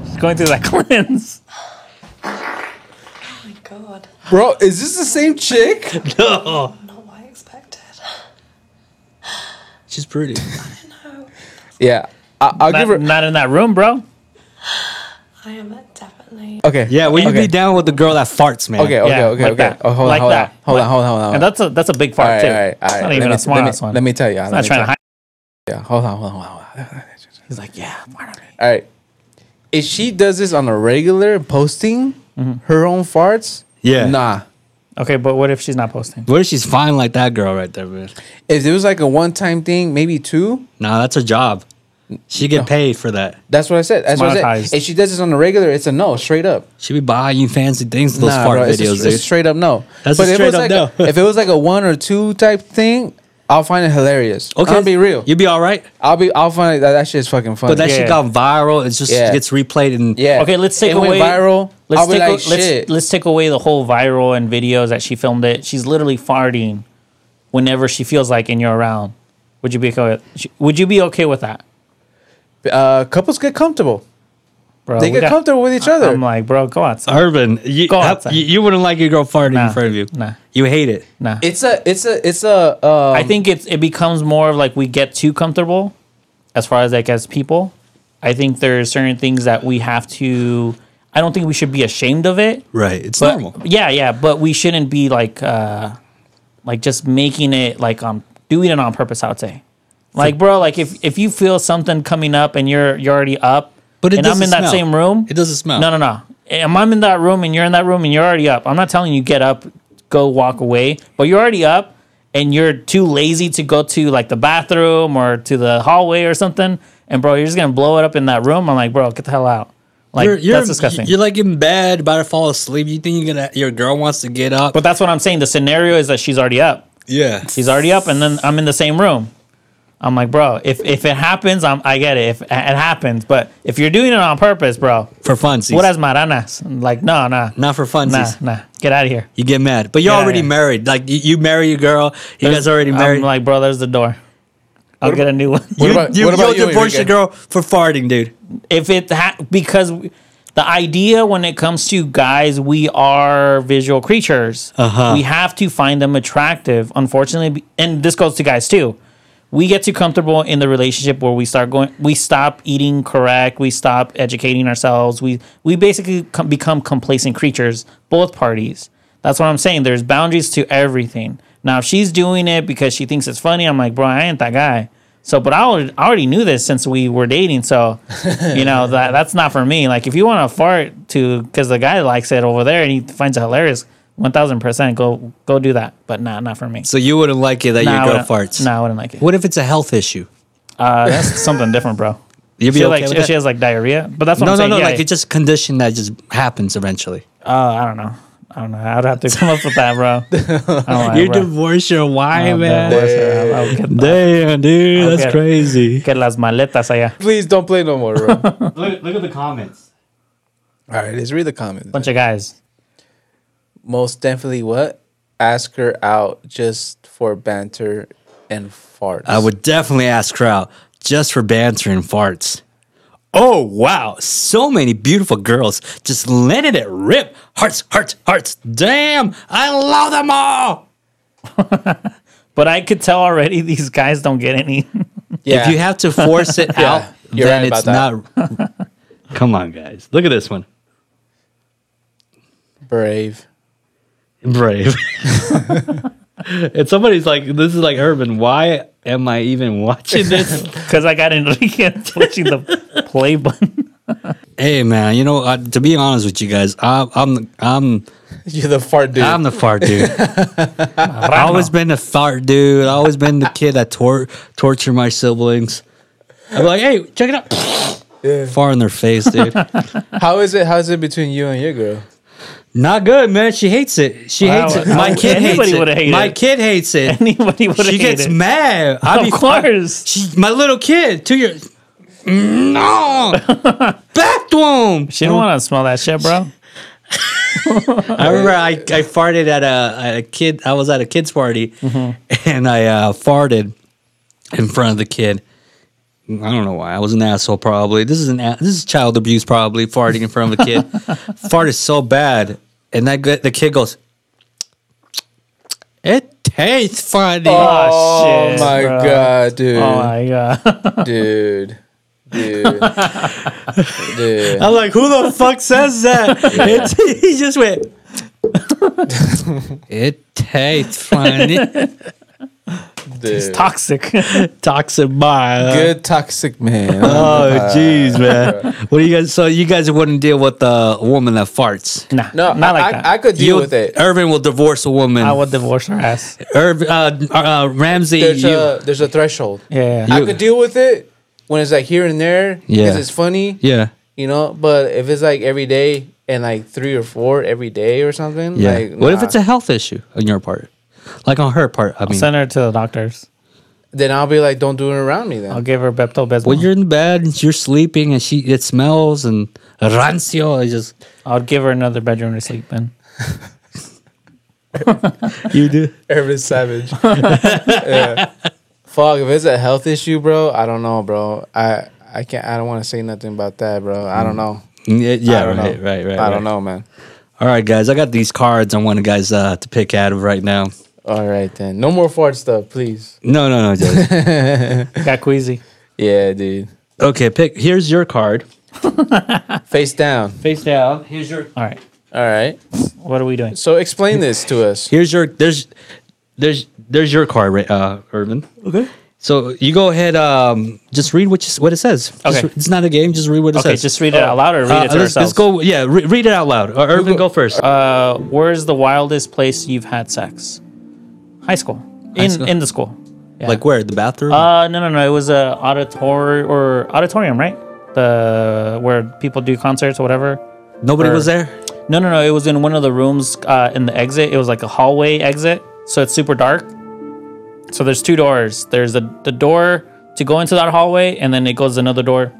Speaker 3: She's going through that cleanse.
Speaker 8: Oh my god,
Speaker 1: Bro, is this the same chick?
Speaker 8: not what I expected.
Speaker 2: She's pretty.
Speaker 1: Yeah. I, I'll give her
Speaker 3: Not, not in that room, bro.
Speaker 8: I am at Devon. Like,
Speaker 1: Okay.
Speaker 2: Yeah, will you
Speaker 1: okay.
Speaker 2: be down with the girl that farts, man?
Speaker 1: Okay, okay,
Speaker 3: Yeah,
Speaker 1: okay,
Speaker 3: like
Speaker 1: okay.
Speaker 3: that.
Speaker 1: Oh, hold
Speaker 3: Like
Speaker 1: on, hold
Speaker 3: that.
Speaker 1: on, hold on,
Speaker 3: Like-
Speaker 1: hold on, hold on.
Speaker 3: And that's a that's a big
Speaker 1: all
Speaker 3: fart
Speaker 1: right,
Speaker 3: too.
Speaker 1: all right, all
Speaker 3: It's
Speaker 1: right.
Speaker 3: not
Speaker 1: Let
Speaker 3: even
Speaker 1: me-
Speaker 3: a small
Speaker 1: let me,
Speaker 3: ass one.
Speaker 1: Let me tell you.
Speaker 3: It's not trying to hide.
Speaker 1: Yeah, hold on, hold on, hold on. hold on.
Speaker 3: He's like, yeah, fart on me.
Speaker 1: All right. If she does this on a regular posting her own farts,
Speaker 2: Yeah.
Speaker 1: nah.
Speaker 3: Okay, but what if she's not posting?
Speaker 2: What if she's fine like that girl right there, man?
Speaker 1: If it was like a one-time thing, maybe two.
Speaker 2: Nah, that's her job. She get paid for that.
Speaker 1: That's what I said. That's what I
Speaker 3: Monetized.
Speaker 1: said. If she does this on a regular, it's a no, straight up.
Speaker 2: She be buying fancy things with those fart
Speaker 1: bro, it's a-
Speaker 2: videos,
Speaker 1: it's a
Speaker 2: dude.
Speaker 1: straight up no.
Speaker 2: That's a
Speaker 1: if it
Speaker 2: straight
Speaker 1: was
Speaker 2: up
Speaker 1: like
Speaker 2: no.
Speaker 1: A, if it was like a one or two type thing, I'll find it hilarious. Okay,
Speaker 2: okay,
Speaker 1: I'll be real.
Speaker 2: You be all right,
Speaker 1: I'll be. I'll find that that shit is fucking funny.
Speaker 2: but that
Speaker 3: Yeah.
Speaker 2: shit got viral. It just
Speaker 1: Yeah.
Speaker 2: gets replayed and
Speaker 1: yeah.
Speaker 3: Okay, let's take
Speaker 1: it
Speaker 3: away
Speaker 1: went viral.
Speaker 3: Let's
Speaker 1: I'll be
Speaker 3: take
Speaker 1: like,
Speaker 3: a- let's,
Speaker 1: shit.
Speaker 3: let's take away the whole viral and videos that she filmed it. She's literally farting whenever she feels like and you're around. Would you be okay with, would you be okay with that?
Speaker 1: uh, couples get comfortable.
Speaker 3: Bro,
Speaker 1: They
Speaker 3: we
Speaker 1: get
Speaker 3: got-
Speaker 1: comfortable with each other.
Speaker 3: Oh, I'm like, bro, go outside.
Speaker 2: Urban, you,
Speaker 3: Go
Speaker 2: how-
Speaker 3: outside.
Speaker 2: you, you wouldn't like your girl farting
Speaker 3: Nah,
Speaker 2: in front of you.
Speaker 3: nah.
Speaker 2: You hate it.
Speaker 3: Nah.
Speaker 1: it's a. It's a. It's a. Um,
Speaker 3: I think it's it becomes more of like we get too comfortable as far as like as people. I think there's certain things that we have to I don't think we should be ashamed of it.
Speaker 2: Right. It's
Speaker 3: but yeah, yeah, but we shouldn't be like uh like just making it like on doing it on purpose, I would say. Like bro, like if if you feel something coming up and you're you're already up
Speaker 2: But it
Speaker 3: and I'm
Speaker 2: doesn't
Speaker 3: in that
Speaker 2: smell.
Speaker 3: same room.
Speaker 2: It doesn't smell.
Speaker 3: No, no, no. Eh, Am I'm in that room and you're in that room and you're already up. I'm not telling you get up, go walk away, but you're already up and you're too lazy to go to like the bathroom or to the hallway or something. And bro, you're just gonna blow it up in that room. I'm like, bro, get the hell out. Like
Speaker 2: You're, you're,
Speaker 3: that's disgusting.
Speaker 2: You're like in bed, about to fall asleep. You think you're gonna, your girl wants to get up.
Speaker 3: but that's what I'm saying. The scenario is that she's already up.
Speaker 2: yeah.
Speaker 3: She's already up, and then I'm in the same room. I'm like, bro, if if it happens, I'm, I get it. If it happens, but if you're doing it on purpose, bro,
Speaker 2: For funsies.
Speaker 3: what as maranas? I'm like, no, no,
Speaker 2: Not for
Speaker 3: nah,
Speaker 2: funsies.
Speaker 3: nah, get out of here.
Speaker 2: You get mad. But you're
Speaker 3: Yeah,
Speaker 2: already
Speaker 3: yeah.
Speaker 2: married. Like, you, you marry your girl. You guys already married.
Speaker 3: I'm like, bro, there's the door. I'll get a new one.
Speaker 2: you,
Speaker 1: about-
Speaker 2: you,
Speaker 1: what about
Speaker 2: you'll
Speaker 1: you,
Speaker 2: divorce your
Speaker 1: Enrique?
Speaker 2: girl for farting, dude.
Speaker 3: if it ha- because the idea when it comes to guys, we are visual creatures.
Speaker 2: Uh-huh.
Speaker 3: We have to find them attractive. Unfortunately, and this goes to guys too. We get too comfortable in the relationship where we start going, we stop eating correct, we stop educating ourselves. We we basically com- become complacent creatures, both parties. That's what I'm saying. There's boundaries to everything. Now, if she's doing it because she thinks it's funny, I'm like, bro, I ain't that guy. So, but I already, I already knew this since we were dating. So, you know, that that's not for me. Like, if you want to fart to, because the guy likes it over there and he finds it hilarious, 1000% go go do that. But nah, not for me.
Speaker 2: So you wouldn't like it that
Speaker 3: nah, I
Speaker 2: your girl
Speaker 3: wouldn't-
Speaker 2: farts.
Speaker 3: Nah, I wouldn't like it.
Speaker 2: What if it's a health issue?
Speaker 3: Uh, that's something different, bro.
Speaker 2: You'd be
Speaker 3: She,
Speaker 2: okay
Speaker 3: like,
Speaker 2: with
Speaker 3: she,
Speaker 2: that?
Speaker 3: she has like diarrhea, but that's what
Speaker 2: No,
Speaker 3: I'm
Speaker 2: no,
Speaker 3: saying.
Speaker 2: no.
Speaker 3: Yeah,
Speaker 2: Like, it's just a condition that just happens eventually.
Speaker 3: uh, I don't know. I don't know. I'd have to come up with that, bro. I don't like,
Speaker 2: You
Speaker 3: bro.
Speaker 2: divorce your wife,
Speaker 3: I'll
Speaker 2: man.
Speaker 3: Oh, divorce her. I'll- I'll get the-
Speaker 2: Damn, dude.
Speaker 3: Okay.
Speaker 2: That's crazy.
Speaker 3: Get las maletas allá.
Speaker 1: please don't play no more. Bro. All
Speaker 2: Look, look at the comments.
Speaker 1: right, let's read the comments.
Speaker 3: Bunch of guys.
Speaker 1: Most definitely, what? Ask her out just for banter and farts.
Speaker 2: I would definitely ask her out just for banter and farts. Oh wow, so many beautiful girls just letting it rip. Hearts, hearts, hearts. Damn, I love them all.
Speaker 3: But I could tell already these guys don't get any.
Speaker 1: Yeah.
Speaker 2: If you have to force it out,
Speaker 1: you're
Speaker 2: then
Speaker 1: right
Speaker 2: it's
Speaker 1: about
Speaker 2: not. Come on, guys. Look at this one.
Speaker 1: brave.
Speaker 2: Brave. and somebody's like, this is like Urban. Why am I even watching this?
Speaker 3: Because I got Enrique pushing the play button.
Speaker 2: hey man, you know, uh, to be honest with you guys, I, I'm I'm
Speaker 1: You're the fart dude.
Speaker 2: I'm the fart dude. I always been the fart dude. I always been the kid that tor- torture my siblings. I'm like, hey, check it out. Far in their face, dude.
Speaker 1: how is it? How is it between you and your girl?
Speaker 2: Not good, man. She hates it. She
Speaker 3: Wow.
Speaker 2: hates it. My
Speaker 3: Wow.
Speaker 2: kid hates
Speaker 3: Anybody
Speaker 2: it.
Speaker 3: would've hated
Speaker 2: my
Speaker 3: it.
Speaker 2: kid hates it.
Speaker 3: Anybody would
Speaker 2: she
Speaker 3: have
Speaker 2: gets
Speaker 3: hated.
Speaker 2: mad. I
Speaker 3: Of
Speaker 2: be-
Speaker 3: course.
Speaker 2: she, my little kid, two years. No, back to him.
Speaker 3: she didn't want to smell that shit, bro.
Speaker 2: I remember I, I farted at a, at a kid. I was at a kid's party, and I uh, farted in front of the kid. I don't know why. I was an asshole. Probably this is an a- this is child abuse. Probably farting in front of a kid. farted so bad, and that g- the kid goes, "It tastes funny."
Speaker 3: Oh,
Speaker 1: Oh
Speaker 3: shit.
Speaker 1: my
Speaker 3: bro.
Speaker 2: Oh
Speaker 1: god, dude,
Speaker 3: Oh my god.
Speaker 1: dude, dude. dude.
Speaker 2: I'm like, who the fuck says that? It, he just went. it tastes funny.
Speaker 1: dude.
Speaker 3: Toxic.
Speaker 2: Toxic bar.
Speaker 1: Good toxic man.
Speaker 2: Oh jeez,
Speaker 1: Uh,
Speaker 2: man. What do you guys? So you guys wouldn't deal with a woman that farts.
Speaker 3: nah,
Speaker 1: no,
Speaker 3: not
Speaker 1: I,
Speaker 3: like
Speaker 1: I,
Speaker 3: that.
Speaker 1: I could deal
Speaker 2: You-
Speaker 1: with it.
Speaker 2: Irvin will divorce a woman.
Speaker 3: I would divorce her ass.
Speaker 2: Irv, uh, uh, Ramsey,
Speaker 1: There's
Speaker 2: you,
Speaker 1: a there's a threshold.
Speaker 3: Yeah.
Speaker 1: I could deal with it when it's like here and there because
Speaker 2: Yeah.
Speaker 1: it's funny,
Speaker 2: yeah,
Speaker 1: you know. But if it's like every day and like three or four every day or something,
Speaker 2: yeah.
Speaker 1: like
Speaker 2: what if
Speaker 1: nah.
Speaker 2: it's a health issue on your part, like on her part? I mean,
Speaker 3: Send her to the doctors.
Speaker 1: then I'll be like, don't do it around me then.
Speaker 3: I'll give her Bepto
Speaker 2: when
Speaker 3: Bismol.
Speaker 2: you're in bed, and you're sleeping, and she it smells and rancio. I just
Speaker 3: I'll give her another bedroom to sleep in.
Speaker 2: you do.
Speaker 1: Urban Savage. Yeah. Fuck, if it's a health issue, bro, I don't know, bro. I I can't. I don't want to say nothing about that, bro. I don't know.
Speaker 2: Yeah, Mm. yeah
Speaker 1: I don't
Speaker 2: right,
Speaker 1: know.
Speaker 2: right, right.
Speaker 1: I don't
Speaker 2: right.
Speaker 1: know, man.
Speaker 2: All right, guys, I got these cards I want you guys uh, to pick out of right now.
Speaker 1: All right then. No more fart stuff, please.
Speaker 2: No, no, no, Judge.
Speaker 3: Got queasy.
Speaker 1: Yeah, dude.
Speaker 2: okay, pick. Here's your card.
Speaker 1: Face down.
Speaker 3: Face down.
Speaker 2: Here's your
Speaker 3: All right.
Speaker 1: All right.
Speaker 3: What are we doing?
Speaker 1: So explain this to us.
Speaker 2: here's your there's there's there's your card, right, uh, Irvin. Okay. So you go ahead, um, just read what you, s- what it says. Just
Speaker 3: Okay.
Speaker 2: re- it's not a game. Just read what it
Speaker 3: Okay,
Speaker 2: says.
Speaker 3: just read it out loud or read
Speaker 2: Uh,
Speaker 3: it to
Speaker 2: let's,
Speaker 3: ourselves.
Speaker 2: let's go. Yeah, re- read it out loud. Uh, Irvin, go first.
Speaker 3: Uh, where's the wildest place you've had sex? High school. In
Speaker 2: school.
Speaker 3: in the school. yeah.
Speaker 2: Like where? The bathroom.
Speaker 3: Uh, no, no, no. It was a auditor or auditorium, right? The where people do concerts or whatever.
Speaker 2: Nobody
Speaker 3: or-
Speaker 2: was there.
Speaker 3: No, no, no. It was in one of the rooms uh, in the exit. It was like a hallway exit, so it's super dark. So there's two doors. There's the the door to go into that hallway, and then it goes another door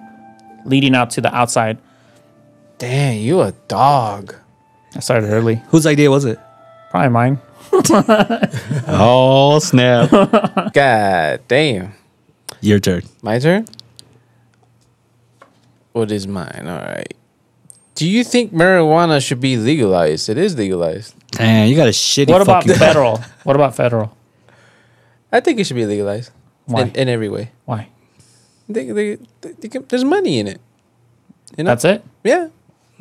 Speaker 3: leading out to the outside.
Speaker 1: Damn, you a dog.
Speaker 3: I started early.
Speaker 2: Whose idea was it?
Speaker 3: Probably mine.
Speaker 2: Oh snap!
Speaker 1: God damn.
Speaker 2: your turn.
Speaker 1: My turn? What is mine? All right. Do you think marijuana should be legalized? It is legalized.
Speaker 2: Damn, you got a shitty.
Speaker 3: What about
Speaker 2: fucking-
Speaker 3: federal? what about federal?
Speaker 1: I think it should be legalized
Speaker 3: Why?
Speaker 1: in, in every way.
Speaker 3: Why?
Speaker 1: They, they, they, they can, there's money in it. You know?
Speaker 3: That's it.
Speaker 1: Yeah.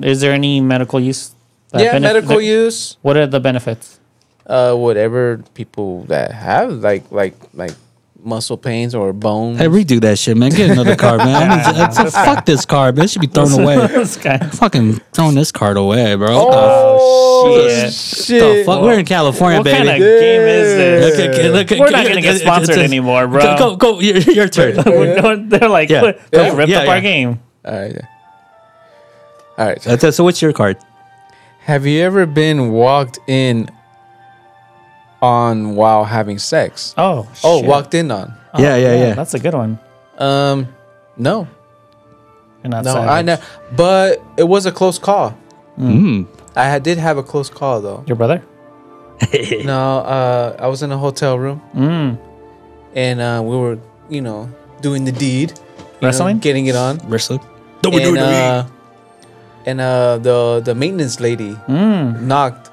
Speaker 3: Is there any medical use? that
Speaker 1: yeah,
Speaker 3: benef-
Speaker 1: medical
Speaker 3: that-
Speaker 1: use,
Speaker 3: What are the benefits?
Speaker 1: uh, whatever people that have like like like muscle pains or bone.
Speaker 2: Hey, redo that shit, man. Get another card, man. I need to-
Speaker 1: Ah.
Speaker 2: fuck this card, man. It should be thrown away.
Speaker 3: This guy.
Speaker 2: fucking throwing this card away, bro. What the
Speaker 1: oh
Speaker 3: shit.
Speaker 1: shit!
Speaker 2: The fuck? We're in California,
Speaker 3: What
Speaker 2: baby.
Speaker 3: kind of game is this?
Speaker 2: Look at- look at-
Speaker 3: We're not gonna
Speaker 2: it-
Speaker 3: get
Speaker 2: it-
Speaker 3: sponsored
Speaker 2: it's-
Speaker 3: anymore, bro.
Speaker 2: Go, go, go. Your, your turn. Uh,
Speaker 3: We're doing- they're like,
Speaker 2: Yeah.
Speaker 3: "Look,
Speaker 2: Yeah.
Speaker 3: they ripped
Speaker 2: Yeah,
Speaker 3: up our
Speaker 2: yeah.
Speaker 3: game.
Speaker 1: All right. yeah. All right.
Speaker 2: That's it. So, what's your card?
Speaker 1: Have you ever been walked in on while having sex?
Speaker 3: Oh,
Speaker 1: Oh,
Speaker 3: shit.
Speaker 1: walked in on.
Speaker 2: yeah, yeah, yeah.
Speaker 3: That's a good one.
Speaker 1: Um, no,
Speaker 3: You're not
Speaker 1: no,
Speaker 3: savage.
Speaker 1: I know, but it was a close call.
Speaker 2: Mm.
Speaker 1: I had- did have a close call though.
Speaker 3: Your brother?
Speaker 1: No, uh, I was in a hotel room,
Speaker 3: Mm.
Speaker 1: and uh, we were, you know, doing the deed, you know,
Speaker 3: Wrestling?
Speaker 1: getting it on,
Speaker 2: Wrestling.
Speaker 1: and uh, and uh, the the maintenance lady
Speaker 3: Mm.
Speaker 1: knocked,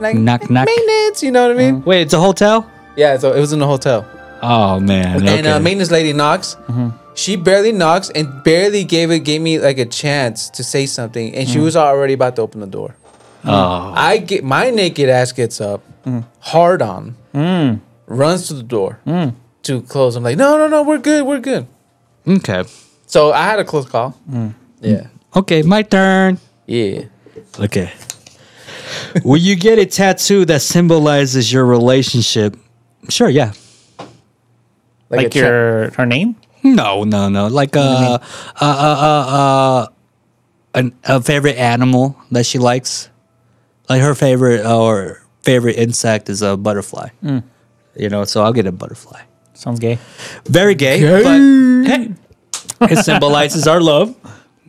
Speaker 1: like
Speaker 2: Knock, knock.
Speaker 1: maintenance, you know what I mean?
Speaker 2: Wait, it's a hotel?
Speaker 3: Mm.
Speaker 1: Yeah, so it was in a hotel.
Speaker 2: Oh, man.
Speaker 1: And uh, maintenance lady knocks.
Speaker 2: Mm-hmm.
Speaker 1: She barely knocks and barely gave it gave me like a chance to say something, and she was already about to open the door.
Speaker 2: Mm. oh. Mm.
Speaker 1: I get my naked ass gets up, hard on, runs to the door
Speaker 2: Mm.
Speaker 1: to close. I'm like, no, no, no, we're good, we're good.
Speaker 2: Okay.
Speaker 1: So I had a close call.
Speaker 2: Mm.
Speaker 1: Yeah,
Speaker 2: Okay, my turn.
Speaker 1: yeah.
Speaker 2: Okay. Will you get a tattoo that symbolizes your relationship? Sure, yeah.
Speaker 1: Like,
Speaker 3: Like,
Speaker 1: a tra-
Speaker 3: your her name?
Speaker 2: No, no, no. Like uh, uh, uh, uh, uh, an, a favorite animal that she likes. Like her favorite uh, or favorite insect is a butterfly.
Speaker 1: Mm.
Speaker 2: You know, so I'll get a butterfly.
Speaker 3: Sounds gay.
Speaker 2: Very gay, but hey, it symbolizes our love.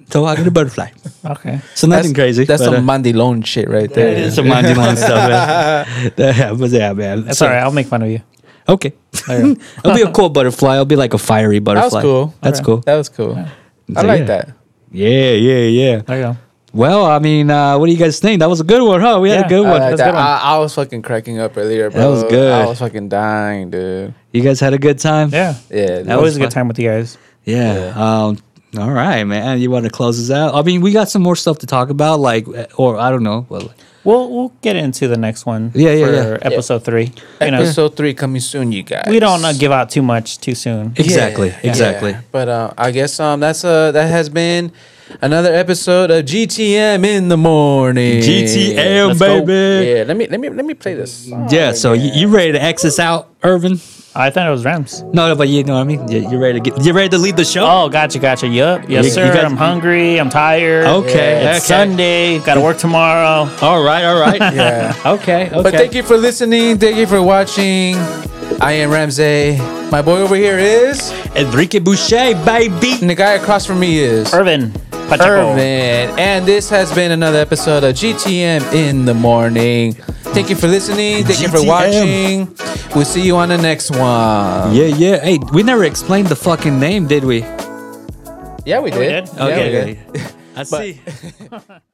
Speaker 2: So I'll get a butterfly.
Speaker 3: Okay.
Speaker 2: So nothing crazy.
Speaker 1: That's
Speaker 2: but,
Speaker 1: some
Speaker 2: uh,
Speaker 1: Mandilone shit right there.
Speaker 2: it's some Monty Long stuff, man. That happens, yeah, man.
Speaker 3: That's
Speaker 2: So-
Speaker 3: all right. I'll make fun of you.
Speaker 2: Okay. It'll be a cool butterfly. It'll be like a fiery butterfly.
Speaker 1: cool.
Speaker 2: That's
Speaker 3: Okay.
Speaker 2: cool.
Speaker 1: That was cool. I
Speaker 2: So,
Speaker 1: like
Speaker 2: yeah.
Speaker 1: that.
Speaker 2: Yeah, yeah, yeah.
Speaker 3: There you go.
Speaker 2: Well, I mean, uh, what do you guys think? That was a good one, huh? We had a
Speaker 3: Yeah,
Speaker 2: good
Speaker 1: I,
Speaker 2: one.
Speaker 1: like
Speaker 3: That's a
Speaker 1: that.
Speaker 3: good one.
Speaker 1: I, I was fucking cracking up earlier, bro.
Speaker 2: was good.
Speaker 1: I was fucking dying, dude.
Speaker 2: you guys had a good time.
Speaker 3: Yeah.
Speaker 1: Yeah,
Speaker 3: Always a good time with you guys.
Speaker 2: Yeah. Um, all right, man. You want to close this out? I mean, we got some more stuff to talk about, like, uh, or I don't know. Well,
Speaker 3: We'll we'll get into the next one.
Speaker 2: Yeah, yeah,
Speaker 3: for
Speaker 2: yeah.
Speaker 3: Episode three. You know,
Speaker 1: Episode three coming soon, you guys.
Speaker 3: we don't uh, give out too much too soon.
Speaker 2: exactly,
Speaker 1: Yeah.
Speaker 2: exactly.
Speaker 1: Yeah. But uh, I guess um that's uh that has been another episode of GTM in the morning.
Speaker 2: GTM,
Speaker 3: Let's go.
Speaker 2: baby.
Speaker 1: Yeah, let me let me let me play this. song
Speaker 2: Yeah. so you, you ready to X this out, Irvin?
Speaker 3: I thought it was Rams.
Speaker 2: No, no, but you know what I mean. You, you ready to get? You ready to lead the show?
Speaker 3: Oh, gotcha, gotcha. Yup. Yes,
Speaker 2: You- you
Speaker 3: sir.
Speaker 2: guys-
Speaker 3: I'm hungry. I'm tired.
Speaker 2: Okay, okay.
Speaker 3: It's Sunday. Got to work tomorrow.
Speaker 2: All right, all right. yeah. Okay. Okay.
Speaker 1: But thank you for listening. Thank you for watching. I am Ramsey. My boy over here is,
Speaker 2: Enrique Boucher, baby.
Speaker 1: and the guy across from me is
Speaker 3: Irvin. Pacheco.
Speaker 1: Irvin. And this has been another episode of GTM in the morning. Thank you for listening. Thank you for
Speaker 2: GTM.
Speaker 1: watching. We'll see you on the next one.
Speaker 2: Yeah, yeah. Hey, we never explained the fucking name, did we?
Speaker 1: Yeah, we did.
Speaker 3: did?
Speaker 1: Yeah, we did.
Speaker 2: I see.